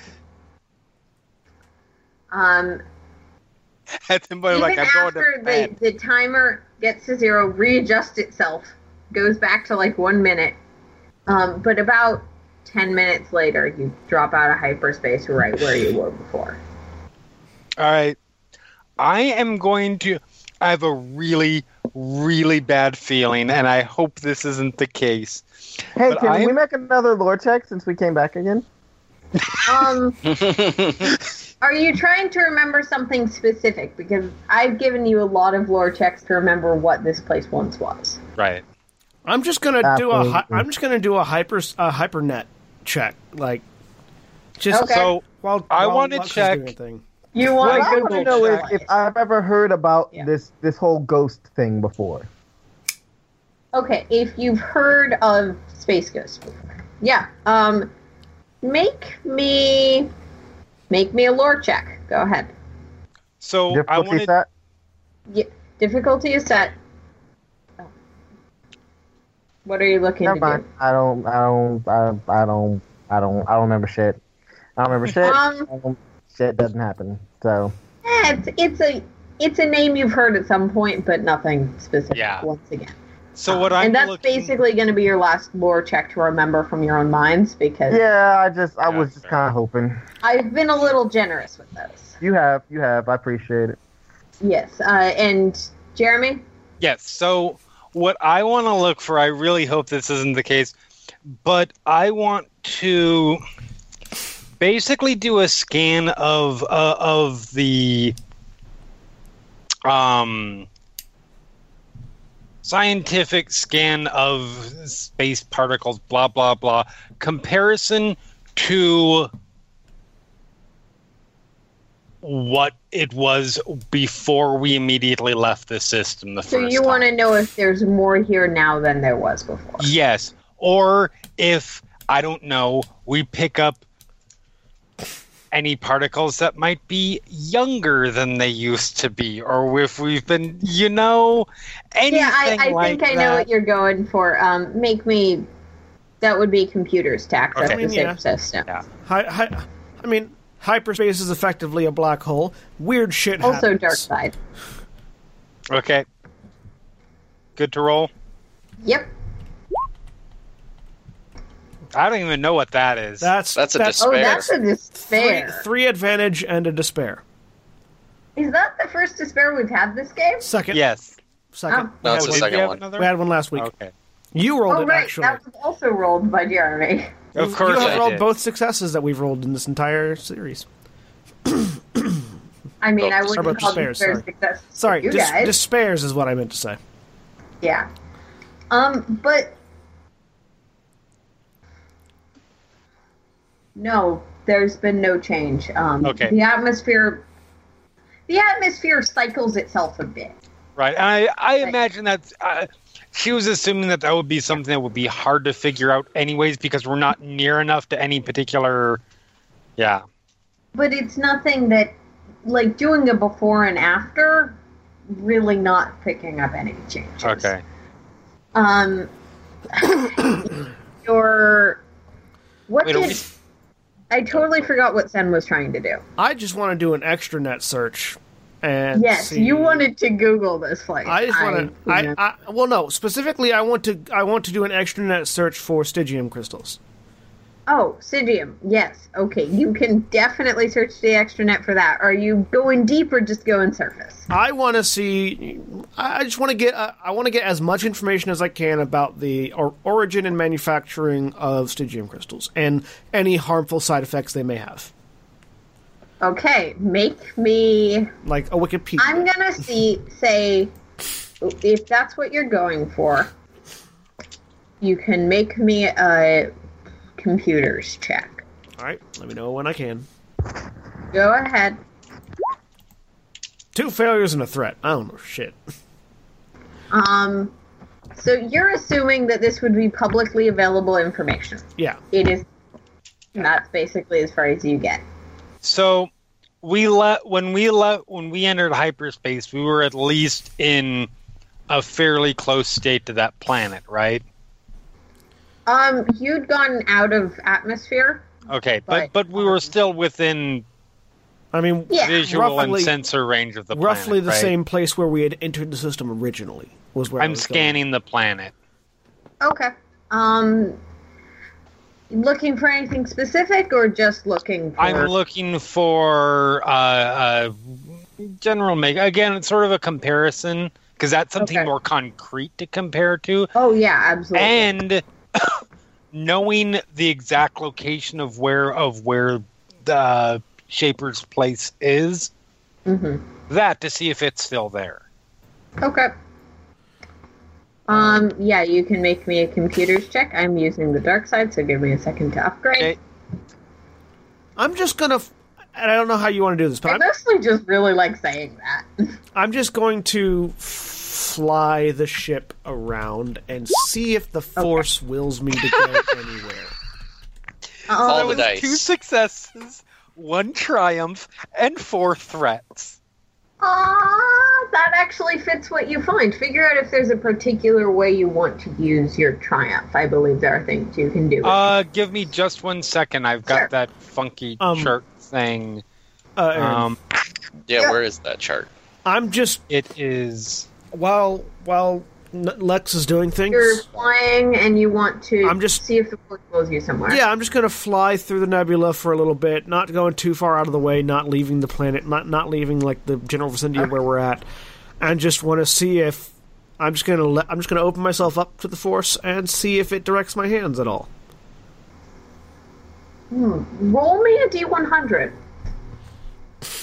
S2: Um,
S4: At the moment, like,
S2: even
S4: I'm going to
S2: after the,
S4: bed.
S2: the timer gets to zero, readjusts itself, goes back to like one minute. Um, but about ten minutes later, you drop out of hyperspace right where you were before.
S4: All right. I am going to. I have a really, really bad feeling, and I hope this isn't the case.
S5: Hey,
S4: But
S5: can
S4: I-
S5: we make another lore check since we came back again?
S2: Um,
S3: yeah,
S2: are you trying to remember something specific? Because I've given you a lot of lore checks to remember what this place once was.
S4: Right.
S1: I'm just gonna do a. Hi-
S5: Absolutely.
S1: I'm just gonna do a hyper a hypernet check. Like, just
S2: Okay.
S4: So
S1: while
S4: I
S1: while
S4: wanna
S1: Lux is
S4: check-
S1: doing her thing.
S2: You
S5: What
S2: want
S5: I
S2: to
S5: want to know is if I've ever heard about
S2: Yeah.
S5: this this whole ghost thing before.
S2: Okay, if you've heard of Space Ghost before. Yeah. Um make me make me a lore check. Go ahead.
S4: So Oh, I
S5: Difficulty
S4: wanted
S5: set?
S2: Yeah, difficulty is set. Oh. What are you looking
S5: Never
S2: to
S5: mind. I don't. I don't. I don't. I don't. I don't. I don't remember shit. I don't remember
S2: do?
S5: shit.
S2: Um
S5: I don't- shit doesn't happen. So
S2: yeah, it's it's a it's a name you've heard at some point, but nothing specific
S4: Yeah.
S2: once again.
S4: So what I'm
S2: and that's
S4: looking-
S2: basically gonna be your last lore check to remember from your own minds because
S5: yeah, I just. I
S4: Yeah,
S5: was just
S4: fair.
S5: kind of hoping.
S2: I've been a little generous with those.
S5: You have. You have. I appreciate it.
S2: Yes. Uh, and Jeremy?
S4: Yes. So what I want to look for, I really hope this isn't the case. but I want to basically do a scan of uh, of the um scientific scan of space particles blah blah blah comparison to what it was before we immediately left the system the
S2: So
S4: first
S2: you want
S4: time.
S2: to know if there's more here now than there was before?
S4: Yes. Or if, I don't know, we pick up any particles that might be younger than they used to be, or if we've been, you know, anything
S2: yeah, I, I
S4: like
S2: think I know
S4: that.
S2: what you're going for. Um, make me. That would be computers to access
S4: Okay.
S2: the same
S1: Yeah.
S2: system.
S4: Yeah.
S1: Hi, hi, I mean, hyperspace is effectively a black hole. Weird shit.
S2: Also,
S1: happens.
S2: dark side.
S4: Okay. Good to roll.
S2: Yep.
S4: I don't even know what that is.
S1: That's
S3: That's a
S1: that's
S2: Oh,
S3: Fair.
S2: that's a
S1: three,
S2: despair.
S1: three advantage and a despair.
S2: Is that the first despair we've had this game?
S1: Second,
S4: yes.
S1: second.
S2: Oh.
S3: No, it's the
S4: Did we
S3: second
S4: have
S3: one.
S4: another-
S1: We had one last week.
S4: Okay.
S1: You rolled
S2: oh,
S1: it
S2: right.
S1: actually.
S2: That was also rolled by Jeremy.
S4: Of course,
S1: you have
S4: I
S1: rolled
S4: did.
S1: both successes that we've rolled in this entire series.
S2: I mean,
S3: Oh,
S2: I
S3: sorry
S2: wouldn't
S1: about
S2: call
S1: despairs,
S2: despair
S1: sorry.
S2: success.
S1: Sorry,
S2: you
S1: dis-
S2: guys.
S1: despairs is what I meant to say.
S2: Yeah. Um, but no, there's been no change. Um,
S4: Okay.
S2: The atmosphere, the atmosphere cycles itself a bit.
S4: Right. I I
S2: Right.
S4: imagine that uh, she was assuming that that would be something that would be hard to figure out, anyways, because we're not near enough to any particular. Yeah.
S2: But it's nothing that, like, doing a before and after, really not picking up any changes.
S4: Okay.
S2: Um, your what
S4: Wait, are
S2: did
S4: we-
S2: I totally forgot what Sen was trying to do?
S1: I just want to do an extranet search. And
S2: Yes,
S1: see-
S2: you wanted to Google this place.
S1: I just want to. I,
S2: yeah.
S1: I, well, no. Specifically, I want to. I want to do an extranet search for stygium crystals.
S2: oh, Sidium. Yes. Okay, you can definitely search the extranet for that. Are you going deep or just going surface?
S1: I want to see. I I just want to get. Uh, I want to get as much information as I can about the or, origin and manufacturing of stygium crystals and any harmful side effects they may have,
S2: Okay, make me.
S1: like a Wikipedia.
S2: I'm gonna see say if that's what you're going for. You can make me a computers check.
S1: All right, let me know when I can.
S2: Go ahead.
S1: Two failures and a threat. I don't know shit.
S2: Um, so you're assuming that this would be publicly available information.
S1: Yeah,
S2: It is. and That's basically as far as you get.
S4: So we let when we let when we entered hyperspace, we were at least in a fairly close state to that planet, right?
S2: Um, you'd gotten out of atmosphere.
S4: Okay,
S2: Right.
S4: but but we were still within
S1: I mean,
S2: Yeah.
S4: visual
S1: Roughly-
S4: and sensor range of the planet.
S1: roughly the
S4: right?
S1: same place where we had entered the system originally was where I
S4: I'm
S1: was going.
S4: scanning the planet.
S2: Okay. Um, looking for anything specific, or just looking for?
S4: I'm looking for uh, uh, general make again. It's sort of a comparison because that's something
S2: Okay.
S4: more concrete to compare to,
S2: oh yeah, absolutely.
S4: and knowing the exact location of where of where the Shaper's place is,
S2: hmm
S4: that to see if it's still there.
S2: Okay. Um, yeah, you can make me a computers check. I'm using the dark side, so give me a second to upgrade.
S4: Okay.
S1: I'm just gonna. f- And I don't know how you want to do this, but
S2: I
S1: I'm,
S2: mostly just really like saying that.
S1: I'm just going to f- fly the ship around and see if the force wills me to go anywhere.
S3: All
S2: Um,
S3: the dice.
S4: Two successes, one triumph, and four threats.
S2: Ah, that actually fits what you find. Figure out if there's a particular way you want to use your triumph. I believe there are things you can do. with it.
S4: Uh, give me just one second. I've got
S2: Sure.
S4: that funky
S1: Um,
S4: chart thing.
S1: Uh, Aaron,
S4: Um,
S3: Yeah,
S2: Yeah.
S3: where is that chart?
S1: I'm just
S4: it is.
S1: while while N- Lex is doing things.
S2: You're flying and you want to
S1: I'm just-
S2: see if the force goes you somewhere.
S1: Yeah, I'm just gonna fly through the nebula for a little bit, not going too far out of the way, not leaving the planet, not not leaving like the general vicinity of where we're at, and just want to see if I'm just gonna let, I'm just gonna open myself up to the force and see if it directs my hands at all.
S2: Roll me a d100.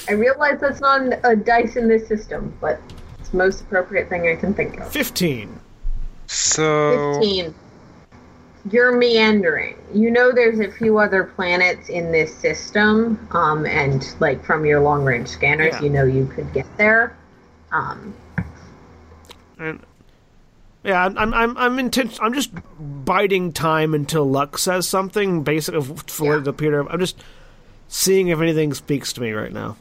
S2: I realize that's not a dice in this system, but it's the most appropriate thing I can think of.
S1: Fifteen.
S4: So
S2: 15. You're meandering. You know there's a few other planets in this system, um, and like from your long range scanners,
S1: Yeah.
S2: you know you could get there. Um,
S1: And yeah, I'm I'm I'm, I'm inten- I'm just biding time until Luck says something. Basically, for
S2: Yeah.
S1: the computer, I'm just seeing if anything speaks to me right now.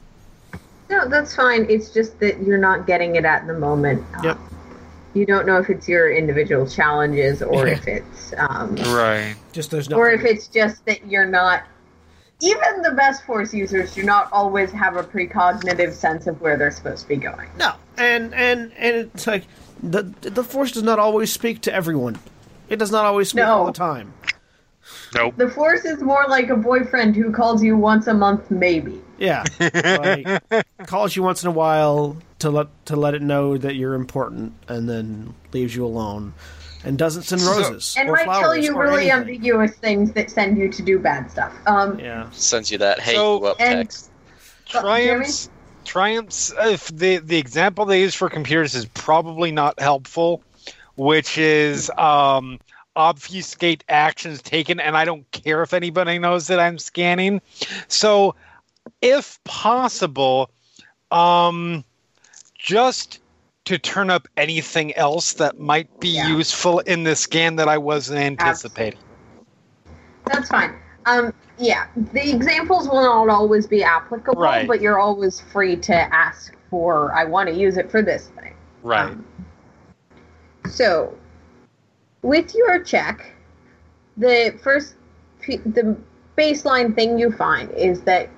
S2: no, that's fine. It's just that you're not getting it at the moment. Um,
S1: Yep.
S2: You don't know if it's your individual challenges or
S1: Yeah.
S2: if it's um,
S4: right.
S1: Just there's
S2: or if it's just that you're not even the best force users do not always have a precognitive sense of where they're supposed to be going
S1: no, and and and it's like the the force does not always speak to everyone. It does not always speak
S2: No.
S1: all the time.
S4: Nope.
S2: the force is more like a boyfriend who calls you once a month maybe
S1: Yeah, like, calls you once in a while to let to let it know that you're important, and then leaves you alone, and doesn't send
S4: So-
S1: roses
S2: and
S1: or
S2: might
S1: flowers
S2: tell you
S1: or
S2: really
S1: anything.
S2: ambiguous things that send you to do bad stuff um
S1: Yeah,
S3: Sends you that hey
S4: So-
S3: you up
S2: and
S3: text.
S2: but,
S4: Triumphs. Triumphs. uh, If the the example they use for computers is probably not helpful, which is um, obfuscate actions taken, and I don't care if anybody knows that I'm scanning. So, if possible, um, just to turn up anything else that might be
S2: Yeah.
S4: useful in the scan that I wasn't anticipating.
S2: That's fine. Um, yeah, the examples will not always be applicable,
S4: Right.
S2: but you're always free to ask for, I want to use it for this thing.
S4: Right.
S2: Um, so, with your check, the first, p- the baseline thing you find is that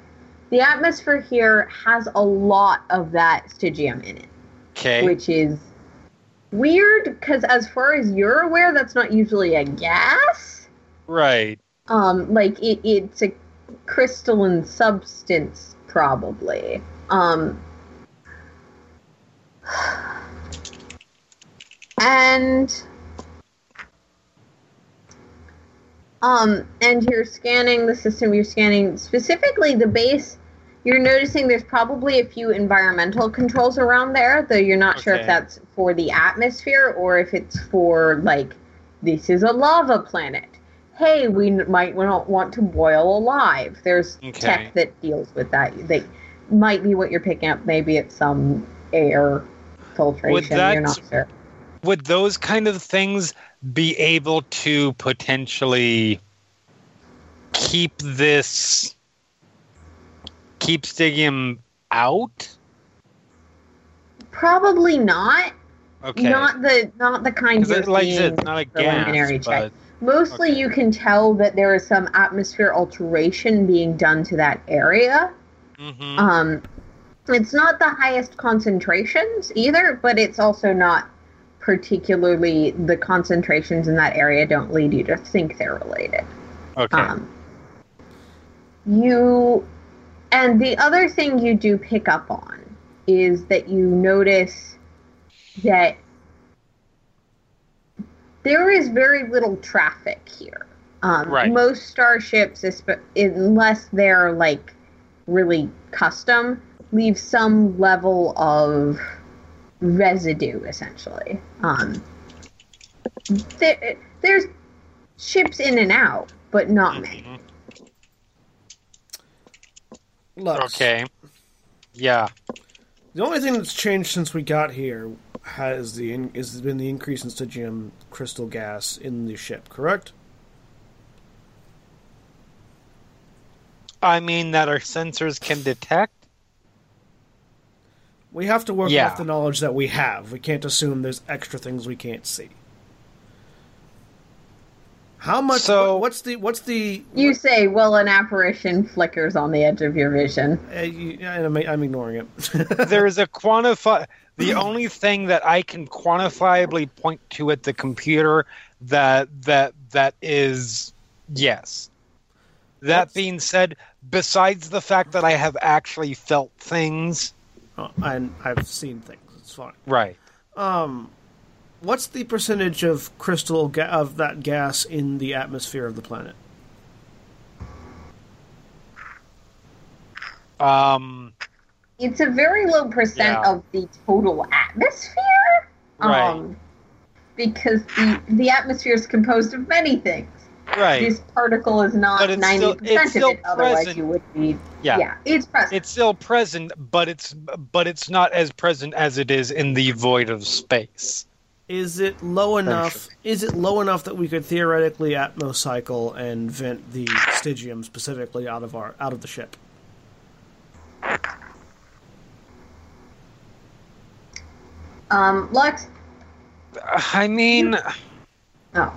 S2: the atmosphere here has a lot of that stygium in it,
S4: Okay.
S2: which is weird because, as far as you're aware, that's not usually a gas
S4: Right.
S2: um like it, it's a crystalline substance probably um and um and you're scanning the system you're scanning specifically the base you're noticing there's probably a few environmental controls around there though you're not sure if
S4: Okay.
S2: that's for the atmosphere or if it's for like this is a lava planet hey, we n- might not want to boil alive. There's
S4: Okay.
S2: tech that deals with that. That might be what you're picking up. Maybe it's some air filtration. You're
S4: that-
S2: not sure.
S4: would those kind of things be able to potentially keep this keep Stygium out?
S2: Probably not.
S4: Okay.
S2: Not the not the kind
S4: 'Cause
S2: you're
S4: it- like I said,
S2: seeing.
S4: it's not a
S2: preliminary
S4: gas,
S2: check.
S4: but
S2: Mostly,
S4: okay.
S2: you can tell that there is some atmosphere alteration being done to that area.
S4: Mhm.
S2: Um, it's not the highest concentrations either, but it's also not particularly the concentrations in that area don't lead you to think they're related.
S4: okay.
S2: Um, you, and the other thing you do pick up on is that you notice that there is very little traffic here. Um,
S4: Right.
S2: Most starships, esp- unless they're like really custom, leave some level of residue essentially. Um, there, there's ships in and out, but not many.
S4: Mhm.
S1: look.
S4: Okay. Yeah.
S1: The only thing that's changed since we got here has the in, has been the increase in stygium crystal gas in the ship. Correct?
S4: I mean that our sensors can detect.
S1: We have to work
S4: Yeah.
S1: off the knowledge that we have. We can't assume there's extra things we can't see. How much?
S4: So-
S1: what- what's the what's the?
S2: You say, well, an apparition flickers on the edge of your vision.
S1: Uh, you, I'm, I'm ignoring it.
S4: there is a quantify the only thing that I can quantifiably point to at the computer that that that is yes. That
S1: That's-
S4: being said, besides the fact that I have actually felt things,
S1: Oh, and I've seen things. It's fine.
S4: right.
S1: Um, what's the percentage of crystal ga- of that gas in the atmosphere of the planet?
S4: Um,
S2: It's a very low percent
S4: Yeah.
S2: of the total atmosphere. um,
S4: Right.
S2: because the the atmosphere is composed of many things.
S4: right.
S2: This particle is not
S4: But it's still-
S2: ninety
S4: it's
S2: percent of
S4: still
S2: it. Otherwise,
S4: present.
S2: you would be
S4: yeah.
S2: yeah. It's present.
S4: It's still present, but it's but it's not as present as it is in the void of space.
S1: Is it low enough? Is it low enough that we could theoretically atmocycle and vent the stygium specifically out of our out of the ship?
S2: um, Lux.
S4: I mean,
S2: Oh,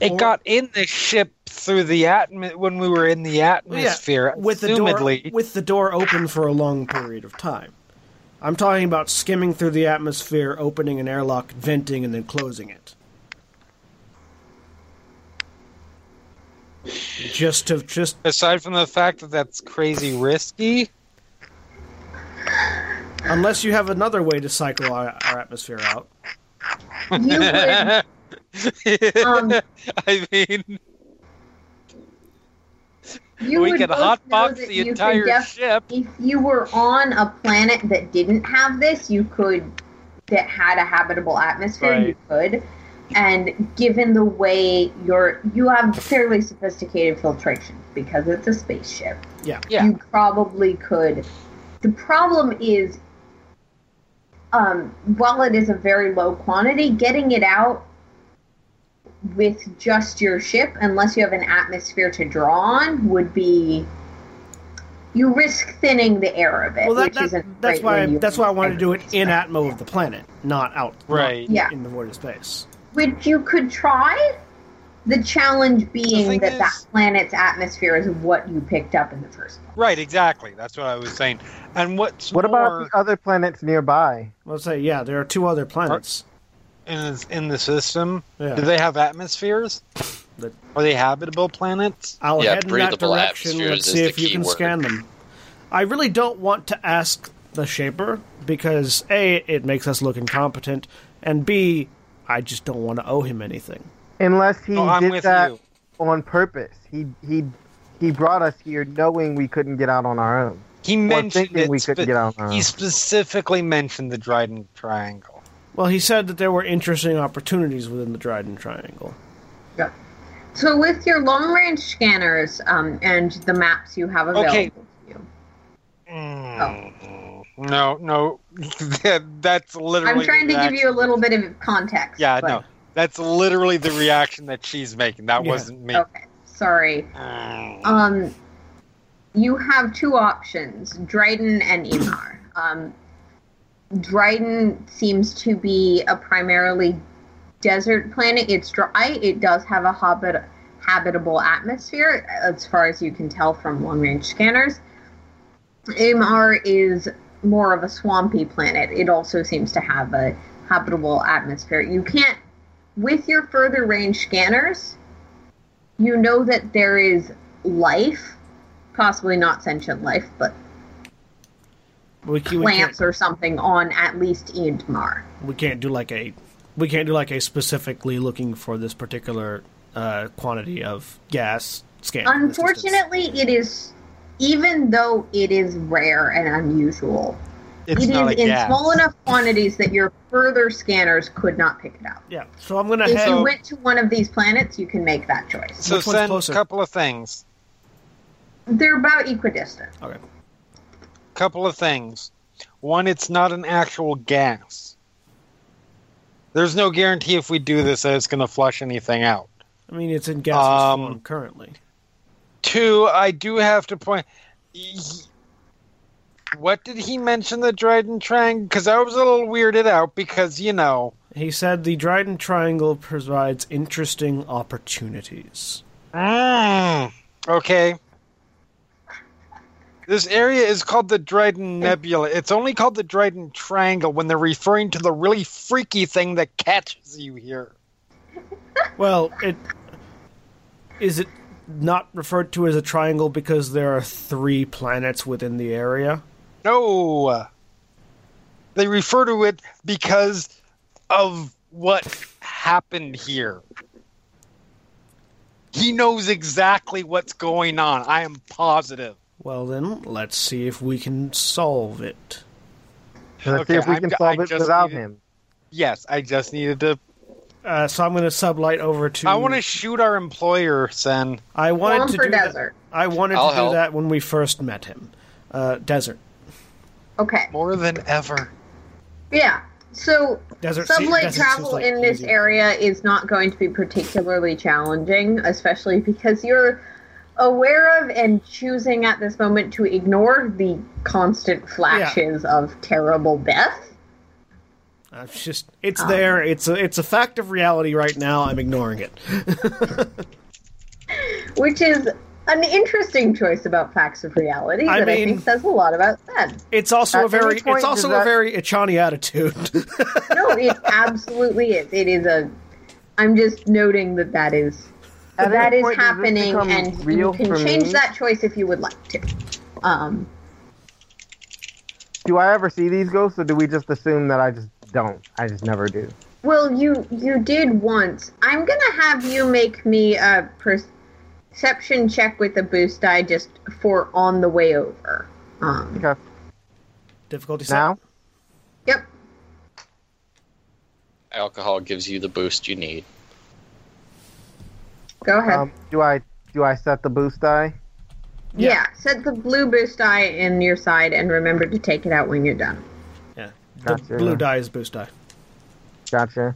S4: it
S1: Or-
S4: got in the ship through the atmo- when we were in the atmosphere.
S1: with the door
S4: assumedly.
S1: with the door open for a long period of time. I'm talking about skimming through the atmosphere, opening an airlock, venting, and then closing it. Just to just
S4: aside from the fact that that's crazy risky.
S1: unless you have another way to cycle our, our atmosphere out.
S2: you would. Um,
S4: I mean,
S2: You
S4: we
S2: would
S4: could
S2: both know
S4: hotbox
S2: that
S4: the
S2: you could
S4: entire
S2: def-
S4: ship.
S2: If you were on a planet that didn't have this, you could that had a habitable atmosphere, you could. And given the way you're, you have fairly sophisticated filtration because it's a spaceship.
S1: Yeah.
S4: Yeah.
S2: You probably could. The problem is, um, while it is a very low quantity, getting it out with just your ship, unless you have an atmosphere to draw on, would be you risk thinning the air a bit,
S1: Well, that,
S2: which
S1: that,
S2: isn't
S1: that's
S2: great
S1: why I,
S2: when you-
S1: that's why I wanted to do it in atmo of the planet, not out not
S4: Right.
S2: Yeah.
S1: in the void of space.
S2: which you could try. The challenge being
S4: thing
S2: that that
S4: is-
S2: planet's atmosphere is what you picked up in the first place.
S4: Right, exactly. That's what I was saying. And what's
S5: What
S4: more,
S5: about the other planets nearby?
S1: Let's say yeah, there are two other planets.
S4: in the, in the system?
S1: Yeah.
S4: Do they have atmospheres?
S1: The-
S4: Are they habitable planets?
S1: I'll
S3: Yeah,
S1: head in that
S3: breathable
S1: direction.
S3: atmospheres
S1: Let's
S3: is
S1: see
S3: the
S1: if you
S3: key
S1: can
S3: word.
S1: scan them. I really don't want to ask the shaper because a it makes us look incompetent, and b I just don't want to owe him anything.
S5: Unless he
S4: Oh, I'm
S5: did
S4: with
S5: that
S4: you.
S5: on purpose. He he he brought us here knowing we couldn't get out on our own.
S4: He mentioned
S5: thinking
S4: it.
S5: we couldn't
S4: spe-
S5: get on uh, our
S4: he
S5: own.
S4: specifically mentioned the Dryden Triangle.
S1: Well, he said that there were interesting opportunities within the Dryden Triangle.
S2: So, with your long range scanners um, and the maps you have available
S4: Okay.
S2: to you, Oh.
S4: Mm. No, no, that- that's literally.
S2: I'm trying
S4: the
S2: to give you a
S4: reaction-
S2: little bit of context.
S4: Yeah,
S2: but-
S4: no, that's literally the reaction that she's making. That
S1: Yeah. Oh.
S4: wasn't me.
S2: Okay, sorry.
S4: Mm.
S2: Um, you have two options: Dryden and Imar. Um, Dryden seems to be a primarily desert planet. It's dry. It does have a habit habitable atmosphere, as far as you can tell from long range scanners. Imar is more of a swampy planet. It also seems to have a habitable atmosphere. You can't, with your further range scanners, you know that there is life, possibly not sentient life, but
S1: We, ca- we can't
S2: plants or something on at least Indmar.
S1: we can't do like a we can't do like a specifically looking for this particular uh, quantity of gas scan. from this distance.
S2: Unfortunately, it is, even though it is rare and unusual,
S4: It's
S2: it
S4: not
S2: is
S4: a
S2: in
S4: gas.
S2: small enough quantities that your further scanners could not pick it up.
S1: yeah. So I'm gonna
S2: If
S1: head.
S2: you
S4: So-
S2: went to one of these planets, you can make that choice.
S4: So
S1: Which one's
S4: send
S1: closer?
S4: a couple of things.
S2: They're about equidistant.
S1: okay.
S4: Couple of things. One, it's not an actual gas. There's no guarantee if we do this that it's going to flush anything out.
S1: I mean, it's in gas
S4: Um,
S1: form currently.
S4: Two, I do have to point. What did he mention the Dryden Triangle? Because I was a little weirded out because you know.
S1: He said the Dryden Triangle provides interesting opportunities.
S4: Mm, okay. This area is called the Dryden Nebula. It's only called the Dryden Triangle when they're referring to the really freaky thing that catches you here.
S1: Well, it is it not referred to as a triangle because there are three planets within the area.
S4: No. They refer to it because of what happened here. He knows exactly what's going on. I am positive.
S1: Well, then, let's see if we can solve it.
S5: Let's see if we
S4: I'm-
S5: can
S4: I
S5: solve it
S4: just
S5: without
S4: needed-
S5: him.
S4: Yes, I just needed to.
S1: Uh, so I'm going to sublight over to.
S4: I want to shoot our employer, Sen.
S1: I wanted
S2: One
S1: to
S2: for
S1: do that-
S2: desert.
S1: I wanted
S3: I'll
S1: to do
S3: help.
S1: that when we first met him. Uh, desert,
S2: Okay.
S4: More than ever.
S2: Yeah. So
S1: desert. se-
S2: Sublight
S1: desert seems
S2: travel
S1: like
S2: in this
S1: easy.
S2: area is not going to be particularly challenging, especially because you're aware of and choosing at this moment to ignore the constant flashes of terrible death.
S1: Uh, It's just, it's there. It's a, it's a fact of reality right now. I'm ignoring it.
S2: which is an interesting choice about facts of reality
S1: I
S2: that I
S1: mean-
S2: think says a lot about Zen.
S1: It's also
S5: At
S1: a very,
S5: any point
S1: it's also
S5: does that-
S1: a very Ichani attitude.
S2: No, it absolutely is. It is a. I'm just noting that that is
S5: At
S2: that
S5: any
S2: is
S5: point does this
S2: happening,
S5: become
S2: and you
S5: real
S2: can
S5: for
S2: change
S5: me?
S2: that choice if you would like to. Um,
S5: Do I ever see these ghosts, or do we just assume that I just don't? I just never do.
S2: well, you you did once. I'm gonna have you make me a perception check with a boost die just for on the way over. Um,
S5: Okay.
S1: Difficulty set.
S5: Now,
S2: yep.
S3: Alcohol gives you the boost you need.
S2: Go ahead.
S5: um, do I do I set the boost die?
S2: yeah. Set the blue boost die in your side, and remember to take it out when you're done.
S1: Yeah, the
S5: Gotcha.
S1: blue die is boost die.
S5: Gotcha.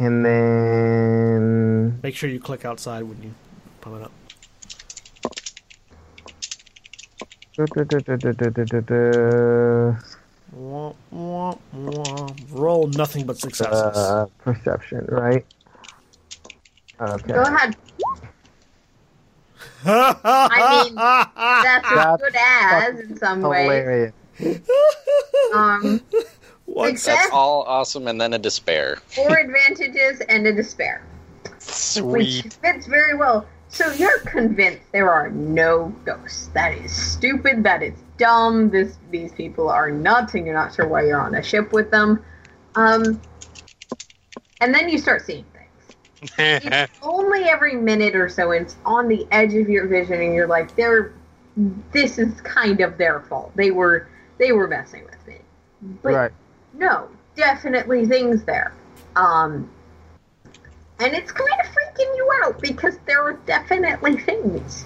S5: And then
S1: Make sure you click outside when you pull it up. Wah, wah, wah. Roll nothing but successes.
S5: uh, perception, right? Okay.
S2: Go ahead. mean, That's as
S5: That's
S2: good as in some ways.
S5: Hilarious.
S2: Um,
S1: What's
S2: Success
S3: That's all awesome, and then a despair.
S2: four advantages and a despair, which
S4: Sweet.
S2: fits very well. So you're convinced there are no ghosts. That is stupid. That is dumb. This these people are nuts, and you're not sure why you're on a ship with them. Um, and then you start seeing things.
S4: Uh-huh.
S2: it's only every minute or so it's on the edge of your vision and you're like they're this is kind of their fault they were they were messing with me but
S5: Right.
S2: no definitely things there um and it's kind of freaking you out because there are definitely things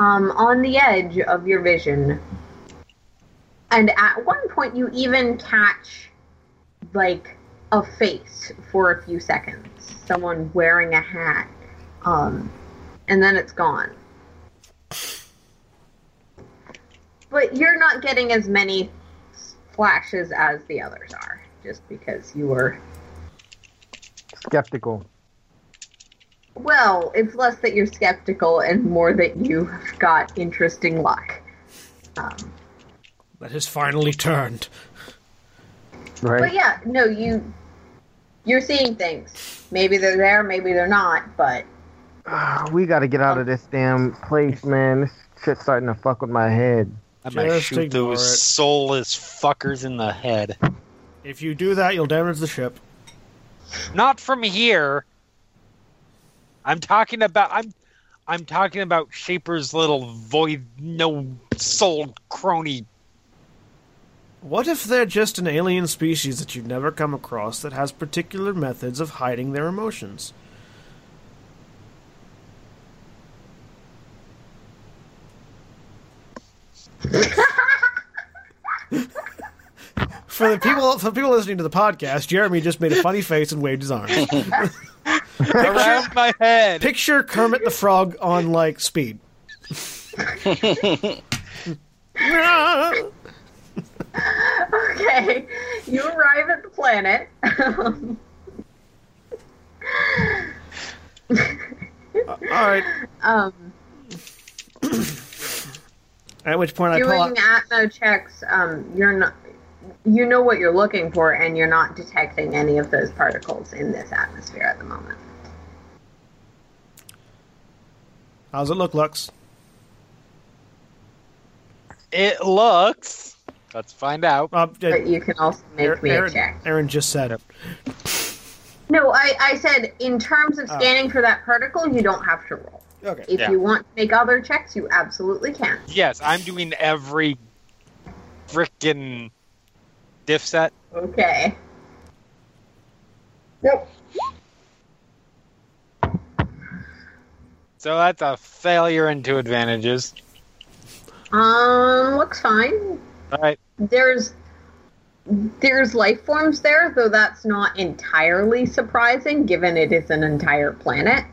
S2: um on the edge of your vision and at one point you even catch like a face for a few seconds someone wearing a hat um and then it's gone but you're not getting as many flashes as the others are just because you were
S5: Skeptical.
S2: well it's less that you're skeptical and more that you have got interesting luck um,
S1: that has finally turned.
S5: Right.
S2: But yeah, no, you you're seeing things. Maybe they're there, maybe they're not, but
S5: Ah, we got to get out of this damn place, man. This shit's starting to fuck with my head.
S4: I'm gonna
S1: Just
S4: shoot
S1: ignore
S4: those
S1: it.
S4: soulless fuckers in the head.
S1: If you do that, you'll damage the ship.
S4: Not from here. I'm talking about I'm I'm talking about Shaper's little void no soul crony.
S1: What if they're just an alien species that you've never come across that has particular methods of hiding their emotions? for the people for people listening to the podcast, Jeremy just made a funny face and waved his arms.
S4: around my head.
S1: Picture Kermit the Frog on like speed.
S2: okay. You arrive at the planet.
S1: All right.
S2: um,
S1: At which point I pull
S2: doing
S1: out.
S2: atmo checks, um, you're not you know what you're looking for and you're not detecting any of those particles in this atmosphere at the moment.
S1: How's it look, Lux?
S4: It looks Let's find out.
S1: Uh,
S2: but
S1: Aaron,
S2: you can also make me a check.
S1: Aaron just said it.
S2: No, I, I said in terms
S1: Oh.
S2: of scanning for that particle, you don't have to roll.
S1: Okay.
S2: If
S4: Yeah.
S2: you want to make other checks, you absolutely can.
S4: Yes, I'm doing every frickin' diff set.
S2: Okay. Nope.
S4: So that's a failure and two advantages.
S2: Um, looks fine.
S4: All right.
S2: There's there's life forms there, though that's not entirely surprising given it is an entire planet.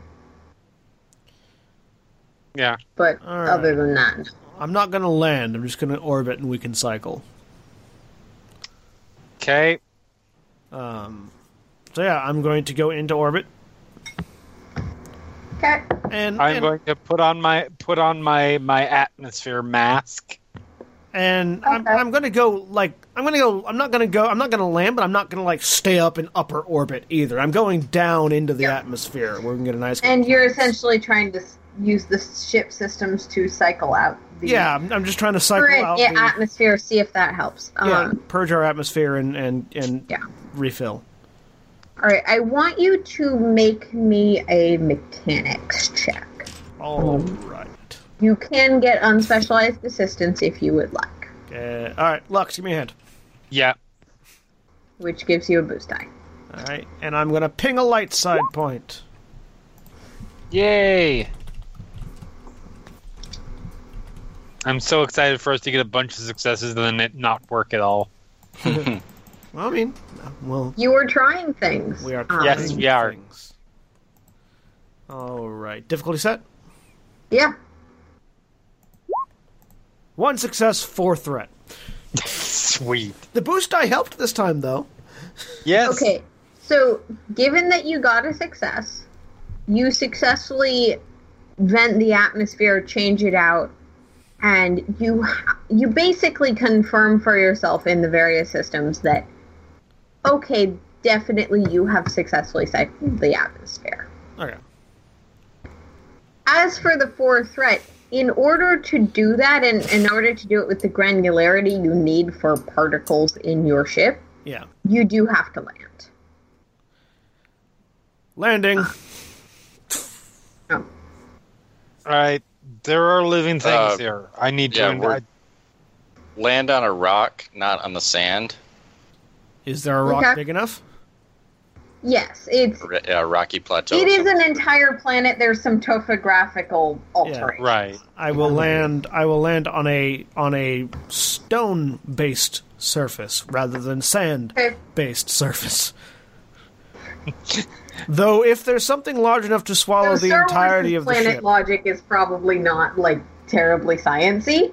S4: Yeah.
S2: But
S1: All right.
S2: other than that, no.
S1: I'm not going to land. I'm just going to orbit and we can cycle.
S4: Okay.
S1: Um, so yeah, I'm going to go into orbit,
S2: okay.
S1: and
S4: I'm
S1: and,
S4: going to put on my put on my my atmosphere mask.
S1: and I'm,
S2: Okay.
S1: I'm going to go like I'm going to go. I'm not going to go. I'm not going to land, but I'm not going to like stay up in upper orbit either. I'm going down into the atmosphere where we can get a nice.
S2: And you're essentially trying to s- use the ship systems to cycle out the
S1: yeah, I'm, I'm just trying to cycle
S2: current
S1: out.
S2: i-
S1: the,
S2: atmosphere, see if that helps.
S1: yeah,
S2: Um,
S1: purge our atmosphere and and and
S2: Yeah.
S1: refill.
S2: all right, I want you to make me a mechanics check.
S1: All right.
S2: You can get unspecialized assistance if you would like,
S1: Uh, all right, Lux, give me a hand.
S4: Yeah.
S2: which gives you a boost die.
S1: All right, and I'm going to ping a light side point.
S4: Yay. I'm so excited for us to get a bunch of successes and then it not work at all.
S1: Well, I mean, well,
S2: You were trying things.
S1: We are
S2: Um,
S1: trying
S4: Yes, we are.
S1: things. All right. Difficulty set.
S2: Yeah.
S1: One success, four threat.
S4: Sweet.
S1: The boost die helped this time, though.
S4: Yes.
S2: Okay. So, given that you got a success, you successfully vent the atmosphere, change it out, and you you basically confirm for yourself in the various systems that okay, definitely you have successfully cycled the atmosphere.
S1: Okay.
S2: as for the fourth threat, in order to do that, and in order to do it with the granularity you need for particles in your ship,
S1: Yeah.
S2: you do have to land.
S1: Landing.
S2: Oh,
S4: All right. There are living things
S3: Uh,
S4: here. I need
S3: yeah,
S4: to
S3: we're- Land on a rock, not on the sand.
S1: Is there a rock
S2: Okay.
S1: big enough?
S2: yes, it's
S3: R- uh, rocky plateau.
S2: it is an entire planet. There's some topographical altering.
S4: right.
S1: I will land. I will land on a on a stone-based surface rather than
S2: Okay.
S1: sand-based surface. Though, if there's something large enough to swallow
S2: So
S1: Oh, the
S2: Star Wars'
S1: entirety of the
S2: planet
S1: ship,
S2: logic is probably not like terribly sciency,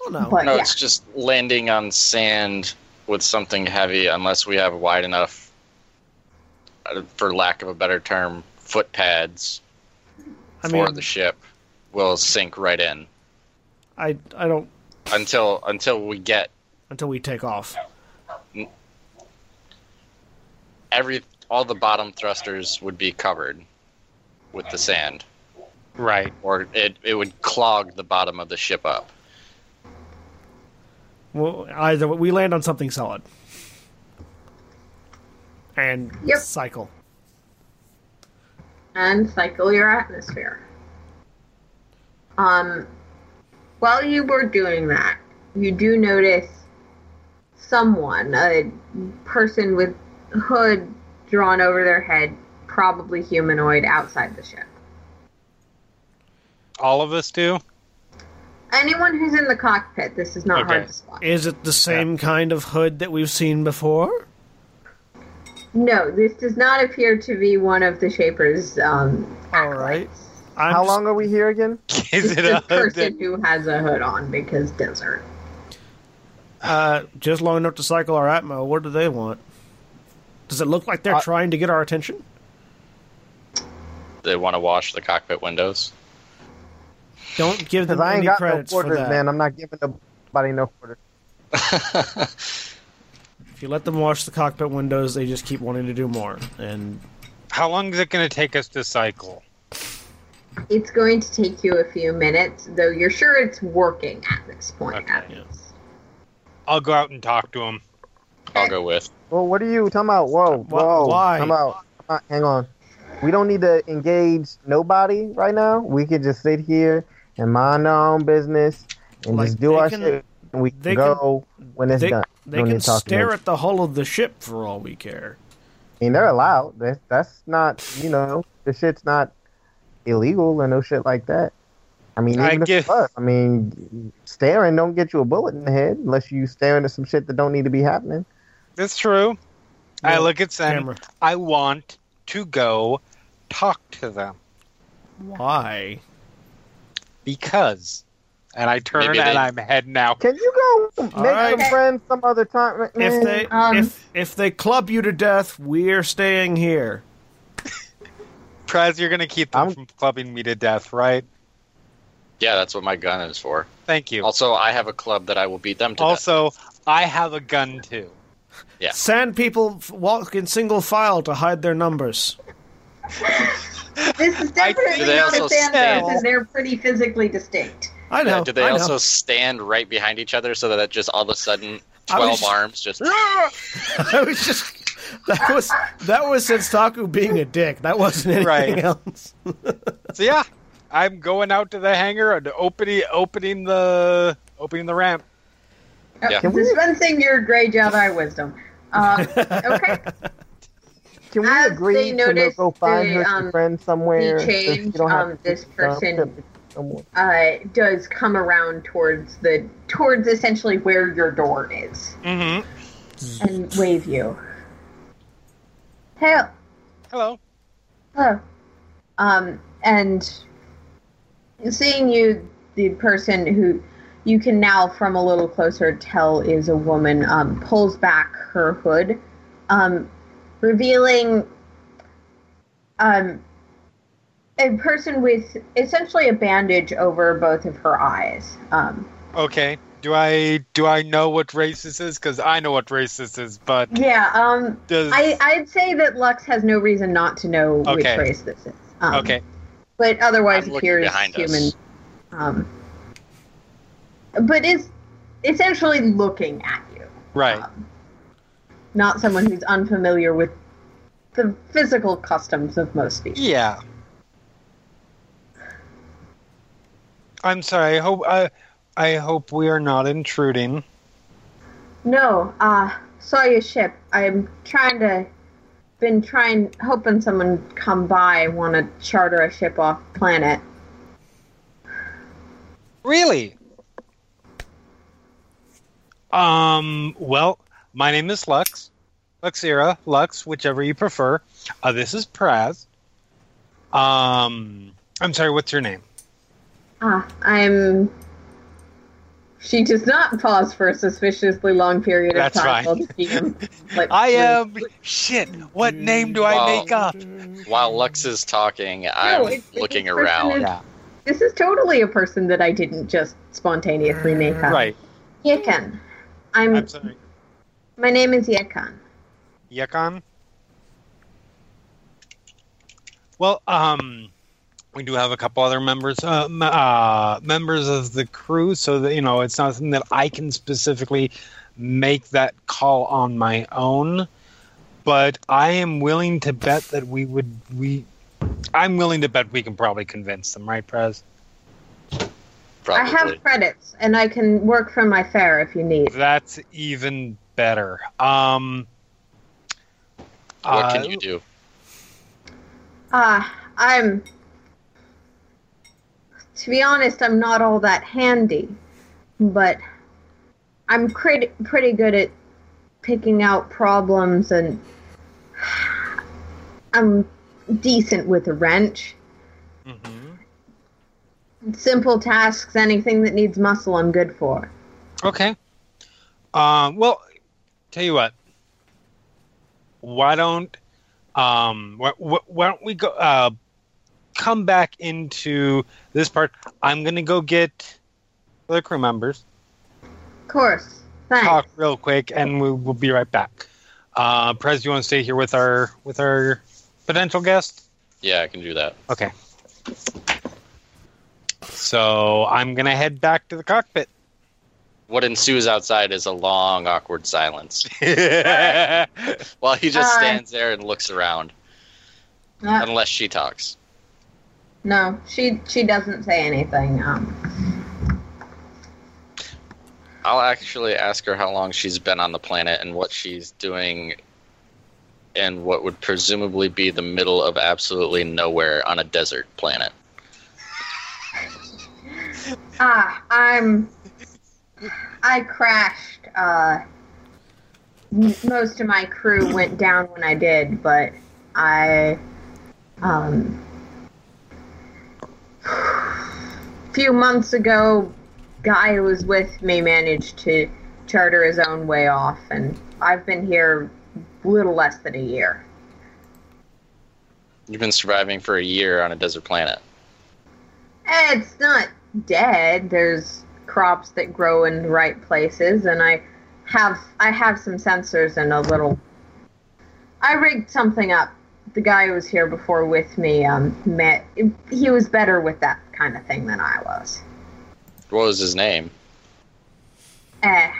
S1: well, no.
S2: but
S3: No,
S2: yeah,
S3: it's just landing on sand with something heavy, unless we have wide enough, uh, for lack of a better term, foot pads
S1: I
S3: for
S1: mean,
S3: the ship. Will sink right in
S1: I I don't
S3: until until we get
S1: until we take off.
S3: every all the bottom thrusters would be covered with the sand,
S4: Right.
S3: or it it would clog the bottom of the ship up.
S1: Well, either way, we land on something solid and
S2: Yep.
S1: cycle.
S2: and cycle your atmosphere. Um, while you were doing that, you do notice someone, a person with hood drawn over their head, probably humanoid, outside the ship.
S4: All of us do.
S2: Anyone who's in the cockpit, this is not
S4: Okay.
S2: hard to spot.
S1: Is it the same kind of hood that we've seen before?
S2: No, this does not appear to be one of the Shaper's. Um,
S1: All right. I'm
S5: How
S1: just-
S5: long are we here again?
S4: Is
S2: it's
S4: it a
S2: a person who has a hood on because desert.
S1: Uh, just long enough to cycle our atmo. What do they want? Does it look like they're
S4: Uh,
S1: trying to get our attention?
S3: They want to wash the cockpit windows.
S1: Don't give them
S5: Because I ain't
S1: any
S5: got no
S1: credits for
S5: quarters,
S1: that.
S5: man. I'm not giving nobody no quarters.
S1: If you let them wash the cockpit windows, they just keep wanting to do more. And
S4: How long is it going to take us to cycle?
S2: It's going to take you a few minutes, though you're sure it's working at this point.
S4: Okay.
S2: at
S1: Yeah.
S2: least.
S4: I'll go out and talk to him.
S3: I'll go with.
S5: Well, what are you talking about? Whoa,
S1: Wh-
S5: whoa.
S1: why?
S5: Come out. Come out. Hang on. We don't need to engage nobody right now. We could just sit here and mind our own business and
S1: Like,
S5: just do
S1: they
S5: our
S1: can-
S5: shit. And we
S1: they
S5: can go when it's
S1: They,
S5: done.
S1: they
S5: Don't
S1: can
S5: need to talk to
S1: stare
S5: them.
S1: at the hull of the ship for all we care.
S5: I mean, they're allowed. That, that's not, you know, the shit's not illegal or no shit like that. I mean,
S4: I
S5: even if it
S4: give-
S5: was, I mean, staring don't get you a bullet in the head unless you staring at some shit that don't need to be happening.
S4: That's true. I
S1: Yeah,
S4: look at Sen.
S1: Camera.
S4: I want to go talk to them
S1: Why?
S4: because. And I turn
S3: Maybe
S4: and
S3: they-
S4: I'm heading out.
S5: Can you go make
S1: right.
S5: some friends some other time?
S1: If they
S2: Um,
S1: if if they club you to death, we're staying here.
S4: Prez, you're going to keep them
S5: I'm-
S4: from clubbing me to death, right?
S3: Yeah, that's what my gun is for.
S4: Thank you.
S3: Also, I have a club that I will beat them to death.
S4: Also, I have a gun too.
S3: Yeah.
S1: Sand people f- walk in single file to hide their numbers.
S2: This is
S4: I-
S2: definitely
S3: Do they
S2: not a
S3: also
S2: fan
S4: sell-
S2: base, and they're pretty physically distinct.
S1: I know.
S3: Yeah, do they
S1: I know.
S3: also stand right behind each other so that just all of a sudden
S1: I was
S3: twelve
S1: just-
S3: arms just
S1: I was just that was that was Senstaku being a dick. That wasn't anything
S4: Right.
S1: else.
S4: So yeah, I'm going out to the hangar and opening opening the opening the ramp.
S2: Oh,
S3: Yeah.
S5: Can we-
S2: Dispensing your gray Jedi wisdom. Uh, okay.
S5: Can we
S2: As
S5: agree
S2: they
S5: to
S2: noticed
S5: go find
S2: the,
S5: her some
S2: um,
S5: friend somewhere?
S2: the
S5: so she
S2: change,
S5: don't have
S2: um,
S5: to
S2: this
S5: keep
S2: person-
S5: going to someone?
S2: Uh, does come around towards the towards essentially where your door is
S4: Mm-hmm.
S2: and wave you. Help.
S4: Hello.
S2: Hello. Um, and seeing you, the person who you can now from a little closer tell is a woman, um, pulls back her hood, um, revealing um, a person with essentially a bandage over both of her eyes. Um,
S4: Okay. Do I do I know what race this is? Because I know what race this is, but
S2: yeah, um,
S4: does
S2: I, I'd say that Lux has no reason not to know which
S4: Okay.
S2: race this is. Um,
S4: okay.
S2: but otherwise
S3: I'm looking
S2: appears
S3: behind us.
S2: human. Um, but is essentially looking at you,
S4: Right.
S2: um, not someone who's unfamiliar with the physical customs of most species.
S4: Yeah. I'm sorry. I hope I I hope we are not intruding.
S2: No, uh, saw your ship. I'm trying to, been trying, hoping someone come by, want to charter a ship off planet.
S4: Really? Um, well, my name is Lux. Luxira, Lux, whichever you prefer. Uh, this is Praz. Um, I'm sorry, what's your name?
S2: Ah, I'm. She does not pause for a suspiciously long period
S4: That's
S2: of time.
S4: fine.
S2: while speaking, like,
S4: I am. Shit, what name do I
S3: Wow.
S4: make up?
S3: while Lux is talking, I'm
S2: it's- it's
S3: looking
S2: this person
S3: around.
S2: is-
S4: Yeah.
S2: This is totally a person that I didn't just spontaneously make up.
S4: Right.
S2: Yekan. I'm.
S4: I'm sorry.
S2: my name is Yekan.
S4: Yakan? Well, um, we do have a couple other members, uh, m- uh, members of the crew, so that you know it's not something that I can specifically make that call on my own. But I am willing to bet that we would we. I'm willing to bet we can probably convince them, right, Prez?
S2: I
S3: Probably.
S2: have credits, and I can work from my fare if you need.
S4: That's even better. Um,
S3: what
S4: uh,
S3: can you do?
S2: Ah, I'm. To be honest, I'm not all that handy, but I'm crit- pretty good at picking out problems, and I'm decent with a wrench.
S4: Mhm.
S2: Simple tasks, anything that needs muscle, I'm good for.
S4: Okay. Um, well, tell you what. Why don't um, wh- wh- why don't we go uh, come back into this part? I'm gonna go get the crew members,
S2: Of course. Thanks.
S4: talk real quick, and we will be right back. Uh, Prez, you want to stay here with our with our potential guest?
S3: Yeah, I can do that.
S4: Okay. So I'm gonna head back to the cockpit.
S3: What ensues outside is a long, awkward silence
S4: That's
S3: while he just
S2: Uh.
S3: stands there and looks around,
S2: Uh,
S3: unless she talks.
S2: no, she she doesn't say anything. Um,
S3: I'll actually ask her how long she's been on the planet and what she's doing in what would presumably be the middle of absolutely nowhere on a desert planet.
S2: ah, I'm I crashed. Uh, m- most of my crew went down when I did, but I um few months ago, guy who was with me managed to charter his own way off, and I've been here little less than a year.
S3: You've been surviving for a year on a desert planet.
S2: It's not dead. There's crops that grow in the right places, and I have I have some sensors and a little. I rigged something up. The guy who was here before with me um, met. He was better with that kind of thing than I was.
S3: What was his name?
S2: Eh.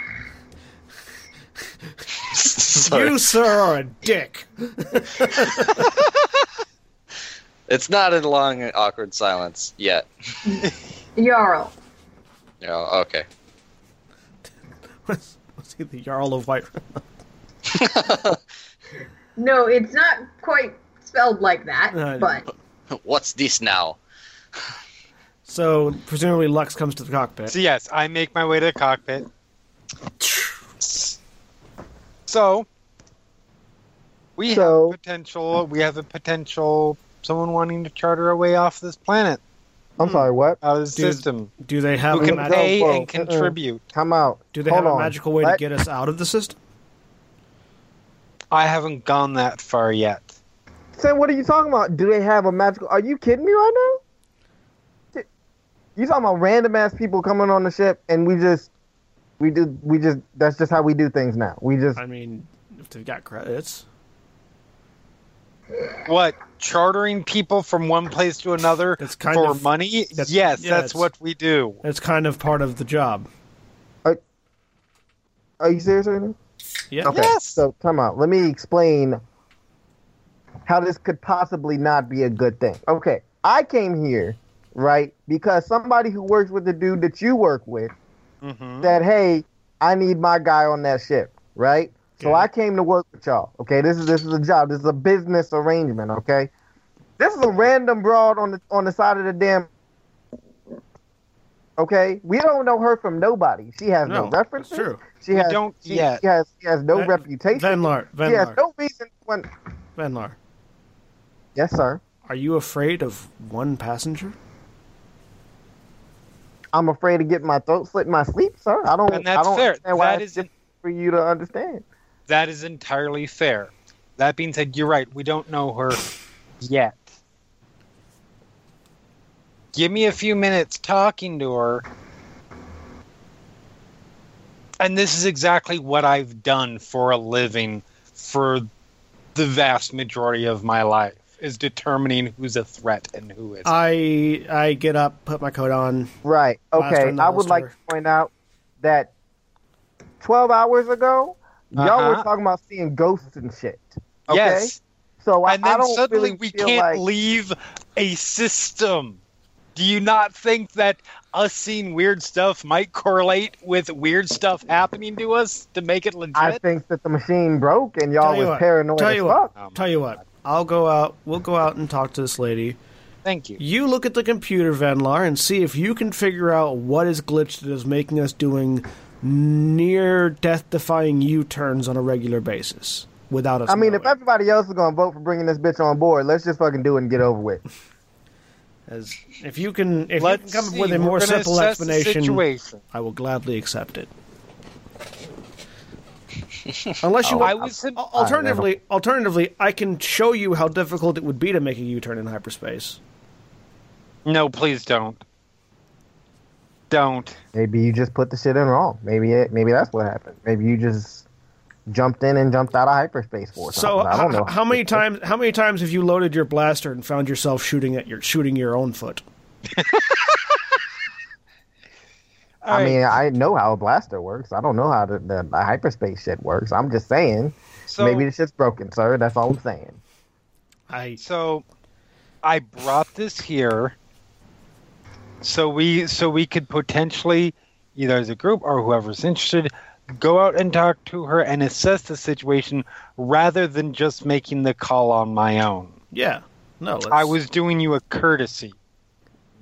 S3: Sorry.
S1: You, sir, are a dick.
S3: It's not a long, awkward silence yet.
S2: Jarl.
S3: You know, okay.
S1: was, was he the Jarl of White?
S2: No, it's not quite spelled like that,
S1: No, I know.
S2: but
S3: What's this now?
S1: so presumably Lux comes to the cockpit.
S4: So yes, I make my way to the cockpit. So we
S5: So-
S4: have potential. We have a potential someone wanting to charter a way off this planet,
S5: I'm
S2: Hmm.
S5: sorry, what?
S4: out of the
S1: Dude,
S4: system,
S1: Do they have
S4: who
S1: a
S4: can
S1: mag-
S4: pay
S5: Whoa,
S4: and
S5: uh-uh.
S4: contribute.
S5: Come out.
S1: do they
S5: Hold
S1: have a
S5: on.
S1: magical way to
S5: Let-
S1: get us out of the system?
S4: I haven't gone that far yet.
S5: Sam, what are you talking about? Do they have a magical? Are you kidding me right now? You talking about random ass people coming on the ship, and we just, we do, we just. That's just how we do things now. We just.
S1: I mean, if they've got credits.
S4: What chartering people from one place to another
S1: That's kind
S4: for
S1: of-
S4: money?
S1: that's-
S4: yes,
S1: yeah,
S4: that's
S1: it's-
S4: what we do.
S1: It's kind of part of the job.
S5: Are you serious right now?
S1: Yeah.
S5: Okay.
S4: Yes.
S5: So time out. Let me explain how this could possibly not be a good thing. Okay. I came here, right, because somebody who works with the dude that you work with
S1: Mm-hmm.
S4: hmm
S5: said, "Hey, I need my guy on that ship," right? So
S1: Okay.
S5: I came to work with y'all. Okay, this is this is a job. This is a business arrangement. Okay, this is a random broad on the on the side of the damn. Okay, we don't know her from nobody. She has no,
S1: No,
S5: references.
S1: that's true.
S5: She has
S4: don't
S5: she,
S4: yet.
S5: she has she has no
S1: Ven-
S5: reputation.
S1: Venlar,
S5: she has
S1: Venlar,
S5: no reason. When
S1: Venlar.
S5: yes, sir.
S1: Are you afraid of one passenger?
S5: I'm afraid to get my throat slit in my sleep, sir. I don't.
S4: And that's
S5: I don't
S4: fair.
S5: Understand why
S4: That
S5: it's
S4: is an-
S5: difficult for you to understand.
S4: That is entirely fair. That being said, you're right. We don't know her yet. Give me a few minutes talking to her. And this is exactly what I've done for a living for the vast majority of my life is determining who's a threat and who
S1: Uh,
S4: isn't.
S1: I I get up, put my coat on.
S5: Right.
S1: Last
S5: Okay.
S1: one,
S5: I
S1: that
S5: would
S1: was
S5: like
S1: her.
S5: to point out that 12 hours ago, y'all were
S4: Uh-huh.
S5: talking about seeing ghosts and shit. Okay.
S4: Yes.
S5: So I,
S4: and then
S5: I don't
S4: suddenly
S5: really
S4: we
S5: feel
S4: can't
S5: like,
S4: leave a system. Do you not think that us seeing weird stuff might correlate with weird stuff happening to us to make it legit?
S5: I think that the machine broke and y'all
S1: Tell you
S5: was
S1: what,
S5: paranoid
S1: tell
S5: Oh, as
S1: you
S5: fuck.
S4: Oh my
S1: Tell you what, I'll go out. We'll go out and talk to this lady.
S4: Thank you.
S1: You look at the computer, Venlar, and see if you can figure out what is glitched that is making us doing near death-defying U-turns on a regular basis without us.
S5: I mean, if
S1: knowing.
S5: everybody else is going to vote for bringing this bitch on board, let's just fucking do it and get over with.
S1: As- if you can, if
S4: Let's
S1: you can come up
S4: see.
S1: with a
S4: We're
S1: more
S4: gonna
S1: simple
S4: assess the
S1: explanation,
S4: situation.
S1: I will gladly accept it. Unless you
S5: Oh,
S4: I
S1: want,
S4: was
S1: Al- Alternatively, alternatively, I can show you how difficult it would be to make a U-turn in hyperspace.
S4: no, please don't. Don't.
S5: Maybe you just put the shit in wrong. Maybe it, maybe that's what happened. Maybe you just jumped in and jumped out of hyperspace for
S1: So,
S5: something. I don't
S1: h-
S5: know.
S1: h- how many times? How many times have you loaded your blaster and found yourself shooting at your shooting your own foot?
S4: All
S5: I
S4: right.
S5: mean, I know how a blaster works. I don't know how the, the, the hyperspace shit works. I'm just saying.
S4: so,
S5: maybe the shit's broken, sir. That's all I'm saying.
S1: I
S4: so I brought this here so we so we could potentially either as a group or whoever's interested go out and talk to her and assess the situation rather than just making the call on my own.
S1: yeah. No, let's,
S4: I was doing you a courtesy.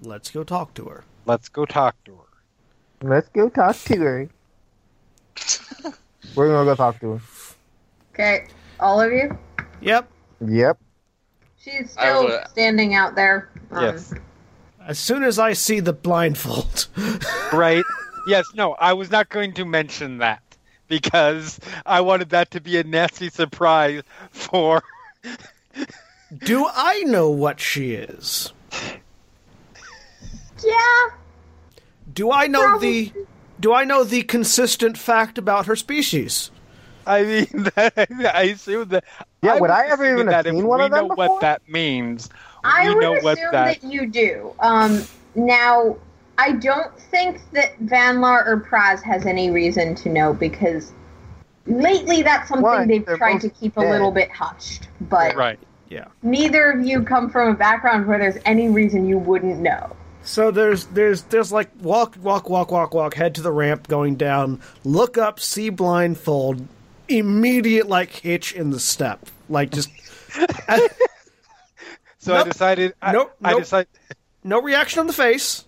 S1: Let's go talk to her.
S4: Let's go talk to her.
S5: Let's go talk to her. We're gonna go talk to her.
S2: Okay, all of you.
S1: Yep.
S5: Yep.
S2: She's
S3: I
S2: still
S3: would-
S2: standing out there. Um,
S4: Yes.
S1: As soon as I see the blindfold,
S4: Right? yes, no, I was not going to mention that because I wanted that to be a nasty surprise for
S1: do I know what she is?
S2: Yeah.
S1: Do I know the do I know the consistent fact about her species?
S4: I mean, I assume that.
S5: Yeah, would
S4: was
S5: I ever
S4: assuming
S5: even have
S4: that if
S5: seen one
S4: we
S5: of them
S4: know
S5: before?
S4: what that means.
S2: I
S4: we
S2: would
S4: know
S2: assume
S4: what that.
S2: that you do. Um, now, I don't think that Vanlar or Praz has any reason to know because lately that's something
S5: Why?
S2: they've
S5: They're
S2: tried
S5: both
S2: to keep a
S5: dead.
S2: little bit hushed. But
S4: Right.
S2: neither of you come from a background where there's any reason you wouldn't know.
S1: So there's there's there's like walk walk walk walk walk head to the ramp going down look up see blindfold immediate like hitch in the step like just
S4: So
S1: Nope.
S4: I decided. I,
S1: Nope,
S4: I
S1: nope.
S4: decided.
S1: no reaction on the face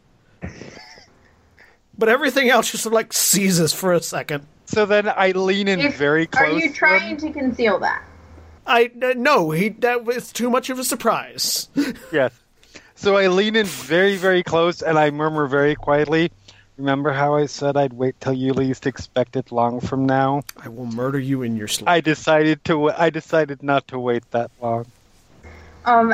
S1: but everything else just like seizes for a second
S4: So then I lean in
S2: If-
S4: very close.
S2: Are
S4: to
S2: you
S4: him.
S2: trying to conceal that?
S1: I uh, no he that was too much of a surprise
S4: Yes. So I lean in very, very close, and I murmur very quietly. Remember how I said I'd wait till you least expect it long from now?
S1: I will murder you in your sleep
S4: I decided to. wa- I decided not to wait that long.
S2: Um,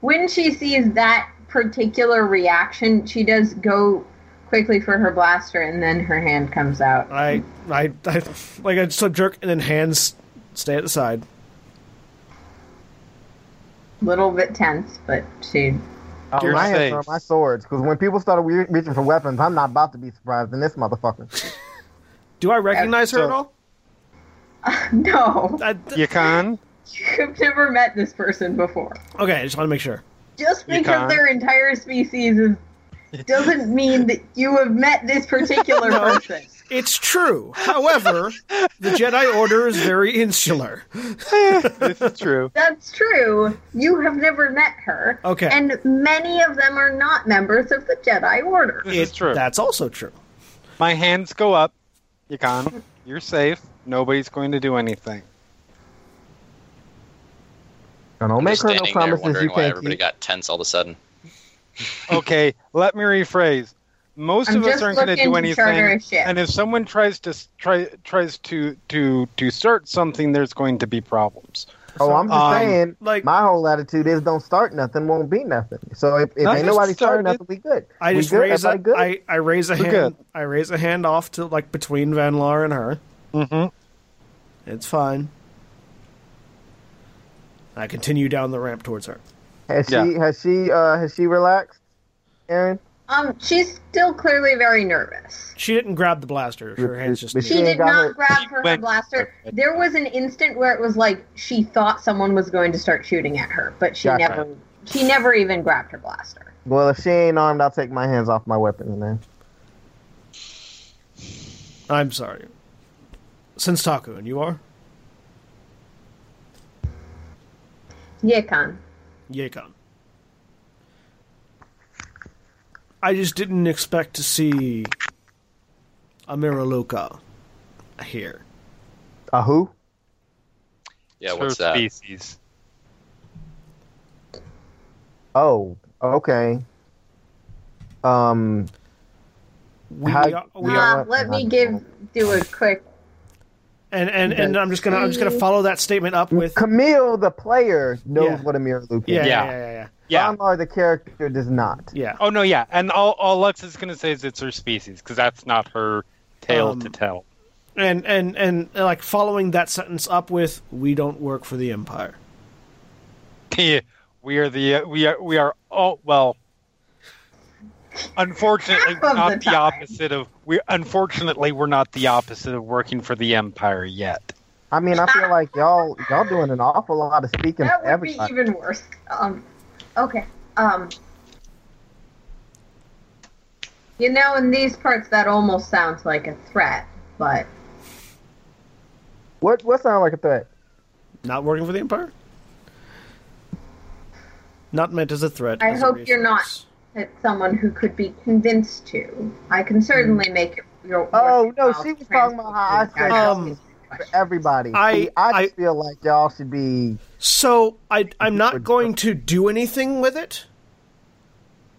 S2: when she sees that particular reaction, she does go quickly for her blaster, and then her hand comes
S4: Uh,
S2: out.
S1: I I, I like I slip jerk and then hands stay at the side
S2: little bit tense, but she.
S5: Um,
S4: You're
S5: I have
S4: safe.
S5: thrown my swords because when people started re- reaching for weapons, I'm not about to be surprised in this motherfucker.
S1: do I recognize her
S4: So-
S1: at all
S2: No,
S1: I,
S4: You can.
S2: you've never met this person before.
S1: okay I just want to make sure
S2: Just
S4: You
S2: because
S4: can't.
S2: their entire species is doesn't mean that you have met this particular person.
S1: It's true. However, the Jedi Order is very insular.
S4: this is true.
S2: That's true. You have never met her.
S1: Okay.
S2: And many of them are not members of the Jedi Order.
S4: This is
S1: It-
S4: true.
S1: That's also true.
S4: My hands go up. Yakan, you're safe. Nobody's going to do anything.
S5: And Don't
S3: I'm
S5: make
S3: just
S5: her no
S3: standing there
S5: promises you
S3: wondering why
S5: can't
S3: everybody
S5: keep.
S3: got tense all of a sudden.
S4: Okay, let me rephrase. Most
S2: I'm
S4: of us
S2: just
S4: aren't going to
S2: looking
S4: do
S2: to charter a
S4: anything,
S2: ship.
S4: and if someone tries to s- try tries to to to start something, there's going to be problems.
S5: Oh, I'm just
S4: Um,
S5: saying.
S1: like-
S5: my whole attitude is don't start nothing, won't be nothing. So if, if
S4: Nothing
S5: ain't nobody
S4: started.
S5: starting nothing, we good.
S1: I
S5: we
S1: just
S5: good?
S1: raise a,
S5: Everybody good?
S1: I, I raise a
S4: We're
S1: hand
S4: good.
S1: I raise a hand off to like between Van Laar and her.
S4: hmm
S1: It's fine. I continue down the ramp towards her.
S5: Has she
S4: Yeah.
S5: has she uh has she relaxed? Aaron,
S2: Um, she's still clearly very nervous.
S1: She didn't grab the blaster. Her hands just
S5: But
S2: She
S5: Yeah,
S2: did
S5: got
S2: not
S5: her-
S2: grab her, her
S4: Went-
S2: blaster. There was an instant where it was like she thought someone was going to start shooting at her, but she
S5: Gotcha.
S2: never she never even grabbed her blaster.
S5: well, if she ain't armed, I'll take my hands off my weapon then.
S1: I'm sorry. Since Taku and you are
S2: Yakan.
S1: Yacon. I just didn't expect to see Amiraluka here.
S5: A Uh, who?
S3: Yeah, what's that?
S4: Species.
S5: Oh, okay. Um,
S1: We,
S5: How-
S1: we are- we
S5: Yeah,
S1: are-
S2: Uh,
S5: what-
S2: let me give do a quick
S1: and and, and
S5: Okay.
S1: I'm just gonna I'm just gonna follow that statement up with
S5: Camille, the player, knows
S1: Yeah.
S5: what a mirror loop is.
S1: yeah yeah yeah
S4: Yeah.
S1: yeah, yeah.
S4: Yeah.
S5: Ron Lar, the character, does not.
S1: yeah.
S4: Oh no, yeah, and all, all Lux is going to say is it's her species because that's not her tale
S1: Um,
S4: to tell.
S1: And, and and uh, like following that sentence up with we don't work for the empire.
S4: uh, we are the we are we are all well. Unfortunately,
S2: Half of
S4: not
S2: the
S4: the,
S2: time.
S4: opposite of we. Unfortunately, we're not the opposite of working for the empire yet.
S5: I mean, I feel like y'all y'all doing an awful lot of speaking
S2: That
S5: for
S2: would be
S5: everybody.
S2: even worse. Um, okay. Um, you know, in these parts, that almost sounds like a threat, but
S5: What what sound like a threat?
S1: Not working for the Empire? Not meant as a threat.
S2: I
S1: as a
S2: hope you're not.
S1: resource.
S2: it's someone who could be convinced to. I can certainly make it your.
S5: Hmm. Oh, no, she was talking about how I said-
S1: Um,
S5: For everybody.
S1: I-
S5: See, I just
S1: I-
S5: feel like y'all should be
S1: So I, I'm not going to do anything with it,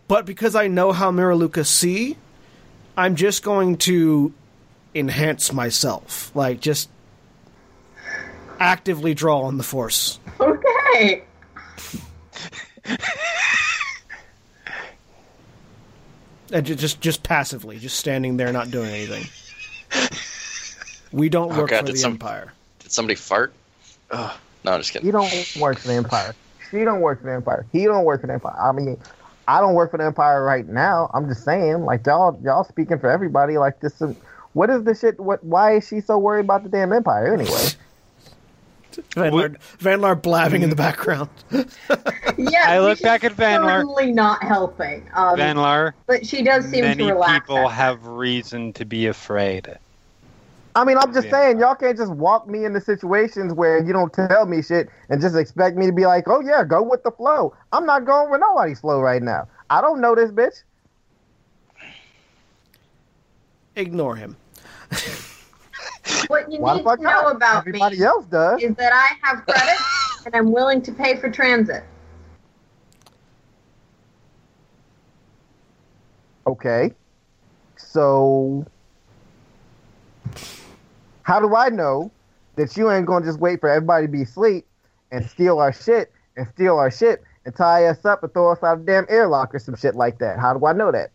S1: but because I know how Miraluka see, I'm just going to enhance myself, like just actively draw on the force.
S2: okay.
S1: And Uh, ju- just just passively, just standing there, not doing anything. We don't
S3: Oh,
S1: work
S3: God,
S1: for
S3: did
S1: the
S3: some-
S1: empire.
S3: Did somebody fart? Ugh. No, I'm just kidding.
S5: You don't work for the Empire. She don't work for the Empire. He don't work for the Empire. I mean, I don't work for the Empire right now. I'm just saying, like y'all, y'all speaking for everybody. Like this, is- what is the shit? What? Why is she so worried about the damn Empire anyway?
S1: Vanlar, Vanlar blabbing in the background.
S2: Yeah,
S4: I
S2: we
S4: look
S2: should
S4: back at Vanlar.
S2: Certainly not helping. Um,
S4: Vanlar,
S2: but she does seem
S4: many
S2: to relax.
S4: people
S2: after.
S4: have reason to be afraid.
S5: I mean, I'm just
S4: Yeah.
S5: saying, y'all can't just walk me into situations where you don't tell me shit and just expect me to be like, oh yeah, go with the flow. I'm not going with nobody's flow right now. I don't know this bitch.
S1: Ignore him.
S2: What you
S5: Why
S2: need
S5: the
S2: to
S5: fuck
S2: know
S5: not?
S2: about
S5: Everybody
S2: me
S5: else does.
S2: is that I have credit and I'm willing to pay for transit.
S5: Okay. So, how do I know that you ain't gonna just wait for everybody to be asleep and steal our shit and steal our shit and tie us up and throw us out of damn airlock or some shit like that? How do I know that?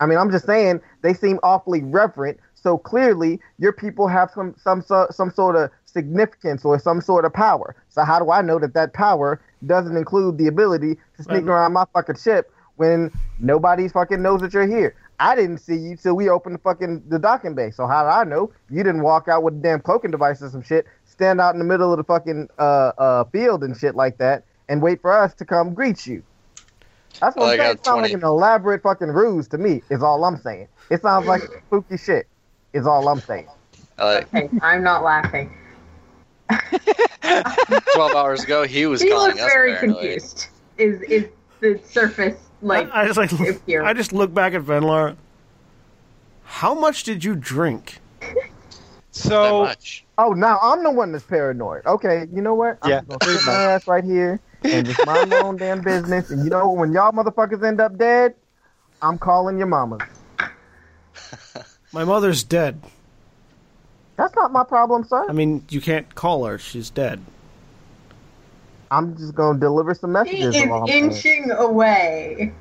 S5: I mean, I'm just saying they seem awfully reverent. So clearly, your people have some some so- some sort of significance or some sort of power. So how do I know that that power doesn't include the ability to sneak
S1: Right.
S5: around my fucking ship when nobody fucking knows that you're here? I didn't see you till we opened the fucking the docking bay. So how did I know you didn't walk out with a damn cloaking device or some shit, stand out in the middle of the fucking uh, uh, field and shit like that, and wait for us to come greet you? That's what
S3: Well, I
S5: I'm saying.
S3: got
S5: It sounds like
S3: 20.
S5: an elaborate fucking ruse to me. Is all I'm saying. It sounds like spooky shit. Is all I'm saying.
S3: I like,
S2: Okay, I'm not laughing.
S3: 12 hours ago, he was
S2: She
S3: calling
S2: looks
S3: us
S2: very
S3: paranoid.
S2: confused. Is is the surface like?
S1: I, I just like
S2: if you're-
S1: I just look back at Venlar. How much did you drink?
S3: That
S4: So
S3: much.
S5: Oh, now I'm the one that's paranoid. Okay, you know what? I'm
S4: Yeah.
S5: just gonna sit my ass right here and just mind my own damn business. And you know when y'all motherfuckers end up dead, I'm calling your mama.
S1: My mother's dead.
S5: That's not my problem, sir.
S1: I mean, you can't call her. She's dead.
S5: I'm just gonna deliver some
S2: She
S5: messages.
S2: is
S5: is all I'm saying.
S2: inching away.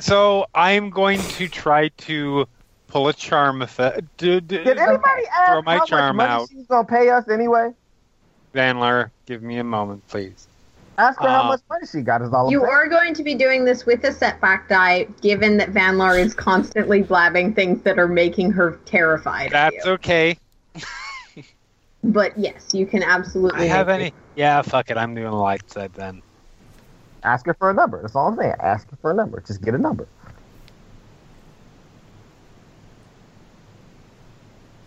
S4: So I'm going to try to pull a charm effect. D- d-
S5: Did anybody ask
S4: Throw my
S5: how
S4: charm
S5: much money
S4: out.
S5: she's gonna pay us anyway?
S4: Vanlar, give me a moment, please.
S5: Ask her
S4: Uh,
S5: how much money she got. Is all I'm
S2: You
S5: saying.
S2: are going to be doing this with a setback die, given that Vanlar is constantly blabbing things that are making her terrified. of
S4: That's
S2: you.
S4: okay.
S2: But yes, you can absolutely.
S4: I have
S2: make
S4: any. Yeah, fuck it. I'm doing the light side then.
S5: Ask her for a number. That's all I'm saying. Ask her for a number. Just get a number.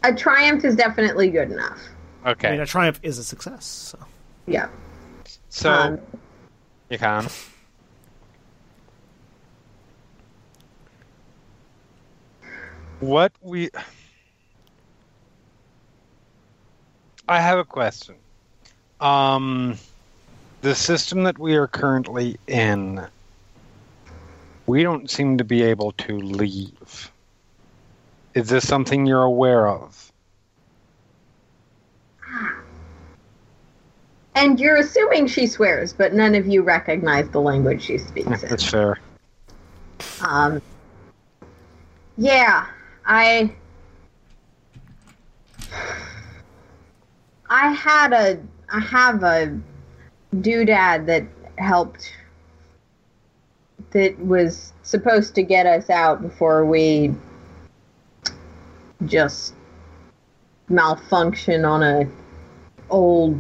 S2: A triumph is definitely good enough.
S1: I mean,
S4: Okay.
S1: a triumph is a success. So.
S2: Yeah.
S4: So,
S2: Um,
S4: you can. What we. I have a question. Um, the system that we are currently in, we don't seem to be able to leave. Is this something you're aware of?
S2: and you're assuming she swears, but none of you recognize the language she speaks in.
S4: That's fair.
S2: Um, yeah, I I had a I have a doodad that helped that was supposed to get us out before we just malfunction on a old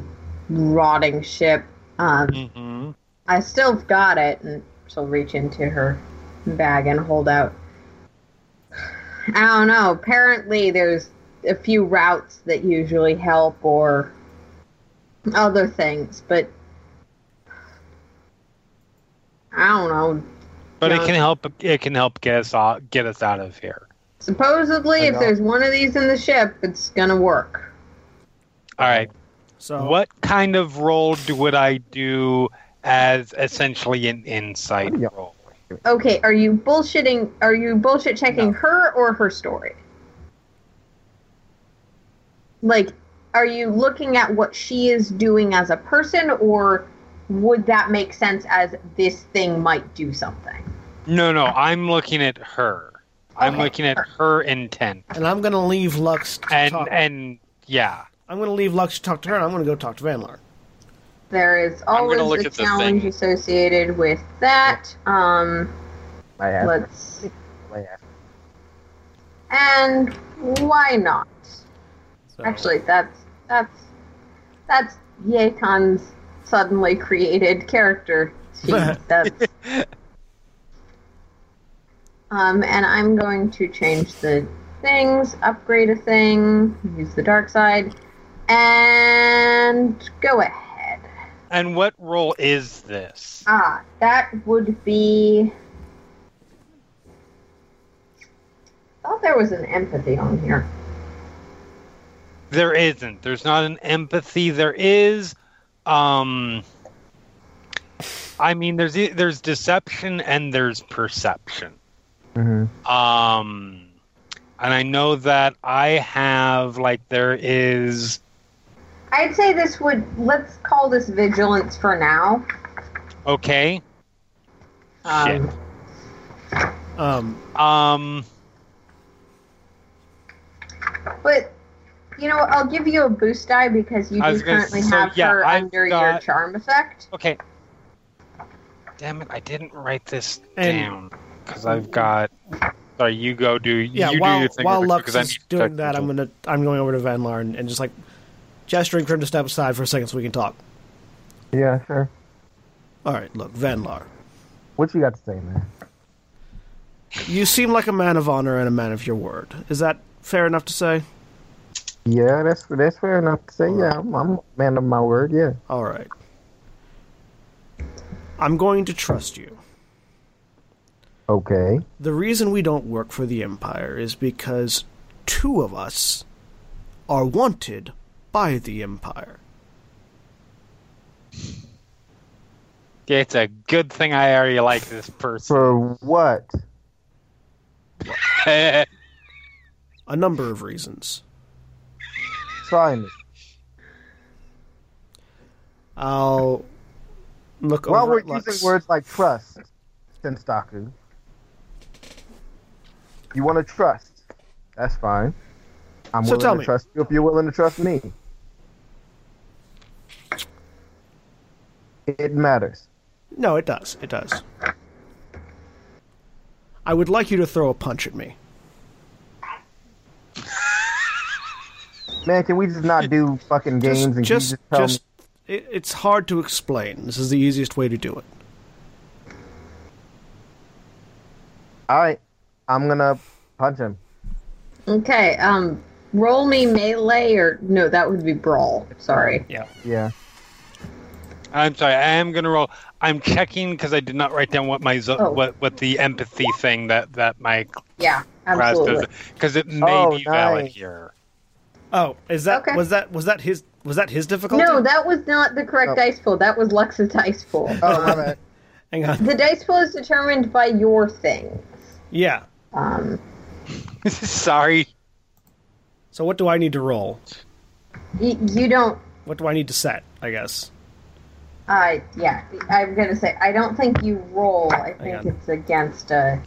S2: rotting ship. Um,
S4: Mm-hmm.
S2: I still have got it, and she'll reach into her bag and hold out. I don't know. Apparently, there's a few routes that usually help or other things, but I don't know.
S4: But
S2: No.
S4: it can help. It can help get us out, get us out of here.
S2: Supposedly,
S5: I
S2: if
S5: know.
S2: there's one of these in the ship, it's gonna work.
S4: All right.
S1: So
S4: What kind of role do, would I do as essentially an insight
S5: Yeah.
S4: role?
S2: Okay, are you bullshitting? Are you bullshit checking
S4: No.
S2: her or her story? Like, are you looking at what she is doing as a person, or would that make sense as this thing might do something?
S4: No, no. I'm looking at her. I'm
S2: Okay.
S4: looking at her intent,
S1: and I'm gonna leave Lux to
S4: and
S1: talk.
S4: and yeah.
S1: I'm gonna leave Lux to talk to her. and I'm gonna go talk to Vanlar.
S2: There is
S3: gonna
S2: always
S3: look
S2: the
S3: at the
S2: challenge
S3: thing.
S2: associated with that. Um,
S5: I have.
S2: let's
S5: I have.
S2: and why not?
S1: So,
S2: Actually, that's that's that's Yekan's suddenly created character sheet. That's, um, and I'm going to change the things, upgrade a thing, use the dark side, and go ahead.
S4: And what role is this?
S2: Ah, that would be. I thought there was an empathy on here.
S4: There isn't. There's not an empathy. There is, um, I mean, there's e, there's deception and there's perception.
S5: Mm-hmm.
S4: Um, and I know that I have like there is.
S2: I'd say this would. Let's call this vigilance for now.
S4: Okay.
S2: Um,
S1: um,
S4: Um.
S2: But you know, what, I'll give you a boost die because you
S4: I
S2: do
S4: was gonna
S2: currently
S4: say,
S2: have
S4: yeah,
S2: her
S4: I've
S2: under your
S4: got-
S2: charm effect.
S4: Okay. Damn it! I didn't write this
S1: And-
S4: down because I've got. Sorry, you go do.
S1: yeah.
S4: you do
S1: while
S4: your thing
S1: while
S4: real quick,
S1: Lux
S4: 'cause I
S1: is
S4: need to
S1: doing
S4: check
S1: that, I'm
S4: something.
S1: gonna I'm going over to Vanlar and, and just like gesturing for him to step aside for a second so we can talk.
S5: Yeah, sure.
S1: All right, look, Vanlar,
S5: What you got to say, man?
S1: you seem like a man of honor and a man of your word. Is that fair enough to say?
S5: Yeah, that's that's fair enough to say. Yeah, I'm, I'm a man of my word. Yeah.
S1: All right. I'm going to trust you.
S5: Okay.
S1: The reason we don't work for the Empire is because two of us are wanted by the Empire.
S4: Yeah, it's a good thing I already like this person.
S5: For what?
S1: A number of reasons.
S5: Try me.
S1: I'll look
S5: Why
S1: over
S5: we're
S1: at Lux.
S5: using words like trust, Senstaku? You want to trust? That's fine. I'm
S1: So
S5: willing
S1: tell
S5: to
S1: me.
S5: trust you if you're willing to trust me. It matters.
S1: No, it does. It does. I would like you to throw a punch at me.
S5: Man, can we just not do fucking games
S1: Just,
S5: and you
S1: just,
S5: just tell
S1: just it, it's hard to explain. This is the easiest way to do it.
S5: me? All right, I'm gonna punch him.
S2: Okay. Um, roll me melee or no, that would be brawl. Sorry.
S5: Yeah.
S4: I'm sorry. I am gonna roll. I'm checking because I did not write down what my zo-
S2: Oh.
S4: what what the empathy thing that that my
S2: Yeah,
S4: class
S2: absolutely.
S4: does because it may
S5: Oh,
S4: be valid
S5: nice.
S4: here.
S1: Oh, is that
S2: Okay.
S1: was that was that his was that his difficulty?
S2: No, that was not the correct
S5: Oh.
S2: dice pool. That was Lux's dice pool.
S5: Oh my bad.
S1: Hang on.
S2: The dice pool is determined by your thing.
S1: Yeah.
S2: Um,
S4: sorry.
S1: So what do I need to roll?
S2: y- you don't.
S1: What do I need to set? I guess.
S2: Uh, yeah, I'm gonna say I don't think you roll. I think
S1: on.
S2: it's against a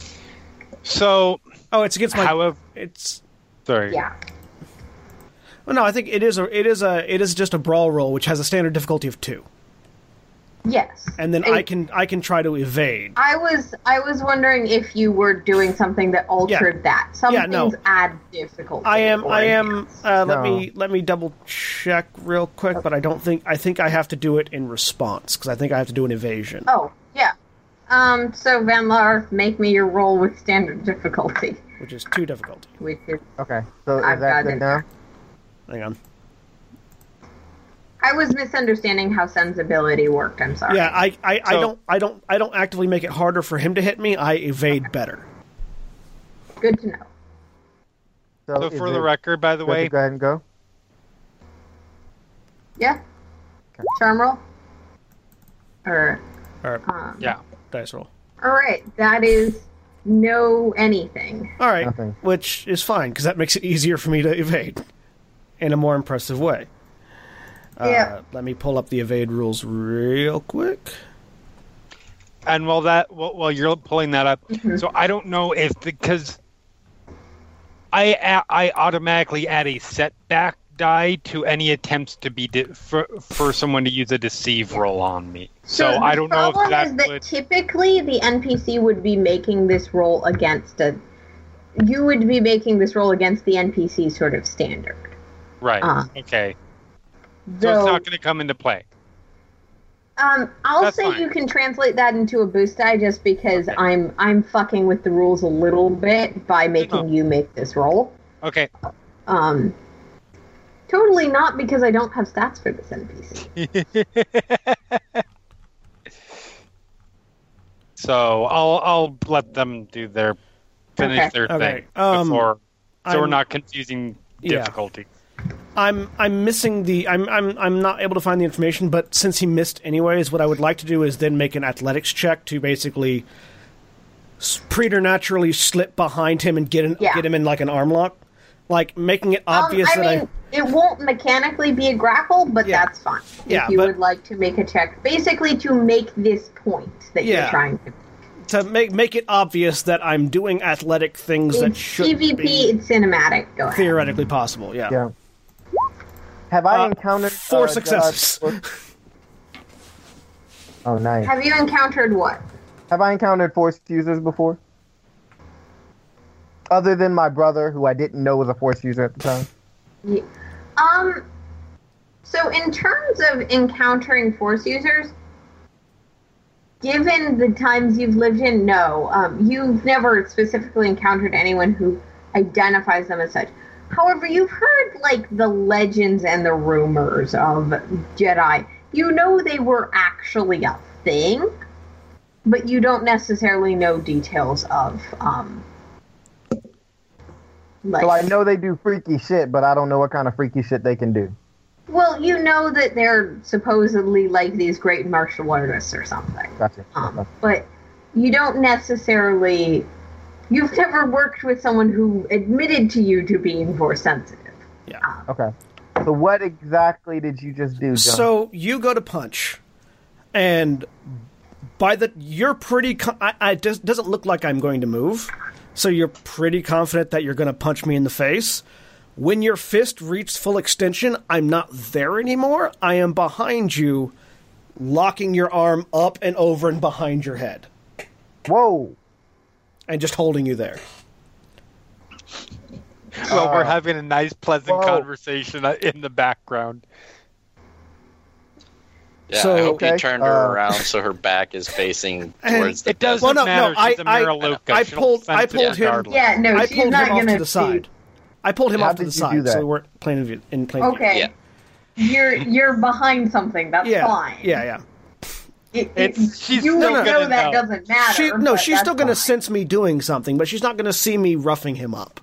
S4: So,
S1: Oh, it's against my.
S4: however,
S1: it's
S4: sorry.
S2: yeah.
S1: well, no. I think it is a. It is a. It is just a brawl roll, which has a standard difficulty of two.
S2: Yes.
S1: and then
S2: And
S1: I can I can try to evade.
S2: I was I was wondering if you were doing something that altered that. Some
S1: Yeah,
S2: things
S1: no.
S2: add difficulty.
S1: I am.
S2: or
S1: I am.
S2: enhance.
S1: Uh, Let
S5: No.
S1: me let me double check real quick, but I don't think I think I have to do it in response because I think I have to do an evasion.
S2: Oh yeah. Um. So Van Larf, make me your roll with standard difficulty,
S1: which is two difficulty.
S2: which is
S5: Okay. So
S2: I've
S5: is
S2: got
S5: that good
S2: it.
S5: now?
S1: Hang on.
S2: I was misunderstanding how sensibility worked. I'm sorry.
S1: Yeah, I, I, I
S4: So-
S1: don't I don't I don't actively make it harder for him to hit me. I evade better.
S2: Good to know.
S4: So
S5: is
S4: for the
S5: it
S4: record, by the
S5: good to
S4: way,
S5: Go ahead and go.
S2: Yeah. Charm roll. Or
S1: All right,
S2: um,
S4: yeah,
S1: dice roll.
S2: All right. That is no anything.
S1: All right,
S5: Nothing.
S1: which is fine because that makes it easier for me to evade in a more impressive way.
S2: Yeah.
S1: Uh, let me pull up the evade rules real quick.
S4: and while that while, while you're pulling that up,
S2: Mm-hmm.
S4: so I don't know if because I a- I automatically add a setback die to any attempts to be de- for for someone to use a deceive roll on me. So,
S2: the
S4: I don't know if
S2: problem
S4: that
S2: is that
S4: would.
S2: typically the NPC would be making this roll against a. You would be making this roll against the NPC sort of standard.
S4: Right.
S2: Uh,
S4: okay. So
S2: Though,
S4: it's not going to come into play.
S2: um, I'll
S4: that's
S2: say
S4: fine.
S2: you can translate that into a boost die just because
S4: Okay.
S2: I'm I'm fucking with the rules a little bit by making
S4: on.
S2: you make this roll.
S4: Okay.
S2: Um, totally not because I don't have stats for this NPC.
S4: so I'll I'll let them do their finish
S2: Okay.
S4: their
S1: Okay,
S4: thing
S1: um,
S4: before, so we're
S1: I'm-
S4: not confusing
S1: Yeah.
S4: difficulty.
S1: I'm I'm missing the I'm I'm I'm not able to find the information, but since he missed anyways, what I would like to do is then make an athletics check to basically s- preternaturally slip behind him and get in,
S2: Yeah.
S1: get him in like an arm lock, like making it obvious
S2: um, I
S1: that
S2: mean, it won't mechanically be a grapple, but
S1: Yeah.
S2: that's fine.
S1: Yeah,
S2: if you
S1: but-
S2: would like to make a check, basically to make this point that
S1: Yeah.
S2: you're trying to.
S1: I to make make it obvious that I'm doing athletic things that
S2: It's
S1: should
S2: PvP,
S1: be
S2: it's cinematic. Go ahead.
S1: theoretically possible. Yeah.
S5: Yeah. Have I
S1: Uh,
S5: encountered
S1: four
S5: uh, Jedi
S1: successes.
S5: Force- oh, nice.
S2: Have you encountered what?
S5: Have I encountered force users before? Other than my brother, who I didn't know was a force user at the time.
S2: Ye- Um. So, in terms of encountering force users, given the times you've lived in, no, um, you've never specifically encountered anyone who identifies them as such. However, you've heard like the legends and the rumors of Jedi. You know they were actually a thing, but you don't necessarily know details of. Um, like,
S5: So I know they do freaky shit, but I don't know what kind of freaky shit they can do.
S2: Well, you know that they're supposedly like these great martial artists or something.
S5: Gotcha.
S2: Um, but you don't necessarily. You've never worked with someone who admitted to you to being force sensitive.
S5: Okay. So what exactly did you just do, John?
S1: So you go to punch, and by the you're pretty. co I, I it does, doesn't look like I'm going to move, so you're pretty confident that you're going to punch me in the face. When your fist reaches full extension, I'm not there anymore. I am behind you, locking your arm up and over and behind your head,
S5: whoa.
S1: and just holding you there.
S4: Well,
S1: Uh,
S4: we're having a nice, pleasant
S5: whoa.
S4: conversation uh, in the background.
S3: Yeah,
S1: So-
S3: I hope
S5: Okay,
S3: you turned her
S5: uh,
S3: around so her back is facing
S1: And
S3: towards the
S4: It doesn't
S1: Well, no,
S4: matter.
S1: no,
S4: She's a
S1: I- I-
S4: Mariluka.
S1: I
S4: She'll
S1: pulled- I
S4: sense it
S1: pulled him-
S4: regardless.
S2: Yeah, no,
S1: I
S2: she's
S1: pulled him
S2: not
S1: off
S2: gonna
S1: to the side. I pulled him
S5: How
S1: off to the
S5: did you do
S1: side, so
S5: that?
S1: we weren't plain of view in plain. of view.
S2: Okay,
S3: Yeah.
S2: you're you're behind something. That's
S1: Yeah,
S2: fine.
S1: yeah, yeah.
S2: It- it-
S4: It's- she's
S2: you
S4: still
S2: know
S4: gonna
S2: that
S4: know.
S2: doesn't matter.
S1: She no,
S2: but
S1: she's
S2: that's
S1: still going to
S2: fine.
S1: sense me doing something, but she's not going to see me roughing him up.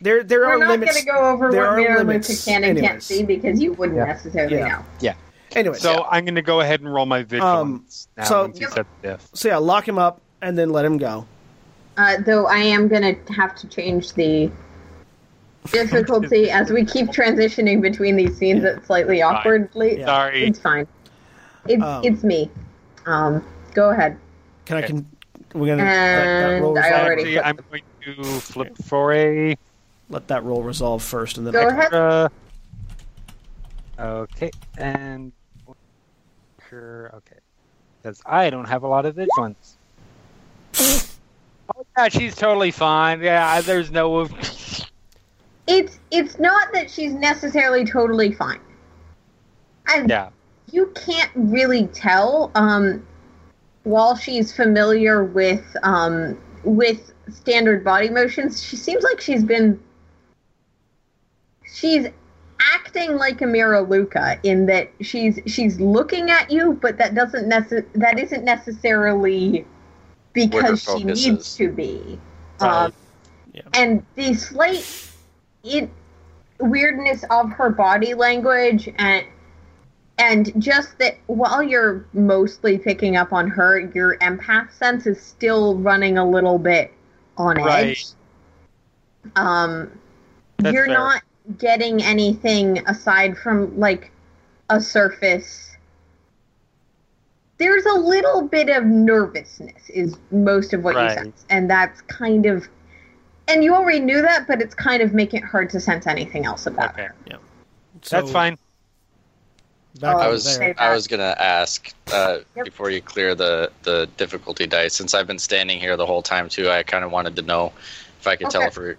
S1: there, there
S2: We're
S1: are
S2: not
S1: limits.
S2: going to go over
S1: there
S2: what
S1: are
S2: Mira
S1: limits.
S2: Luca can and can't
S1: Anyways.
S2: see because you wouldn't
S5: Yeah.
S2: necessarily
S1: Yeah.
S2: know.
S1: Anyway,
S4: So
S1: so
S4: I'm going to go ahead and roll my vigilance now.
S1: Um, so-
S4: once you said this.
S1: so yeah, lock him up and then let him go.
S2: Uh, though I am gonna have to change the difficulty as we keep transitioning between these scenes. It's slightly awkwardly.
S1: Yeah.
S4: Sorry.
S2: It's fine. It's
S1: Um,
S2: it's me. Um, go ahead.
S1: Can I?
S4: Okay.
S1: Can we're gonna let that
S2: And
S1: roll
S2: I
S1: resolve.
S2: already-
S4: Actually, I'm going to flip for a.
S1: Let that roll resolve first, and then
S2: Go
S1: I
S2: ahead.
S4: Uh, okay, and Breaker. Okay. Because I don't have a lot of vigilance. oh, yeah, she's totally fine. Yeah, I- there's no.
S2: It's it's not that she's necessarily totally fine. And
S4: Yeah.
S2: you can't really tell um, while she's familiar with um, with standard body motions she seems like she's been she's acting like a Mira Luca in that she's she's looking at you but that doesn't necess- that isn't necessarily because she
S3: focus
S2: needs
S3: is.
S2: to be
S1: Right.
S2: um,
S1: Yeah.
S2: and the slight it weirdness of her body language and and just that while you're mostly picking up on her your empath sense is still running a little bit on
S4: Right.
S2: edge um
S4: That's
S2: you're
S4: fair.
S2: not getting anything aside from like a surface there's a little bit of nervousness is most of what
S4: Right.
S2: you sense and that's kind of and you already knew that but it's kind of making it hard to sense anything else about
S4: Okay.
S1: So,
S4: That's fine.
S1: back
S2: Oh,
S3: I
S1: over
S3: was
S1: there.
S3: I was gonna ask uh,
S2: Yep.
S3: before you clear the the difficulty dice. Since I've been standing here the whole time too, I kind of wanted to know if I could tell
S2: Okay.
S3: if her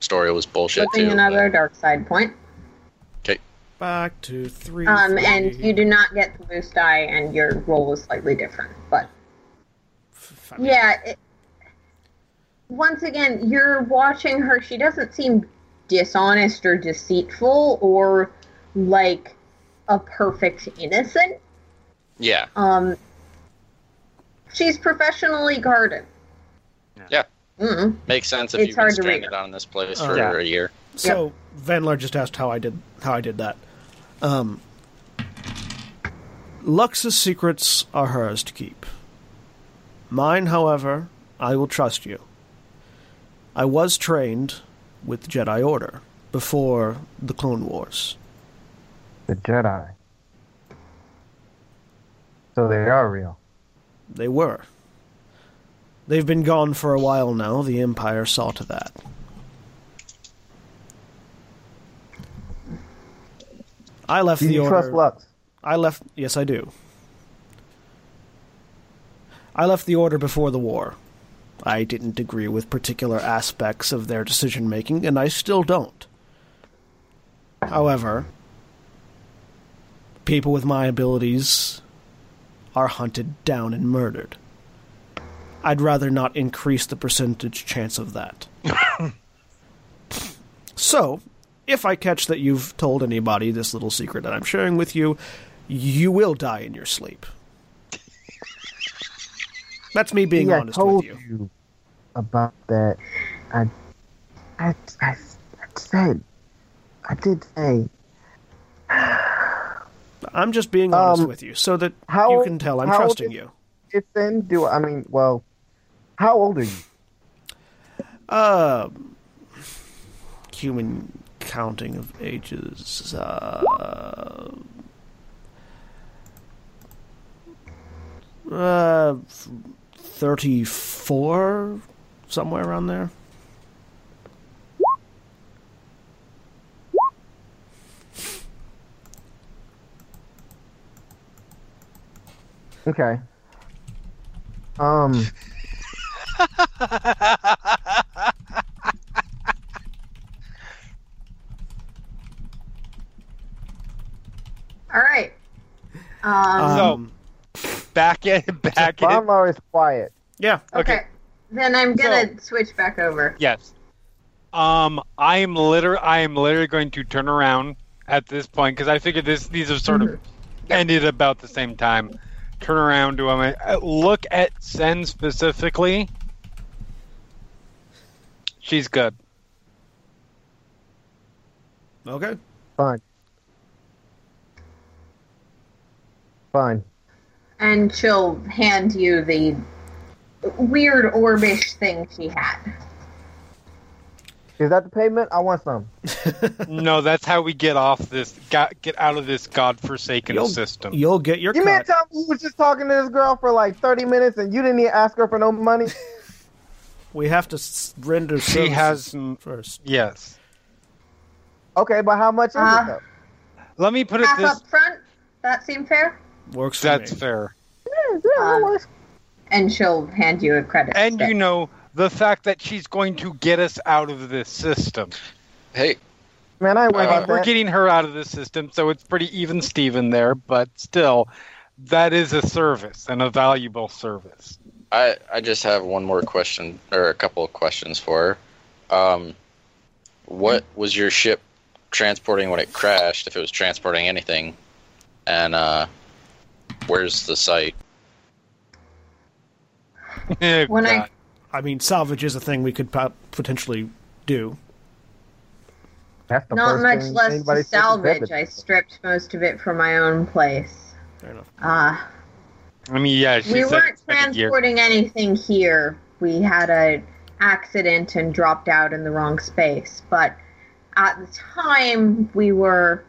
S3: story was bullshit
S2: flipping
S3: too.
S2: another dark side point
S1: Back to three.
S2: um,
S1: three.
S2: and you do not get the boost die and your roll is slightly different but
S1: Fuck.
S2: Yeah. It, once again, you're watching her. She doesn't seem dishonest or deceitful or like a perfect innocent.
S3: Yeah,
S2: Um, she's professionally guarded.
S3: Yeah.
S2: Mm-hmm.
S3: makes sense if
S2: It's
S3: you've
S2: hard
S3: been
S2: to read.
S3: stranded on this place for
S4: Yeah.
S3: a year.
S1: So Venlar just asked how I did how I did that. Um, Lux's secrets are hers to keep. Mine, however, I will trust you. I was trained with the Jedi Order before the Clone Wars.
S5: The Jedi. So they are real.
S1: They were. They've been gone for a while now. The Empire saw to that. I left
S5: Do
S1: the
S5: you
S1: order.
S5: trust Lux?
S1: I left. Yes, I do. I left the order before the war. I didn't agree with particular aspects of their decision making, and I still don't. However, people with my abilities are hunted down and murdered. I'd rather not increase the percentage chance of that. So, if I catch that you've told anybody this little secret that I'm sharing with you, you will die in your sleep. That's me being
S5: Yeah, I
S1: honest
S5: told
S1: with you.
S5: about that. I, I, I, I said, I did say.
S1: I'm just being honest
S5: Um,
S1: with you so that
S5: how
S1: you
S5: old-
S1: can tell I'm
S5: how old
S1: trusting
S5: is-
S1: you.
S5: It's then do I mean? Well, how old are you?
S1: Uh, human counting of ages. Uh, uh, 34? Somewhere around there?
S5: Okay. Um.
S2: All right. Um,
S1: Um,
S4: Back in. Back in.
S5: Bombar is quiet.
S1: yeah.
S2: okay.
S4: okay.
S2: Then I'm gonna switch back over.
S4: Yes. Um, I'm liter I am literally going to turn around at this point because I figured this these have sort of ended about the same time. Turn around to him. and, uh, Look at Sen specifically. She's good.
S1: Okay.
S5: Fine. Fine.
S2: and she'll hand you the weird orbish thing she had.
S5: Is that the payment? I want some.
S4: no, that's how we get off this. Got, get out of this godforsaken
S1: You'll-
S4: system.
S1: You'll get your
S5: You mean
S1: cut.
S5: to tell me you was just talking to this girl for like thirty minutes and you didn't even ask her for no money?
S1: we have to s- render
S4: she
S1: services
S4: has. mm,
S1: first.
S4: Yes.
S5: Okay, but how much is
S2: Uh,
S5: it though?
S4: Let me put it
S2: Half
S4: this.
S2: up front? That seem fair?
S1: Works for
S4: That's
S1: me.
S4: fair.
S5: Yeah, yeah,
S2: Um,
S5: well, it's-
S2: and she'll hand you a credit.
S4: And
S2: stick.
S4: you know the fact that she's going to get us out of this system.
S3: Hey,
S5: man, I went
S3: Uh,
S5: about
S4: We're
S5: that.
S4: getting her out of the system, so it's pretty even Steven there, but still, that is a service and a valuable service.
S3: I I just have one more question or a couple of questions for her. Um, what was your ship transporting when it crashed? If it was transporting anything, and uh, where's the site?
S2: when I
S4: God.
S1: I mean, salvage is a thing we could po- potentially do.
S5: That's the
S2: not
S5: first
S2: much
S5: thing
S2: less
S5: anybody
S2: to
S5: says is
S2: salvage,
S5: evidence.
S2: I stripped most of it from my own place.
S1: Fair enough.
S2: Uh,
S4: I mean, yeah, she
S2: we
S4: said
S2: weren't
S4: it's been a year.
S2: transporting anything here. We had a accident and dropped out in the wrong space, but at the time we were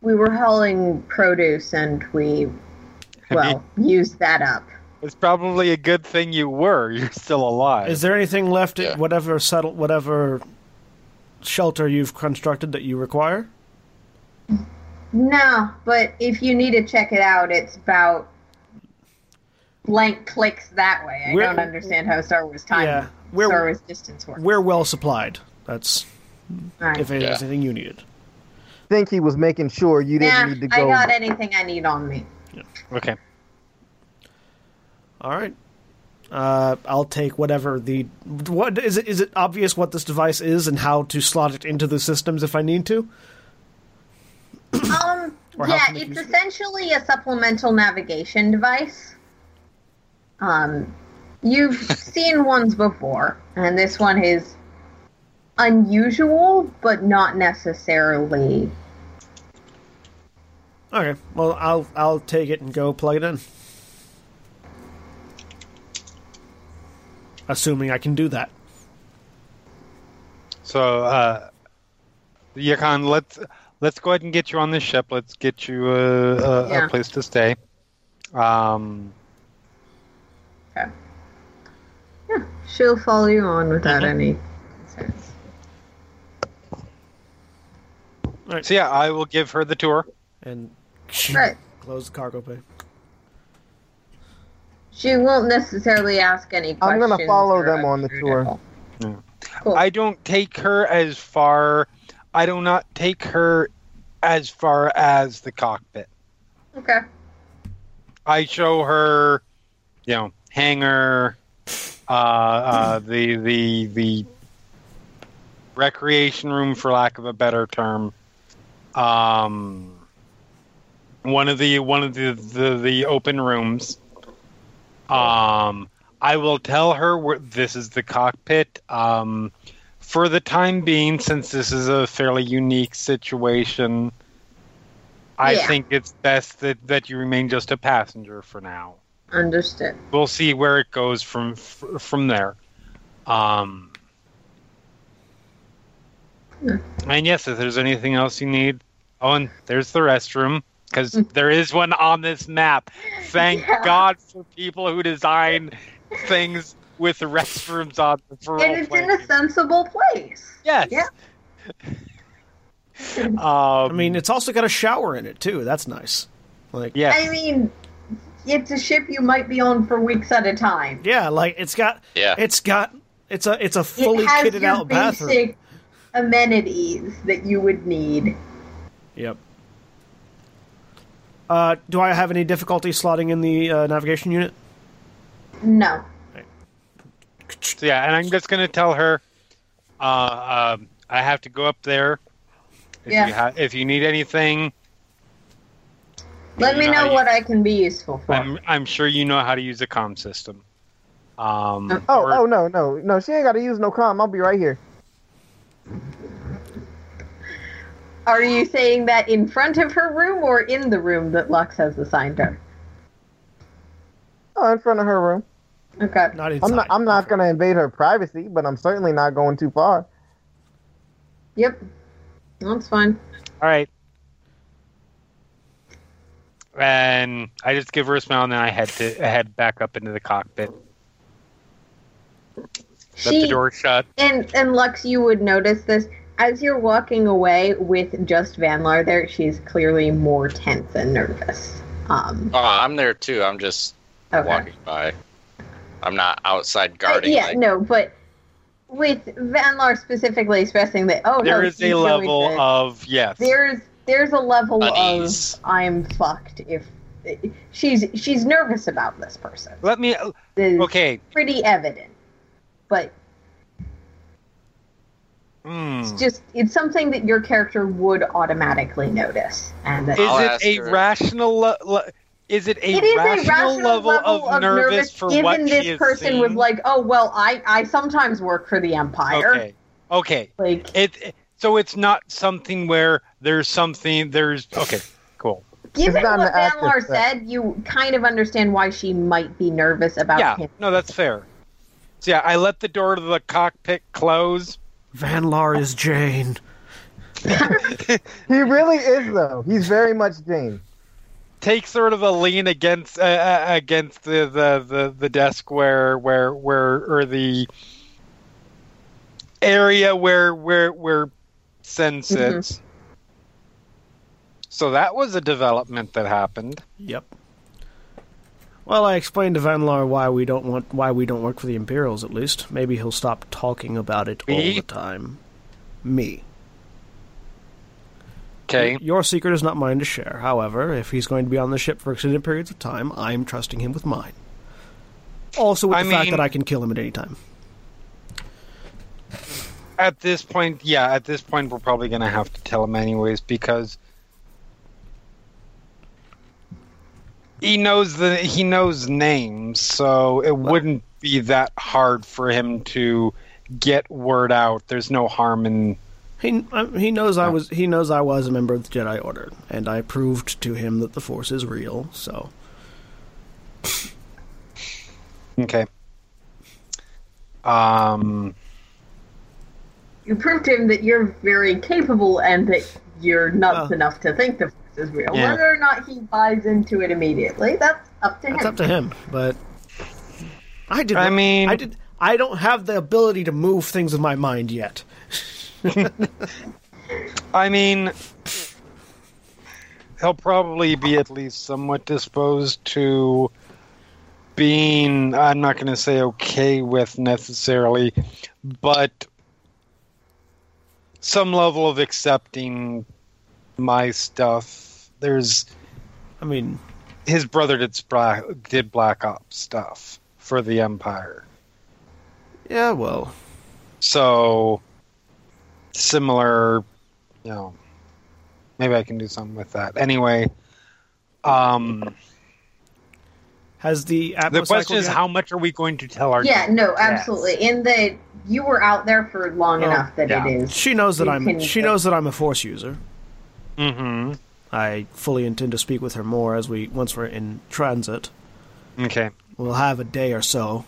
S2: we were hauling produce and we well used that up.
S4: It's probably a good thing you were. You're still alive.
S1: Is there anything left
S3: Yeah.
S1: at whatever settle, whatever shelter you've constructed that you require?
S2: No, but if you need to check it out, it's about blank clicks that way. I
S1: We're-
S2: don't understand how Star Wars time,
S1: Yeah, we're-
S2: Star Wars distance works.
S1: We're well supplied. That's
S2: All right.
S1: if there's
S3: Yeah.
S1: anything you needed.
S5: think he was making sure you didn't
S2: Yeah,
S5: need to
S2: I
S5: go.
S2: got anything I need on me.
S4: okay.
S1: All right. Uh, I'll take whatever the what is it? Is it obvious what this device is and how to slot it into the systems if I need to?
S2: Um,
S1: Or how
S2: yeah,
S1: to make
S2: it's
S1: use of it.
S2: essentially a supplemental navigation device. Um, you've seen ones before, and this one is unusual, but not necessarily.
S1: Okay. Well, I'll I'll take it and go plug it in. Assuming I can do that.
S4: So, uh, Yakan, let's let's go ahead and get you on this ship. Let's get you uh, a, a,
S2: Yeah.
S4: a place to stay. Um,
S2: She'll follow you on without
S1: Mm-hmm.
S2: any concerns.
S4: so yeah, I will give her the tour.
S1: And
S2: Right.
S1: close the cargo bay.
S2: She won't necessarily ask any
S5: I'm
S2: questions.
S5: gonna follow
S2: or
S5: them on the
S2: unusual.
S4: Yeah.
S2: Cool.
S4: I don't take her as far. I do not take her as far as the cockpit.
S2: okay.
S4: I show her, you know, hangar, uh, uh, the the the recreation room, for lack of a better term. Um, one of the one of the the, the open rooms. Um, I will tell her where this is the cockpit. Um, for the time being, since this is a fairly unique situation, I
S2: Yeah.
S4: think it's best that, that you remain just a passenger for now.
S2: Understood.
S4: We'll see where it goes from f- from there. Um,
S2: Hmm.
S4: and yes, if there's anything else you need, oh, and there's the restroom because there is one on this map. Thank
S2: Mm. Yeah.
S4: God for people who design things with restrooms on the for
S2: And
S4: role
S2: it's
S4: playing
S2: in a
S4: games.
S2: sensible place.
S4: Yes.
S2: Yeah.
S4: um,
S1: I mean, it's also got a shower in it too. That's nice. Like
S4: yes.
S2: I mean, it's a ship you might be on for weeks at a time.
S1: yeah, like it's got
S3: Yeah.
S1: it's got it's a it's a fully
S2: it has
S1: kitted
S2: your
S1: out bathroom.
S2: basic amenities that you would need.
S1: Yep. Uh, do I have any difficulty slotting in the uh, navigation unit?
S2: No.
S4: So yeah, and I'm just gonna tell her, uh, um, I have to go up there. If
S2: Yeah.
S4: You ha- if you need anything,
S2: Let me
S4: You know how
S2: know
S4: you-
S2: what I can be useful for.
S4: I'm I'm sure you know how to use a comm system. Um.
S5: Oh,
S4: or-
S5: oh no, no, no! She ain't got to use no com. I'll be right here.
S2: Are you saying that in front of her room or in the room that Lux has assigned her?
S5: Oh, in front of her room.
S2: Okay.
S1: Not inside.
S5: I'm not. I'm not gonna invade her privacy, but I'm certainly not going too far.
S2: Yep. That's fine.
S4: All right. And I just give her a smile, and then I head to I head back up into the cockpit. Let
S2: She-
S4: the door shut.
S2: And and Lux, you would notice this. as you're walking away with just Vanlar there, she's clearly more tense and nervous. Um,
S3: Oh, I'm there too. I'm just
S2: okay.
S3: walking by. I'm not
S2: Uh,
S3: outside guarding.
S2: yeah,
S3: like-
S2: no, but with Vanlar specifically expressing that, oh,
S4: There
S2: no,
S4: is
S2: she's
S4: a
S2: really
S4: level
S2: good.
S4: of yes.
S2: there's there's a level
S3: Unease.
S2: of I'm fucked if she's she's nervous about this person.
S4: Let me.
S2: It's
S4: Okay.
S2: pretty evident, but
S4: Mm.
S2: it's just it's something that your character would automatically notice, and that
S4: Is
S3: I'll
S4: it
S3: ask
S4: a
S3: her.
S4: rational? Le- le- is it a,
S2: it is
S4: rational,
S2: a rational
S4: level, of, nervous, for
S2: given
S4: what
S2: this
S4: she is
S2: person was
S4: seeing?
S2: like, oh well, I I sometimes work for the Empire,
S4: Okay. Okay.
S2: like
S4: It. So it's not something where there's something there's. Okay. Cool.
S2: Given
S5: It's not
S2: what
S5: an active
S2: Vanlar
S5: threat.
S2: said, you kind of understand why she might be nervous about
S4: yeah.
S2: him.
S4: No, that's fair. So yeah, I let the door to the cockpit close.
S1: Vanlar is Jane.
S5: He really is though. He's very much Jane.
S4: Take sort of a lean against uh, uh, against the, the, the, the desk where where where or the area where where where Sen sits. So that was a development that happened.
S1: Yep. Well, I explained to Vanlar why we don't want why we don't work for the Imperials. At least maybe he'll stop talking about it all
S4: Me?
S1: the time. Me.
S4: Okay.
S1: Your secret is not mine to share. However, if he's going to be on the ship for extended periods of time, I'm trusting him with mine. Also, with
S4: I
S1: the fact
S4: mean-
S1: that I can kill him at any time.
S4: At this point, yeah, at this point we're probably going to have to tell him anyways because he knows the he knows names, so it wouldn't be that hard for him to get word out. There's no harm in
S1: He I, he knows I was he knows I was a member of the Jedi Order, and I proved to him that the Force is real. So
S4: okay. Um
S2: You proved to him that you're very capable and that you're nuts
S1: Well.
S2: enough to think the force is real.
S4: Yeah.
S2: Whether or not he buys into it immediately, that's up to
S1: that's
S2: him.
S1: up to him. But I did.
S4: I mean-
S1: I did. I don't have the ability to move things with my mind yet.
S4: I mean he'll probably be at least somewhat disposed to being I'm not going to say okay with necessarily, but some level of accepting my stuff. There's
S1: I mean,
S4: his brother did spra- did black ops stuff for the empire.
S1: yeah. Well,
S4: So similar, you know. Maybe I can do something with that. Anyway, um,
S1: has the
S4: the
S1: atmocycle
S4: question is,
S1: yet?
S4: how much are we going to tell our?
S2: Yeah, no,
S4: Yes.
S2: absolutely. In that you were out there for long
S1: Oh,
S2: enough that
S4: yeah.
S2: it is.
S1: she knows that
S2: you
S1: I'm
S2: can-
S1: she knows that I'm a Force user.
S4: Mm-hmm.
S1: I fully intend to speak with her more as we once we're in transit.
S4: Okay.
S1: We'll have a day or so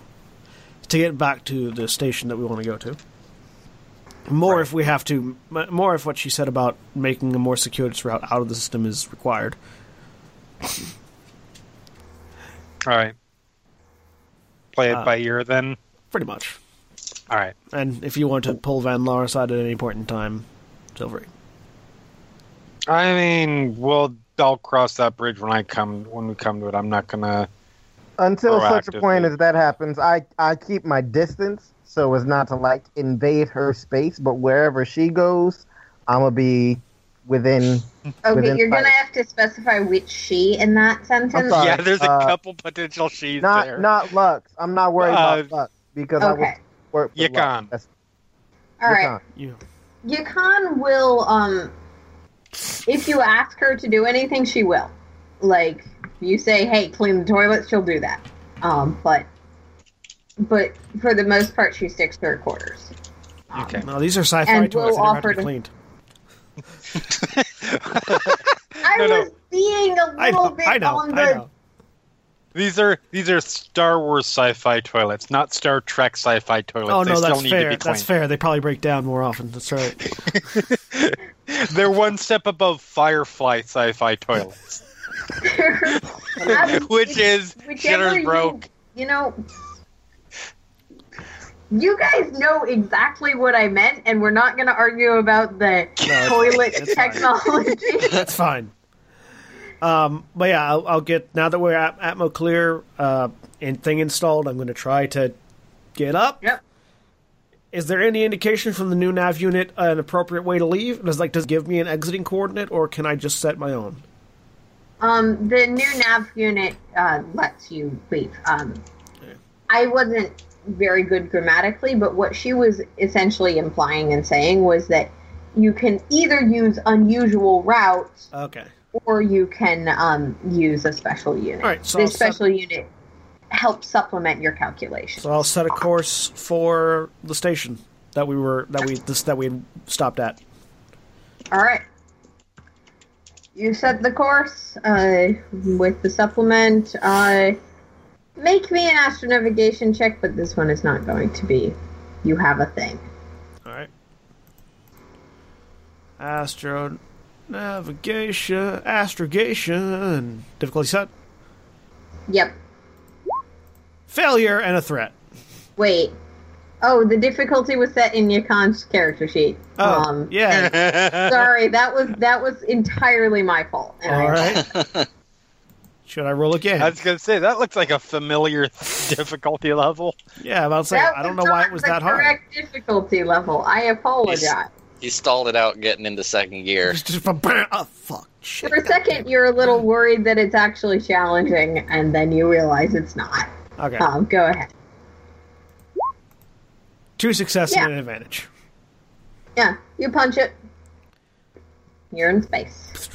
S1: to get back to the station that we want to go to. More if we have to. m- More if what she said about making a more circuitous route out of the system is required.
S4: All right. Play it
S1: Uh,
S4: by ear then.
S1: Pretty much.
S4: All right.
S1: And if you want to pull Van Laar aside at any point in time, feel free.
S4: I mean, we'll I'll cross that bridge when I come when we come to it. I'm not gonna.
S5: Until such a
S4: Proactively.
S5: point as that happens, I, I keep my distance so as not to like invade her space, but wherever she goes, I'ma be within
S2: Okay,
S5: within
S2: you're going to
S5: sight.
S2: have to specify which she in that sentence.
S5: sorry.
S4: yeah, there's a
S5: uh,
S4: couple potential she's
S5: not
S4: there.
S5: not Lux. I'm not worried about
S4: Uh,
S5: Lux because I
S2: Okay.
S5: would work with
S4: Yukon.
S5: Lux.
S2: All right.
S1: You.
S2: Yukon will um if you ask her to do anything, she will. Like you say, hey, clean the toilet, she'll do that. Um, but but for the most part she sticks to her quarters. Um,
S4: Okay.
S1: No, these are sci-fi
S2: And
S1: toilets
S2: we'll
S1: that never have to be
S2: offer to-
S1: cleaned.
S2: I
S4: No, no.
S2: was being a little
S1: I know.
S2: bit
S1: I know.
S2: on the
S1: I know.
S4: These are these are Star Wars sci-fi toilets, not Star Trek sci-fi toilets.
S1: Oh
S4: they
S1: no,
S4: still
S1: that's
S4: need to
S1: fair.
S4: be
S1: That's fair. They probably break down more often. That's right.
S4: cleaned. They're one step above Firefly sci-fi toilets,
S2: I was-
S4: which is
S2: whichever
S4: shitters
S2: you-
S4: broke.
S2: You know You guys know exactly what I meant, and we're not going to argue about the
S1: it's-
S2: toilet
S1: it's fine.
S2: technology.
S1: That's fine. Um, but yeah, I'll, I'll get now that we're at Atmo Clear uh, and thing installed. I'm going to try to get up.
S2: yep.
S1: Is there any indication from the new nav unit uh, an appropriate way to leave? Does like does it give me an exiting coordinate, or can I just set my own?
S2: Um, the new nav unit uh, lets you leave. Um, I wasn't very good grammatically, but what she was essentially implying and saying was that you can either use unusual routes
S1: Okay.
S2: or you can um, use a special unit.
S1: All right, so
S2: the
S1: I'll set-
S2: special unit helps supplement your calculation.
S1: So I'll set a course for the station that we were that we this that we had stopped at.
S2: All right. You set the course uh, with the supplement. Uh, make me an astronavigation check, but this one is not going to be. You have a thing.
S1: All right. Astro navigation, astrogation, difficulty set,
S2: Yep.
S1: failure, and a threat.
S2: Wait. Oh, the difficulty was set in Yakan's character sheet. Um,
S1: Oh, yeah.
S2: sorry, that was that was entirely my fault. And I-
S1: All right. Should I roll again?
S4: I was gonna say that looks like a familiar difficulty level.
S1: yeah, I'm about to say
S2: that
S1: I don't know why
S2: not
S1: it was
S2: the
S1: that hard.
S2: Correct difficulty level. I apologize.
S3: He stalled it out getting into second gear.
S1: It's just from oh fuck shit.
S2: For a second, you're a little worried that it's actually challenging, and then you realize it's not.
S1: Okay,
S2: Um, go ahead.
S1: two successes
S2: yeah.
S1: and an advantage.
S2: Yeah, you punch it. You're in space.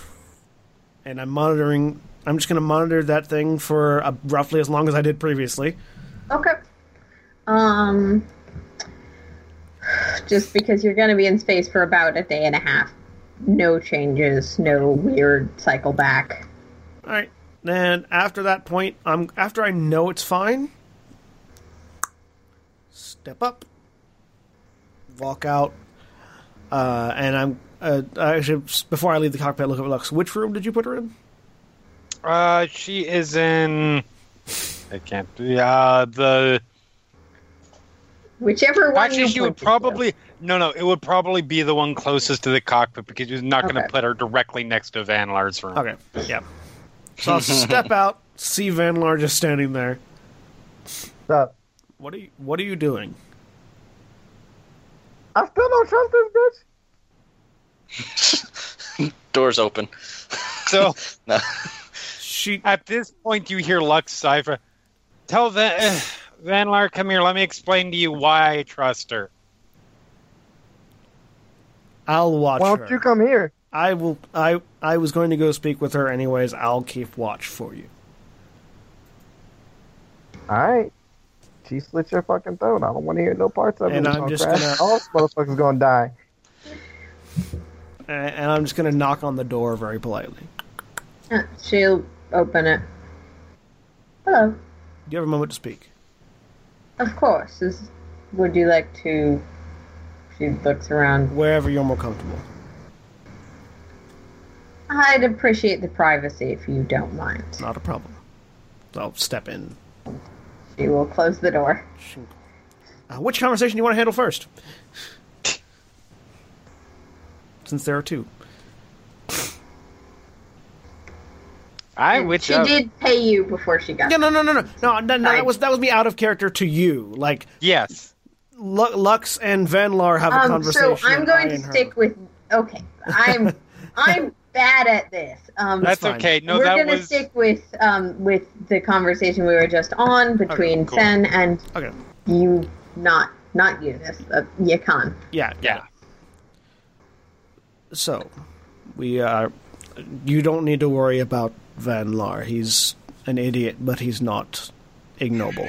S1: and I'm monitoring. I'm just going to monitor that thing for uh, roughly as long as I did previously.
S2: Okay. Um, just because you're going to be in space for about a day and a half. No changes. No weird cycle back.
S1: All right. Then after that point, I'm after I know it's fine. Step up, walk out, uh, and I'm uh, actually s- before I leave the cockpit, look at Lux. Which room did you put her in?
S4: Uh, she is in. I can't. Yeah, the
S2: Whichever one.
S4: actually
S2: you
S4: she would
S2: point to.
S4: probably no no it would probably be the one closest to the cockpit because you're not going
S2: Okay.
S4: to put her directly next to Van Lars room.
S1: Okay. Yeah. So I'll step out, see Van Lar just standing there.
S5: So,
S1: What are you? What are you doing?
S5: I still don't trust this bitch.
S3: Doors open.
S4: So
S3: No.
S1: She.
S4: at this point you hear Lux cipher. Tell Van uh, Van Lar, come here. Let me explain to you why I trust her.
S1: I'll watch
S5: Why
S1: her.
S5: don't you come here?
S1: I will. I I was going to go speak with her anyways. I'll keep watch for you.
S5: All right. She slit your fucking throat. I don't want to hear no parts of it.
S1: And
S5: It's
S1: I'm
S5: gonna
S1: just
S5: crash.
S1: gonna-
S5: All this motherfuckers gonna die.
S1: A- And I'm just going to knock on the door very politely.
S2: Uh, She'll open it. Hello.
S1: Do you have a moment to speak?
S2: Of course. Is, would you like to? She looks around.
S1: Wherever you're more comfortable.
S2: I'd appreciate the privacy if you don't mind.
S1: Not a problem. I'll step in.
S2: She will close the door.
S1: Uh, which conversation do you want to handle first? Since there are two.
S4: I which
S2: She did pay you before she got.
S1: Yeah, no, no, no, no, no, no, no. That was that was me out of character to you. Like
S4: yes.
S1: Lu- Lux and Venlar have a
S2: Um, so
S1: conversation.
S2: I'm
S1: and
S2: going
S1: I
S2: to
S1: and her-
S2: stick with. Okay, I'm I'm bad at this. Um,
S4: That's,
S1: fine.
S4: okay. No,
S2: we're
S4: that
S2: gonna
S4: was
S2: stick with um with the conversation we were just on between
S4: cool.
S2: Sen and
S1: Okay.
S2: you, not not you, this uh, Yakan.
S1: Yeah.
S4: yeah.
S1: So, we uh You don't need to worry about Van Lar. He's an idiot, but he's not ignoble.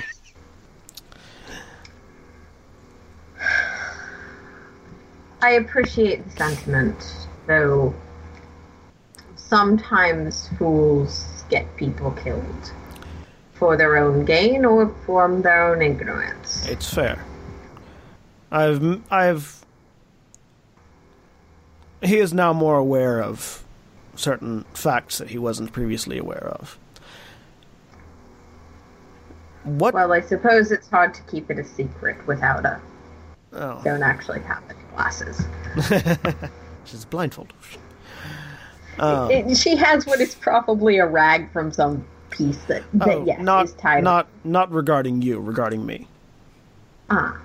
S2: I appreciate the sentiment, though. Sometimes fools get people killed for their own gain or from their own ignorance.
S1: It's fair. I've I've he is now more aware of certain facts that he wasn't previously aware of.
S6: What?
S2: Well, I suppose it's hard to keep it a secret without a
S1: Oh,
S2: don't actually have any glasses.
S1: she's blindfolded. Oh.
S2: It, she has what is probably a rag from some piece that, that
S1: Oh,
S2: yes,
S1: not
S2: is tied.
S1: not not regarding you, regarding me.
S2: Ah.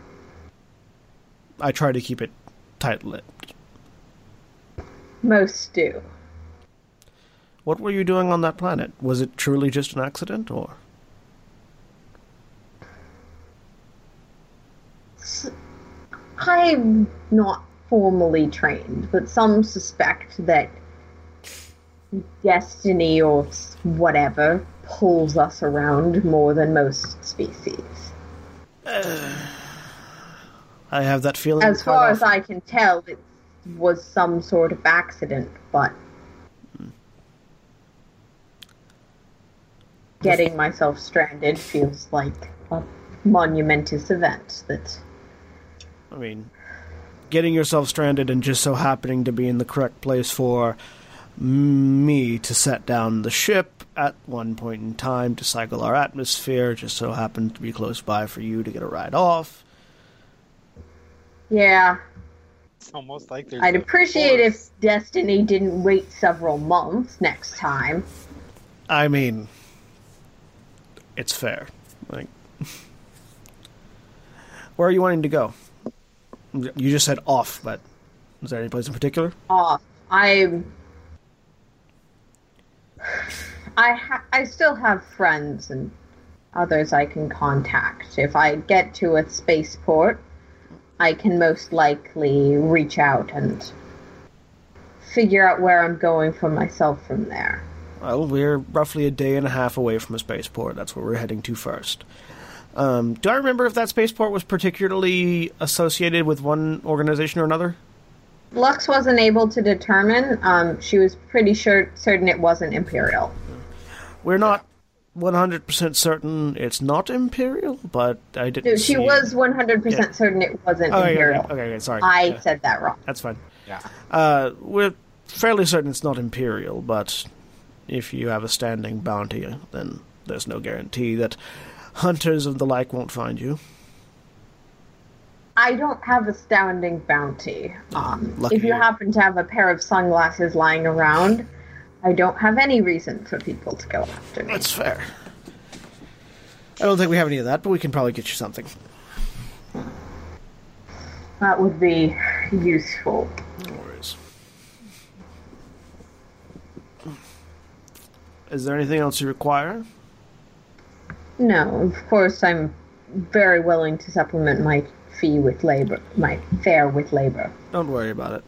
S1: I try to keep it tight lipped.
S2: Most do.
S1: What were you doing on that planet? Was it truly just an accident, or
S2: I'm not formally trained, but some suspect that destiny or s- whatever pulls us around more than most species.
S1: I have that feeling?
S2: As
S1: quite
S2: far as
S1: often.
S2: I can tell, it was some sort of accident, but getting myself stranded feels like a monumentous event that
S1: I mean, getting yourself stranded and just so happening to be in the correct place for me to set down the ship at one point in time to cycle our atmosphere just so happened to be close by for you to get a ride off.
S2: yeah,
S4: It's almost like there's.
S2: I'd
S4: a
S2: appreciate
S4: force.
S2: if Destiny didn't wait several months next time.
S1: I mean, it's fair. Like, where are you wanting to go? You just said off, but is there any place in particular?
S2: off. I I ha- I still have friends and others I can contact. If I get to a spaceport, I can most likely reach out and figure out where I'm going for myself from there.
S1: Well, we're roughly a day and a half away from a spaceport. That's where we're heading to first. Um, do I remember if that spaceport was particularly associated with one organization or another?
S2: Lux wasn't able to determine. Um, she was pretty sure certain it wasn't Imperial.
S1: We're not 100% certain it's not Imperial, but I didn't.
S2: No, she
S1: see-
S2: was 100%
S1: Yeah.
S2: certain it wasn't
S1: Oh, yeah,
S2: Imperial.
S1: Okay, okay, sorry.
S2: I
S1: Yeah,
S2: said that wrong.
S1: that's fine.
S4: Yeah.
S1: Uh, we're fairly certain it's not Imperial, but if you have a standing bounty, then there's no guarantee that hunters of the like won't find you.
S2: I don't have astounding bounty. Um,
S1: Ah, Lucky
S2: if you
S1: you.
S2: happen to have a pair of sunglasses lying around, I don't have any reason for people to go after me.
S1: That's fair. I don't think we have any of that, but we can probably get you something.
S2: That would be useful.
S1: No worries. Is there anything else you require?
S2: No, of course, I'm very willing to supplement my fee with labor, my fare with labor.
S1: Don't worry about it.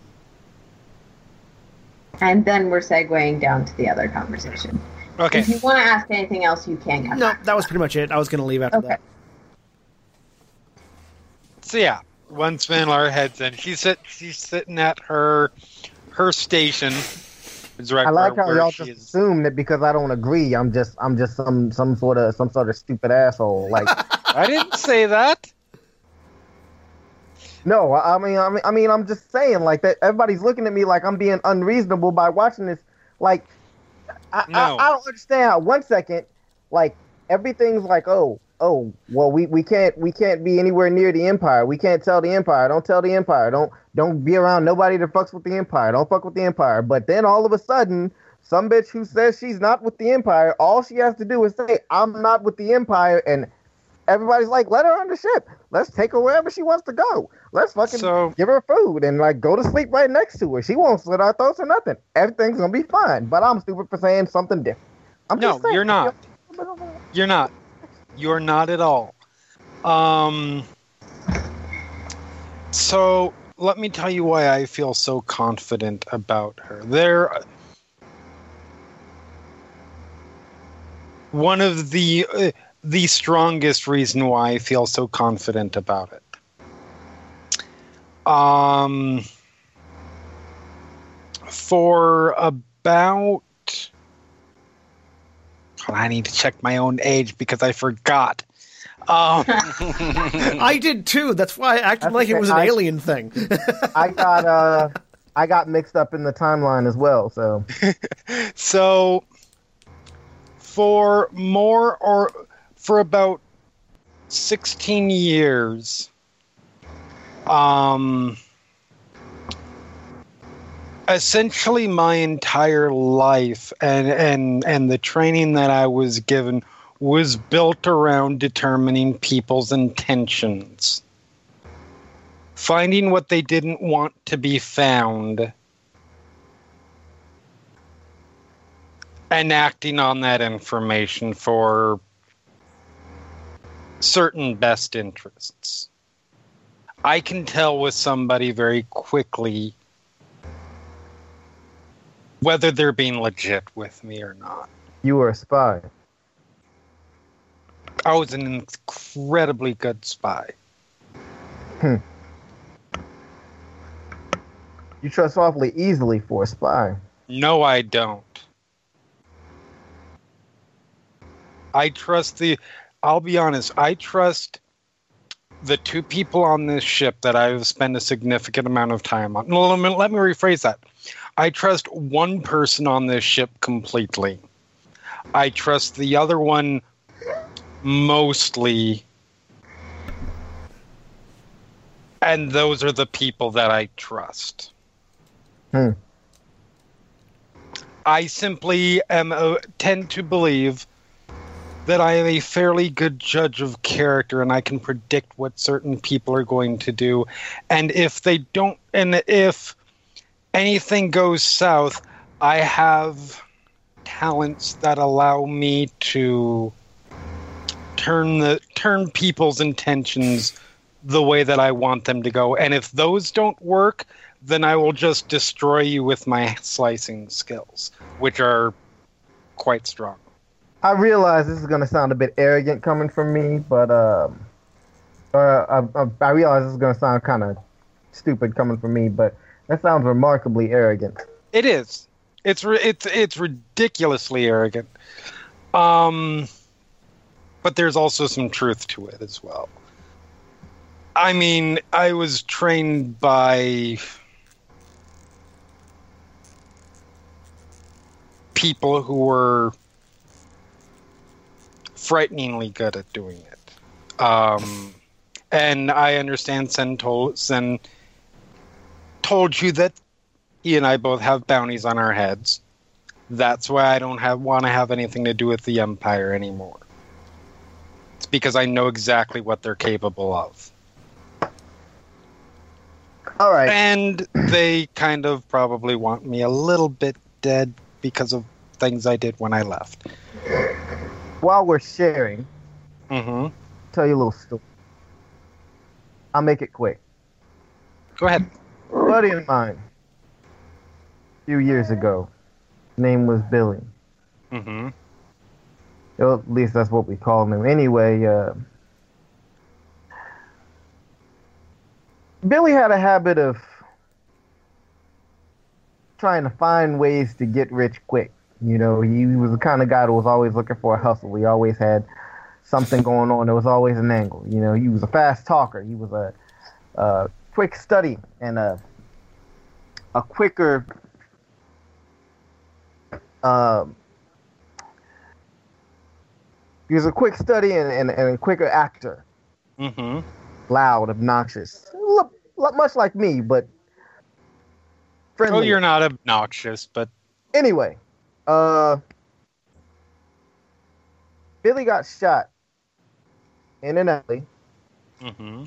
S2: And then we're segueing down to the other conversation.
S4: Okay.
S2: If you want to ask anything else, you can. come
S1: No,
S2: back.
S1: that was pretty much it. I was going to leave after
S2: Okay.
S1: that.
S4: So yeah, once Vanlar heads in, she's sit, she's sitting at her her station. Is right
S5: I like
S4: where,
S5: how
S4: where
S5: y'all
S4: she
S5: just
S4: is.
S5: assume that because I don't agree, I'm just I'm just some some sort of some sort of stupid asshole. Like
S4: I didn't say that.
S5: no, I I mean I mean I mean I'm just saying like that. Everybody's looking at me like I'm being unreasonable by watching this. Like I,
S4: No.
S5: I, I don't understand. how One second, like everything's like oh oh well we, we can't we can't be anywhere near the empire. We can't tell the empire. Don't tell the empire. Don't don't be around nobody that fucks with the empire. Don't fuck with the empire. But then all of a sudden. Some bitch who says she's not with the Empire, all she has to do is say, I'm not with the Empire, and everybody's like, let her on the ship. Let's take her wherever she wants to go. Let's fucking
S4: So-
S5: give her food and like go to sleep right next to her. She won't slit our throats or nothing. Everything's gonna be fine. But I'm stupid for saying something different. I'm
S4: No,
S5: just saying.
S4: you're not. You're not. You're not at all. Um. So let me tell you why I feel so confident about her. There. One of the uh, the strongest reason why I feel so confident about it. Um. For about. God, I need to check my own age because I forgot. Um,
S2: Uh,
S1: I did too. That's why I acted
S5: That's
S1: like it
S5: okay.
S1: was an
S5: I-
S1: alien thing.
S5: I got uh I got mixed up in the timeline as well, so
S4: so for more or for about 16 years. Um, essentially my entire life and, and, and the training that I was given was built around determining people's intentions, finding what they didn't want to be found, and acting on that information for certain best interests. I can tell with somebody very quickly whether they're being legit with me or not.
S5: You were a spy.
S4: I was an incredibly good spy.
S5: You trust awfully easily for a spy.
S4: No, I don't. I trust the. I'll be honest. I trust the two people on this ship that I've spent a significant amount of time on. No, let me, let me rephrase that. I trust one person on this ship completely. I trust the other one mostly. And those are the people that I trust.
S5: Hmm.
S4: I simply am uh, tend to believe that I am a fairly good judge of character and I can predict what certain people are going to do. And if they don't, and if anything goes south, I have talents that allow me to turn the turn people's intentions the way that I want them to go. And if those don't work, then I will just destroy you with my slicing skills, which are quite strong.
S5: I realize this is going to sound a bit arrogant coming from me, but um, uh, I, I, I realize this is going to sound kind of stupid coming from me, but that sounds remarkably arrogant.
S4: It is. It's ri- it's it's ridiculously arrogant. Um, but there's also some truth to it as well. I mean, I was trained by people who were frighteningly good at doing it. Um, and I understand Sen told Sen told you that he and I both have bounties on our heads. That's why I don't have want to have anything to do with the Empire anymore. It's because I know exactly what they're capable of.
S5: All right.
S4: And they kind of probably want me a little bit dead because of things I did when I left.
S5: While we're sharing,
S4: Mm-hmm.
S5: tell you a little story. I'll make it quick.
S4: Go ahead.
S5: buddy of mine a few years ago. Name was Billy.
S4: Mm-hmm.
S5: Well, at least that's what we call him. Anyway, uh, Billy had a habit of trying to find ways to get rich quick. You know, he was the kind of guy that was always looking for a hustle. He always had something going on. There was always an angle. You know, he was a fast talker. He was a, a quick study and a a quicker. Um, he was a quick study and, and, and a quicker actor.
S4: Mm-hmm.
S5: Loud, obnoxious. Look, look, much like me, but friendly.
S4: Oh, you're not obnoxious, but
S5: Anyway, uh, Billy got shot in an alley
S4: mm-hmm.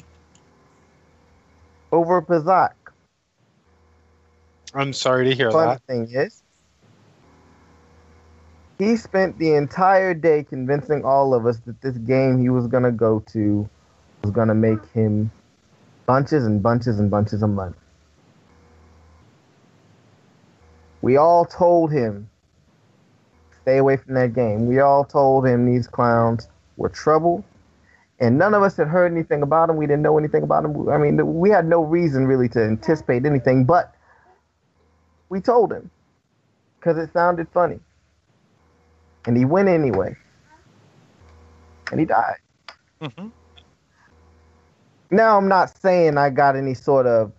S5: over Pizak.
S4: I'm sorry to hear
S5: Funny
S4: that.
S5: thing is, he spent the entire day convincing all of us that this game he was going to go to was going to make him bunches and bunches and bunches of money. We all told him, stay away from that game. We all told him these clowns were trouble. And none of us had heard anything about him. We didn't know anything about him. I mean, we had no reason really to anticipate anything, but we told him because it sounded funny. And he went anyway. And he died.
S4: Mm-hmm.
S5: Now, I'm not saying I got any sort of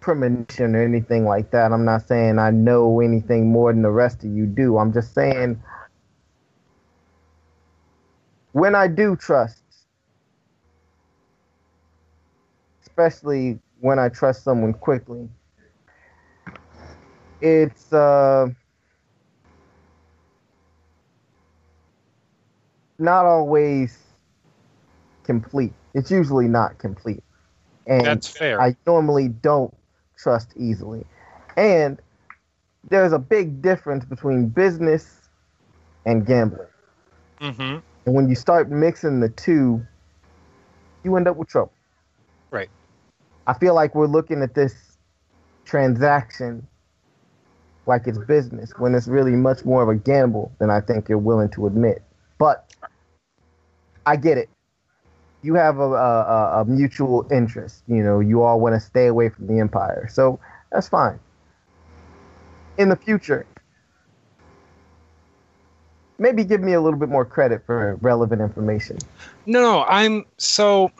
S5: premonition or anything like that. I'm not saying I know anything more than the rest of you do. I'm just saying when I do trust especially when I trust someone quickly. It's uh, not always complete. It's usually not complete, and
S4: That's fair.
S5: I normally don't trust easily. And there's a big difference between business and gambling.
S4: mm-hmm.
S5: And when you start mixing the two, you end up with trouble.
S4: Right.
S5: I feel like we're looking at this transaction like it's business when it's really much more of a gamble than I think you're willing to admit. But I get it. You have a, a, a- a mutual interest. You know, you all want to stay away from the empire. So that's fine. In the future, maybe give me a little bit more credit for relevant information.
S4: No, no, I'm so.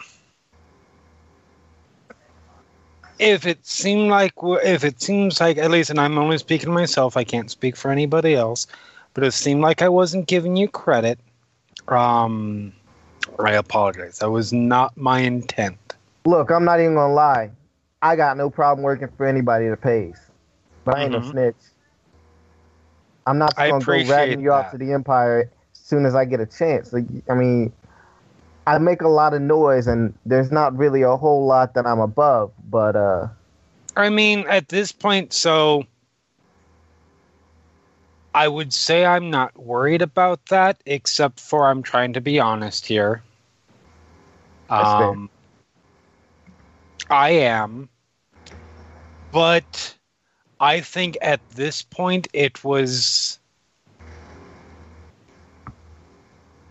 S4: If it seemed like, we're- if it seems like, at least, and I'm only speaking to myself, I can't speak for anybody else, but it seemed like I wasn't giving you credit. Um, I apologize. That was not my intent.
S5: Look, I'm not even gonna lie. I got no problem working for anybody that pays, but I ain't
S4: Mhm.
S5: a snitch. I'm not
S4: I
S5: gonna go ratting
S4: appreciate
S5: you off
S4: that.
S5: to the empire as soon as I get a chance. Like, I mean, I make a lot of noise, and there's not really a whole lot that I'm above. But uh,
S4: I mean, at this point, so I would say I'm not worried about that, except for I'm trying to be honest here.
S5: That's fair.
S4: Um, I am, but I think at this point it was.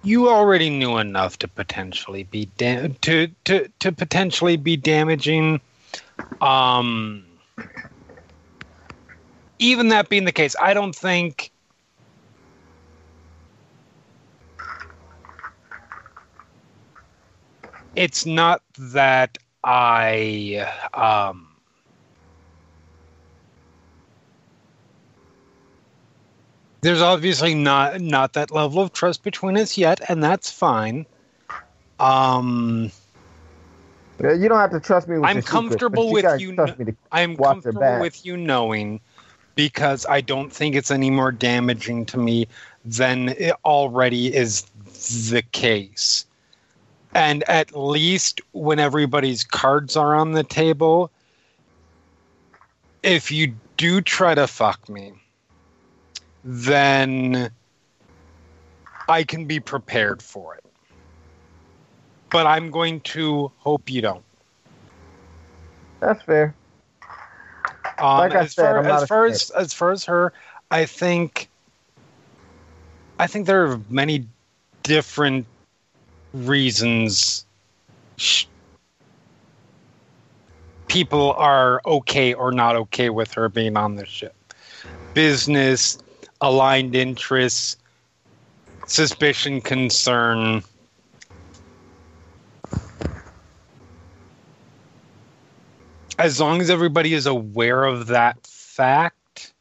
S4: You already knew enough to potentially be da- to, to to potentially be damaging um, even that being the case, I don't think. It's not that I. Um, there's obviously not not that level of trust between us yet, and that's fine. Um,
S5: you don't have to trust me. With
S4: I'm
S5: your secrets, but
S4: comfortable
S5: you
S4: with
S5: gotta
S4: you
S5: Trust
S4: kn-
S5: me to
S4: I'm
S5: Watch your
S4: comfortable
S5: back.
S4: with you knowing because I don't think it's any more damaging to me than it already is the case. And at least when everybody's cards are on the table, if you do try to fuck me, then I can be prepared for it. But I'm going to hope you don't.
S5: That's fair.
S4: Um,
S5: Like I
S4: as
S5: said,
S4: far,
S5: I'm not
S4: as, far
S5: afraid.
S4: as as far as her, I think I think there are many different reasons sh- people are okay or not okay with her being on the ship. Business, aligned interests, suspicion, concern. as long as everybody is aware of that fact,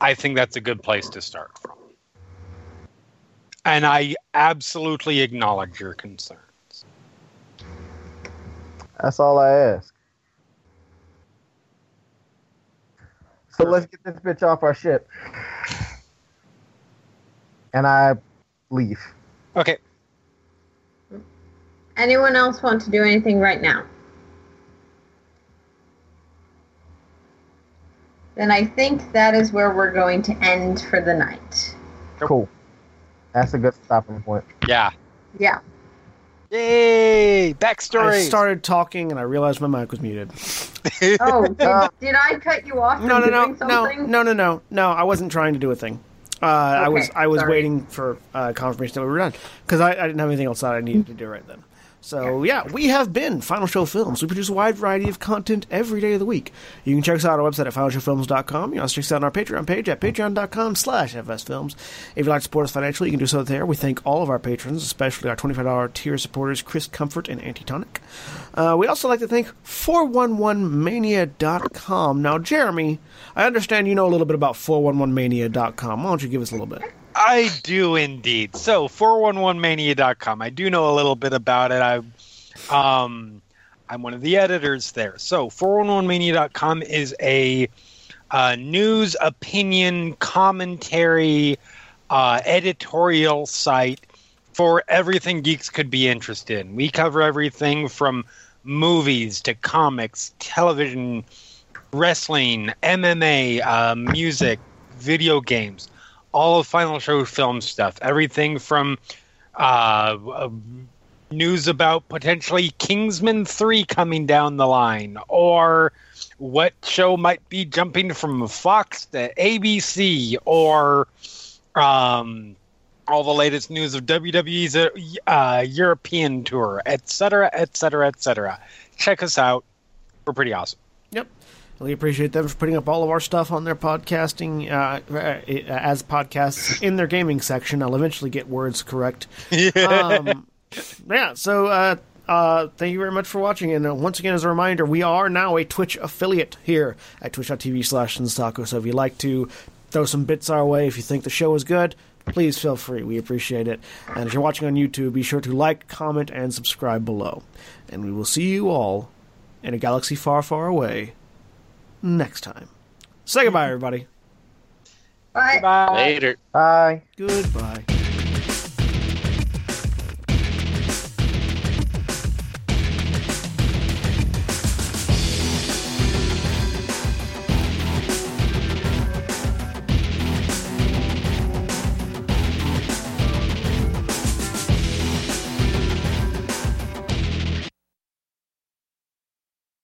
S4: I think that's a good place to start from. And I absolutely acknowledge your concern.
S5: That's all I ask. So let's get this bitch off our ship. And I leave.
S4: Okay.
S2: Anyone else want to do anything right now? Then I think that is where we're going to end for the night.
S5: Cool. That's a good stopping point.
S4: Yeah.
S2: Yeah.
S4: Yay!
S1: I
S4: Backstory.
S1: started talking and I realized my mic was muted.
S2: Oh, did,
S5: Uh,
S2: did I cut you off?
S1: No, no,
S2: from
S1: no, no,
S2: doing something?
S1: no, no, no, no. I wasn't trying to do a thing. Uh, I was
S2: Okay,
S1: I was
S2: sorry.
S1: waiting for uh, confirmation that we were done because I, I didn't have anything else that I needed to do right then. So yeah, we have been Final Show Films. We produce a wide variety of content every day of the week. You can check us out on our website at finalshowfilms.com. You can also check us out on our Patreon page at patreon.com slash fsfilms. If you'd like to support us financially, you can do so there. We thank all of our patrons, especially our $25 tier supporters, Chris Comfort and Antitonic. Uh, we'd also like to thank 411mania.com. Now, Jeremy, I understand you know a little bit about 411mania.com. Why don't you give us a little bit?
S4: I do indeed. So 411mania.com. I do know a little bit about it. I um I'm one of the editors there. So 411mania.com is a uh, news, opinion, commentary, uh, editorial site for everything geeks could be interested in. We cover everything from movies to comics, television, wrestling, MMA, uh, music, video games, all of Final Show film stuff. Everything from uh, uh, news about potentially Kingsman 3 coming down the line, or what show might be jumping from Fox to ABC, or. Um, all the latest news of WWE's uh, European tour, etc., etc., etc. Check us out; we're pretty awesome.
S1: Yep. We appreciate them for putting up all of our stuff on their podcasting uh, as podcasts in their gaming section. I'll eventually get words correct. um, yeah. So. Uh, uh, thank you very much for watching. And uh, once again, as a reminder, we are now a Twitch affiliate here at twitch.tv slash Nsako. So if you'd like to throw some bits our way, if you think the show is good, please feel free. We appreciate it. And if you're watching on YouTube, be sure to like, comment, and subscribe below. And we will see you all in a galaxy far, far away next time. Say goodbye, everybody.
S2: But
S4: Bye.
S3: Later.
S5: Bye.
S1: Goodbye.